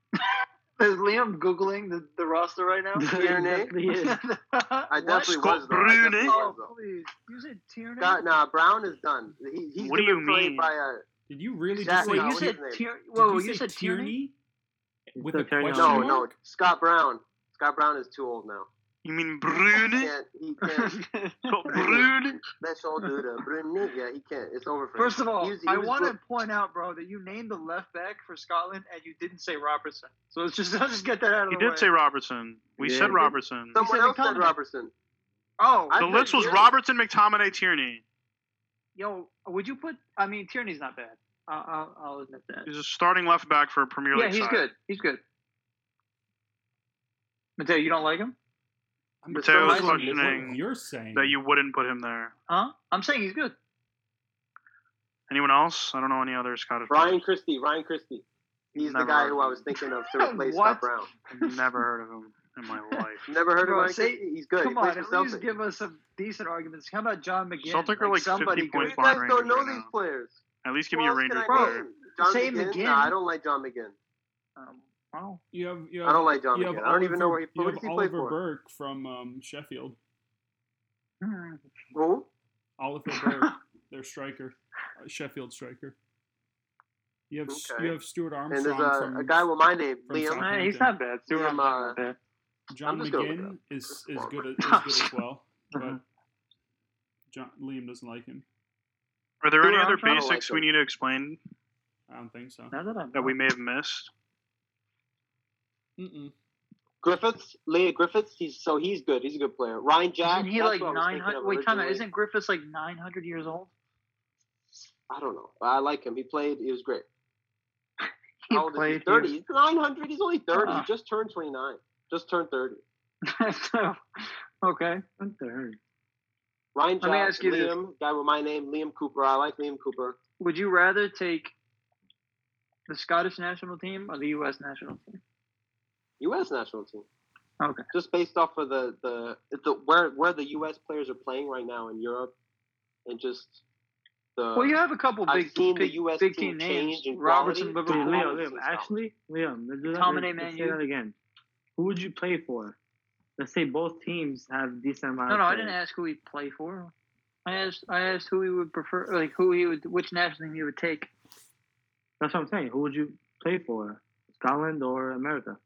[SPEAKER 4] Is Liam googling the, the roster right <laughs> now?
[SPEAKER 6] <laughs>
[SPEAKER 2] Tierney?
[SPEAKER 6] He
[SPEAKER 4] <laughs>
[SPEAKER 6] is.
[SPEAKER 2] I
[SPEAKER 4] I
[SPEAKER 2] definitely
[SPEAKER 5] Scott
[SPEAKER 2] was though. I definitely
[SPEAKER 5] Bruni?
[SPEAKER 2] was,
[SPEAKER 4] Oh
[SPEAKER 2] though.
[SPEAKER 4] please, you said Tierney.
[SPEAKER 2] God, nah, Brown is done. He, he's
[SPEAKER 5] What do
[SPEAKER 2] been
[SPEAKER 5] you
[SPEAKER 2] played
[SPEAKER 5] mean?
[SPEAKER 2] By a,
[SPEAKER 3] Did you really
[SPEAKER 2] Exactly.
[SPEAKER 4] Wait,
[SPEAKER 3] just
[SPEAKER 4] you
[SPEAKER 3] say
[SPEAKER 4] said
[SPEAKER 3] Tierney?
[SPEAKER 2] Tierney?
[SPEAKER 4] Tierney?
[SPEAKER 3] Did
[SPEAKER 4] Whoa,
[SPEAKER 3] you
[SPEAKER 4] you,
[SPEAKER 3] say
[SPEAKER 4] said Tierney?
[SPEAKER 3] With a
[SPEAKER 6] said Tierney on
[SPEAKER 3] question
[SPEAKER 6] the
[SPEAKER 2] no,
[SPEAKER 6] Sure.
[SPEAKER 2] no.
[SPEAKER 3] mark?
[SPEAKER 2] Scott Brown. Scott Brown is too old now.
[SPEAKER 5] You mean
[SPEAKER 2] He
[SPEAKER 5] Brune?
[SPEAKER 2] can't. He can't.
[SPEAKER 5] So Brune?
[SPEAKER 2] That's old dude. uh, Bruni. Yeah, he can't. It's over for him.
[SPEAKER 4] First of all,
[SPEAKER 2] He was- he
[SPEAKER 4] I
[SPEAKER 2] was
[SPEAKER 4] want to
[SPEAKER 2] good.
[SPEAKER 4] point out, bro, that you named the left back for Scotland and you didn't say Robertson. So let's just <laughs> let's just get that out of
[SPEAKER 5] He
[SPEAKER 4] the way.
[SPEAKER 5] did say Robertson. We
[SPEAKER 6] Yeah.
[SPEAKER 5] said Robertson.
[SPEAKER 4] Some-
[SPEAKER 2] Someone
[SPEAKER 4] said
[SPEAKER 2] else said
[SPEAKER 4] McTominay.
[SPEAKER 2] Robertson.
[SPEAKER 4] Oh,
[SPEAKER 2] I
[SPEAKER 5] The
[SPEAKER 2] said
[SPEAKER 5] list was
[SPEAKER 2] Tierney.
[SPEAKER 5] Robertson, McTominay, Tierney.
[SPEAKER 4] yo, would you put? I mean, Tierney's not bad. I'll, I'll, I'll admit that.
[SPEAKER 5] He's a starting left back for a Premier League
[SPEAKER 4] yeah, he's
[SPEAKER 5] side.
[SPEAKER 4] good. He's good. Mateo, you don't like him?
[SPEAKER 3] I'm
[SPEAKER 5] Mateo's
[SPEAKER 3] telling you what
[SPEAKER 5] questioning
[SPEAKER 3] You're saying
[SPEAKER 5] That you wouldn't put him there.
[SPEAKER 4] Huh? I'm saying he's good.
[SPEAKER 5] Anyone else? I don't know any other Scottish.
[SPEAKER 2] Ryan Christie. Ryan Christie. He's the
[SPEAKER 5] Never
[SPEAKER 2] guy
[SPEAKER 5] heard
[SPEAKER 2] who I was thinking of to replace
[SPEAKER 4] What?
[SPEAKER 2] Scott Brown.
[SPEAKER 5] I've never heard of him
[SPEAKER 4] <laughs>
[SPEAKER 5] in my life.
[SPEAKER 2] Never heard
[SPEAKER 4] Bro,
[SPEAKER 2] of Ryan
[SPEAKER 4] say-
[SPEAKER 2] Christie. He's good.
[SPEAKER 4] Come
[SPEAKER 2] he plays
[SPEAKER 4] on,
[SPEAKER 2] for
[SPEAKER 4] at least
[SPEAKER 2] Celtic.
[SPEAKER 4] give us some decent arguments. How about John McGinn?
[SPEAKER 5] Celtic are like 50
[SPEAKER 2] You
[SPEAKER 5] points
[SPEAKER 4] good.
[SPEAKER 5] behind
[SPEAKER 2] guys don't know
[SPEAKER 5] Rangers right
[SPEAKER 2] these
[SPEAKER 5] now.
[SPEAKER 2] players.
[SPEAKER 5] At least give
[SPEAKER 2] Who
[SPEAKER 5] me a
[SPEAKER 2] else can
[SPEAKER 5] Rangers
[SPEAKER 2] I
[SPEAKER 4] Bro,
[SPEAKER 5] player.
[SPEAKER 2] name? John
[SPEAKER 4] say
[SPEAKER 2] McGinn?
[SPEAKER 4] McGinn.
[SPEAKER 2] Nah, I don't like John McGinn.
[SPEAKER 4] Um, well,
[SPEAKER 3] You have, you have,
[SPEAKER 2] I don't like John
[SPEAKER 3] you
[SPEAKER 2] McGinn.
[SPEAKER 3] have
[SPEAKER 2] I don't even know where he,
[SPEAKER 3] you
[SPEAKER 2] who
[SPEAKER 3] have
[SPEAKER 2] does he play
[SPEAKER 3] Oliver
[SPEAKER 2] for.
[SPEAKER 3] Burke from um, Sheffield.
[SPEAKER 4] hmm.
[SPEAKER 2] Who?
[SPEAKER 3] Oliver
[SPEAKER 2] <laughs>
[SPEAKER 3] Burke, their striker, uh, Sheffield striker. You have S-
[SPEAKER 2] Okay.
[SPEAKER 3] you have Stuart
[SPEAKER 2] And there's
[SPEAKER 3] Armstrong
[SPEAKER 2] a,
[SPEAKER 3] from
[SPEAKER 2] a guy with my name,
[SPEAKER 3] from
[SPEAKER 2] Liam.
[SPEAKER 3] South-
[SPEAKER 4] Eh, he's not bad. Stuart,
[SPEAKER 2] Yeah,
[SPEAKER 4] I'm not
[SPEAKER 2] uh,
[SPEAKER 4] bad.
[SPEAKER 3] John
[SPEAKER 2] I'm just going with
[SPEAKER 3] McGinn is is
[SPEAKER 2] Just
[SPEAKER 3] good
[SPEAKER 5] <laughs>
[SPEAKER 3] as,
[SPEAKER 4] going.
[SPEAKER 3] is good as well, but
[SPEAKER 5] Mm-hmm.
[SPEAKER 4] Mhm.
[SPEAKER 3] John, Liam doesn't like him.
[SPEAKER 5] Are there
[SPEAKER 4] Who
[SPEAKER 5] any
[SPEAKER 4] are
[SPEAKER 5] other
[SPEAKER 4] on top? I
[SPEAKER 2] don't like
[SPEAKER 5] basics we
[SPEAKER 2] them.
[SPEAKER 5] need to explain
[SPEAKER 3] I don't think so.
[SPEAKER 4] Not that I'm
[SPEAKER 5] that we may have missed?
[SPEAKER 3] Mm-mm.
[SPEAKER 2] Griffiths, Leah Griffiths. He's so he's good. He's a good player. Ryan Jack.
[SPEAKER 4] Isn't he
[SPEAKER 2] that's
[SPEAKER 4] like
[SPEAKER 2] who I was thinking
[SPEAKER 4] 900?
[SPEAKER 2] of
[SPEAKER 4] Wait, time out.
[SPEAKER 2] originally.
[SPEAKER 4] Isn't Griffiths like 900 years old? <laughs>
[SPEAKER 2] I don't know. I like him. He played. He was great.
[SPEAKER 4] <laughs> He
[SPEAKER 2] How old is he?
[SPEAKER 4] played
[SPEAKER 2] Thirty. He's nine hundred. He's only thirty.
[SPEAKER 4] Ah.
[SPEAKER 2] He just turned twenty nine. Just turned thirty.
[SPEAKER 4] here. So, okay.
[SPEAKER 6] What the heck?
[SPEAKER 2] Ryan
[SPEAKER 4] Let
[SPEAKER 2] Jack,
[SPEAKER 4] me ask you this.
[SPEAKER 2] Liam, guy with my name, Liam Cooper. I like Liam Cooper.
[SPEAKER 4] Would you rather take the Scottish national team or the U.S. national team?
[SPEAKER 2] U.S. national team.
[SPEAKER 4] Okay.
[SPEAKER 2] Just based off of the the, the where where the U.S. players are playing right now in Europe, and just the
[SPEAKER 4] Well, you have a couple
[SPEAKER 2] Uh, I've
[SPEAKER 4] big,
[SPEAKER 2] seen the
[SPEAKER 4] big,
[SPEAKER 2] US
[SPEAKER 4] big
[SPEAKER 2] team
[SPEAKER 4] team names.
[SPEAKER 2] change in
[SPEAKER 4] Robertson,
[SPEAKER 2] quality.
[SPEAKER 6] Dude,
[SPEAKER 4] Liverpool.
[SPEAKER 6] Liam,
[SPEAKER 2] Robertson
[SPEAKER 6] Liam,
[SPEAKER 2] sounds-
[SPEAKER 6] actually, Liam, let's do that,
[SPEAKER 4] Dominate
[SPEAKER 6] let's
[SPEAKER 4] Man
[SPEAKER 6] say
[SPEAKER 4] U.
[SPEAKER 6] that again. Who would you play for? Let's say both teams have decent amount
[SPEAKER 4] No,
[SPEAKER 6] of
[SPEAKER 4] no, I
[SPEAKER 6] players.
[SPEAKER 4] didn't ask who he'd play for. I asked, I asked who he would prefer, like who he would, which national team he would take.
[SPEAKER 6] That's what I'm saying. Who would you play for? Scotland or America?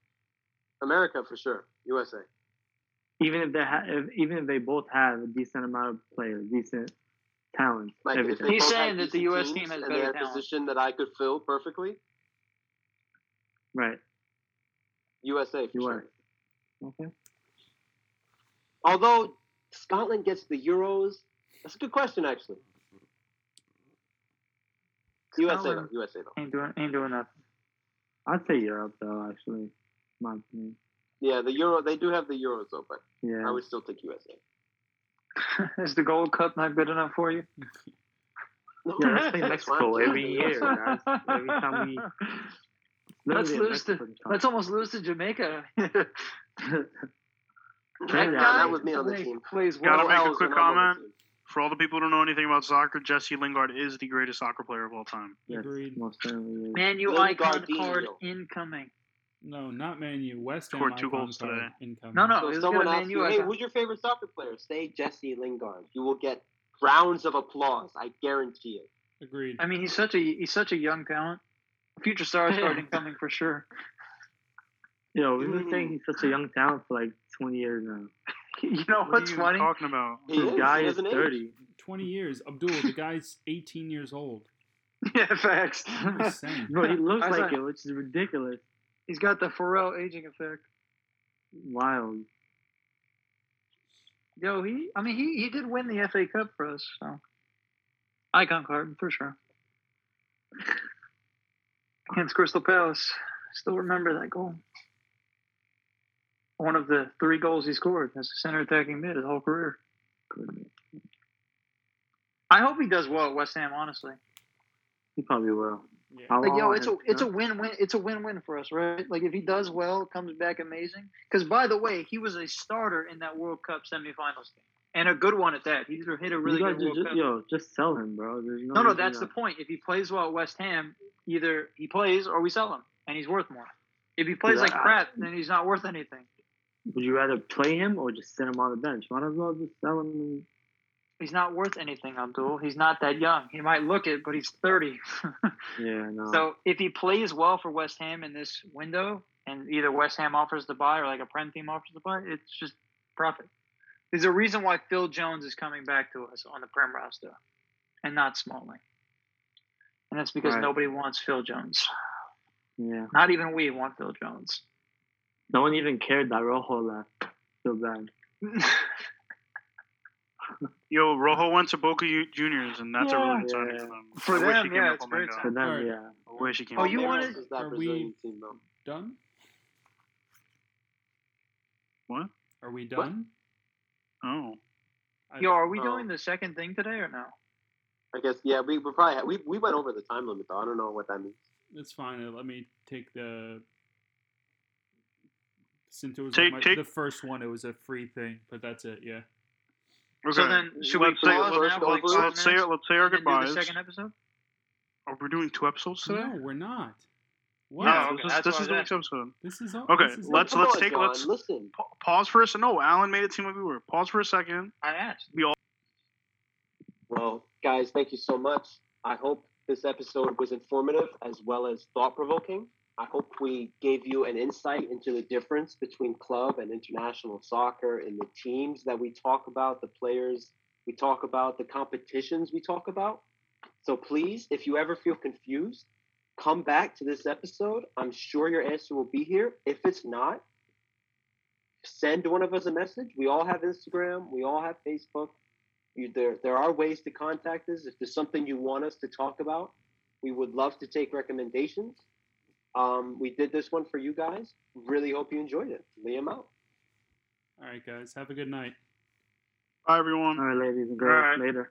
[SPEAKER 2] America for sure. USA.
[SPEAKER 6] Even if they ha- if, even if they both have a decent amount of players, decent talent,
[SPEAKER 2] Like if
[SPEAKER 6] everything.
[SPEAKER 2] they
[SPEAKER 4] He's
[SPEAKER 2] both
[SPEAKER 4] saying
[SPEAKER 2] had
[SPEAKER 4] that the
[SPEAKER 2] decent
[SPEAKER 4] US
[SPEAKER 2] teams
[SPEAKER 4] team has
[SPEAKER 2] and they
[SPEAKER 4] better
[SPEAKER 2] had a
[SPEAKER 4] talent.
[SPEAKER 2] position that I could fill perfectly.
[SPEAKER 6] Right.
[SPEAKER 2] USA for
[SPEAKER 6] You
[SPEAKER 2] sure.
[SPEAKER 6] are. Okay.
[SPEAKER 2] Although Scotland gets the Euros, that's a good question actually. USA though.
[SPEAKER 4] Scotland-
[SPEAKER 2] USA though.
[SPEAKER 4] Ain't doing, ain't doing nothing. <laughs>
[SPEAKER 6] I'd say Europe though, actually. My opinion.
[SPEAKER 2] Yeah, the Euro. They do have the Euros though, but I
[SPEAKER 6] Yeah.
[SPEAKER 2] would still take USA.
[SPEAKER 4] Is the Gold Cup not good enough for you?
[SPEAKER 2] No,
[SPEAKER 6] <laughs> Yeah, let's
[SPEAKER 2] that's
[SPEAKER 6] play
[SPEAKER 2] fine.
[SPEAKER 6] Mexico every
[SPEAKER 2] <laughs>
[SPEAKER 6] year. That's, every
[SPEAKER 4] <laughs>
[SPEAKER 6] time we
[SPEAKER 4] Let's
[SPEAKER 6] literally
[SPEAKER 4] lose to-
[SPEAKER 6] Mexico
[SPEAKER 4] <laughs> almost lose to Jamaica.
[SPEAKER 6] time.
[SPEAKER 2] That,
[SPEAKER 6] Trinidad.
[SPEAKER 2] that was me on the team.
[SPEAKER 7] Plays
[SPEAKER 5] Gotta
[SPEAKER 7] well.
[SPEAKER 5] make a
[SPEAKER 2] L's
[SPEAKER 5] quick
[SPEAKER 2] when I'm on the team.
[SPEAKER 5] For all the people who don't know anything about soccer, Jesse Lingard is the greatest soccer player of all time.
[SPEAKER 6] Yes,
[SPEAKER 3] Agreed.
[SPEAKER 6] most certainly. is.
[SPEAKER 4] Man, you
[SPEAKER 2] Lil
[SPEAKER 4] icon
[SPEAKER 2] Gardino.
[SPEAKER 4] card incoming.
[SPEAKER 3] No, not Man U. West Ham.
[SPEAKER 5] Scored two
[SPEAKER 3] icon
[SPEAKER 5] goals
[SPEAKER 3] card
[SPEAKER 5] today.
[SPEAKER 3] Incoming.
[SPEAKER 4] No, no,
[SPEAKER 2] So
[SPEAKER 4] it
[SPEAKER 2] if
[SPEAKER 4] was
[SPEAKER 2] someone
[SPEAKER 4] good. Man,
[SPEAKER 2] asks
[SPEAKER 4] you
[SPEAKER 2] you, hey,
[SPEAKER 4] icon.
[SPEAKER 2] who's your favorite soccer player? Say Jesse Lingard. You will get rounds of applause. I guarantee it.
[SPEAKER 3] Agreed.
[SPEAKER 4] I mean, he's such a he's such a young talent. Future star
[SPEAKER 2] <laughs>
[SPEAKER 4] card incoming for sure. <laughs>
[SPEAKER 6] You know, we've
[SPEAKER 4] Mm.
[SPEAKER 6] been saying he's such a young talent for like 20 years now.
[SPEAKER 4] You know
[SPEAKER 5] What
[SPEAKER 4] what's
[SPEAKER 5] are you
[SPEAKER 4] funny?
[SPEAKER 5] talking about?
[SPEAKER 2] He
[SPEAKER 6] This
[SPEAKER 2] is,
[SPEAKER 6] guy
[SPEAKER 2] he
[SPEAKER 6] is
[SPEAKER 2] doesn't age.
[SPEAKER 6] 30.
[SPEAKER 3] 20 years. Abdul, the guy's 18 years old.
[SPEAKER 4] <laughs> Yeah, facts. <laughs>
[SPEAKER 3] I'm
[SPEAKER 5] <laughs>
[SPEAKER 3] just saying.
[SPEAKER 6] Bro, he looks
[SPEAKER 4] I
[SPEAKER 6] like
[SPEAKER 4] saw-
[SPEAKER 6] it, which is ridiculous.
[SPEAKER 4] he's got the Pharrell aging effect.
[SPEAKER 6] Wild.
[SPEAKER 4] Yo, he. I mean, he he did win the FA Cup for us. So icon card for sure. <laughs> Against Crystal Palace, still remember that goal. One of the three goals he scored as a center attacking mid his whole career. I hope he does well at West Ham. Honestly,
[SPEAKER 6] He probably will.
[SPEAKER 3] Yeah.
[SPEAKER 6] How
[SPEAKER 4] like yo,
[SPEAKER 6] long
[SPEAKER 4] it's a
[SPEAKER 6] has-
[SPEAKER 4] it's a win win it's a win win for us, right? Like if he does well, comes back amazing. Because by the way, he was a starter in that World Cup semifinals game, and a good one at that. He hit a really
[SPEAKER 6] you guys
[SPEAKER 4] good World
[SPEAKER 6] ju-
[SPEAKER 4] Cup.
[SPEAKER 6] ju- yo, just sell him, bro. There's no,
[SPEAKER 4] no, no,
[SPEAKER 6] reason
[SPEAKER 4] that's the
[SPEAKER 6] not-
[SPEAKER 4] point. If he plays well at West Ham, either he plays or we sell him, and he's worth more. If he plays
[SPEAKER 6] Dude,
[SPEAKER 4] like
[SPEAKER 6] I-
[SPEAKER 4] crap, then he's not worth anything.
[SPEAKER 6] Would you rather play him or just sit him on the bench? Might as well just sell him. and-
[SPEAKER 4] He's not worth anything, Abdul. He's not that young. He might look it, but he's thirty. <laughs>
[SPEAKER 6] Yeah, no.
[SPEAKER 4] So if he plays well for West Ham in this window, and either West Ham offers the buy or like a Prem team offers the buy, it's just profit. There's a reason why Phil Jones is coming back to us on the Prem roster, and not Smalling. And that's because
[SPEAKER 6] Right.
[SPEAKER 4] nobody wants Phil Jones.
[SPEAKER 6] yeah.
[SPEAKER 4] Not even we want Phil Jones.
[SPEAKER 6] No one even cared that Rojo left. Feel bad.
[SPEAKER 5] Yo, Rojo went to Boca Ju- Juniors, and that's a
[SPEAKER 4] Yeah.
[SPEAKER 5] really good signing
[SPEAKER 6] Yeah.
[SPEAKER 5] for them.
[SPEAKER 4] For
[SPEAKER 5] I wish
[SPEAKER 4] them,
[SPEAKER 5] he came
[SPEAKER 4] yeah,
[SPEAKER 5] up
[SPEAKER 4] it's
[SPEAKER 5] on my
[SPEAKER 4] great
[SPEAKER 5] guy.
[SPEAKER 6] For them,
[SPEAKER 3] Alright.
[SPEAKER 6] yeah.
[SPEAKER 5] I wish he came
[SPEAKER 4] Oh,
[SPEAKER 5] up.
[SPEAKER 4] you
[SPEAKER 2] Palmeiras
[SPEAKER 4] wanted-
[SPEAKER 2] is that
[SPEAKER 3] are we-
[SPEAKER 2] Brazilian team though.
[SPEAKER 3] Done?
[SPEAKER 5] What?
[SPEAKER 3] Are we done?
[SPEAKER 5] Oh.
[SPEAKER 3] I-
[SPEAKER 4] Yo, are we
[SPEAKER 2] Oh.
[SPEAKER 4] doing the second thing today or no?
[SPEAKER 2] I guess yeah. We, we probably had, we we went over the time limit though. I don't know what that means.
[SPEAKER 3] That's fine. uh, Let me take the. Since it was
[SPEAKER 5] Take-
[SPEAKER 3] my,
[SPEAKER 5] take-
[SPEAKER 3] the first one, it was a free thing, but that's it. Yeah.
[SPEAKER 5] Okay.
[SPEAKER 4] So then, should
[SPEAKER 5] let's
[SPEAKER 4] we
[SPEAKER 5] say,
[SPEAKER 4] pause
[SPEAKER 5] let's,
[SPEAKER 4] now for like
[SPEAKER 5] let's,
[SPEAKER 4] five
[SPEAKER 5] let's say,
[SPEAKER 4] minutes
[SPEAKER 5] let's say our
[SPEAKER 4] and then do the
[SPEAKER 5] goodbyes.
[SPEAKER 4] second episode?
[SPEAKER 5] Are we doing two episodes today?
[SPEAKER 3] No, we're not. What?
[SPEAKER 5] No,
[SPEAKER 4] okay,
[SPEAKER 5] this is,
[SPEAKER 4] that's
[SPEAKER 5] this
[SPEAKER 4] what
[SPEAKER 5] is
[SPEAKER 4] I
[SPEAKER 5] the next episode.
[SPEAKER 3] This is all.
[SPEAKER 5] Okay,
[SPEAKER 3] this is
[SPEAKER 5] let's-
[SPEAKER 3] all-
[SPEAKER 2] Come
[SPEAKER 5] let's
[SPEAKER 2] on,
[SPEAKER 5] take-
[SPEAKER 2] John,
[SPEAKER 5] let's-
[SPEAKER 2] listen.
[SPEAKER 5] Pa- pause for a second. No, Alan made it seem like we were. Pause for a second.
[SPEAKER 4] I asked.
[SPEAKER 2] Well, guys, thank you so much. I hope this episode was informative as well as thought provoking. I hope we gave you an insight into the difference between club and international soccer and the teams that we talk about, the players we talk about, the competitions we talk about. So please, if you ever feel confused, come back to this episode. I'm sure your answer will be here. If it's not, send one of us a message. We all have Instagram, we all have Facebook. You, there, there are ways to contact us. If there's something you want us to talk about, we would love to take recommendations. Um, we did this one for you guys. Really hope you enjoyed it. Liam out.
[SPEAKER 3] All right, guys. Have a good night.
[SPEAKER 5] Bye, everyone.
[SPEAKER 6] All right, ladies and
[SPEAKER 5] All
[SPEAKER 6] girls.
[SPEAKER 5] right.
[SPEAKER 6] Later.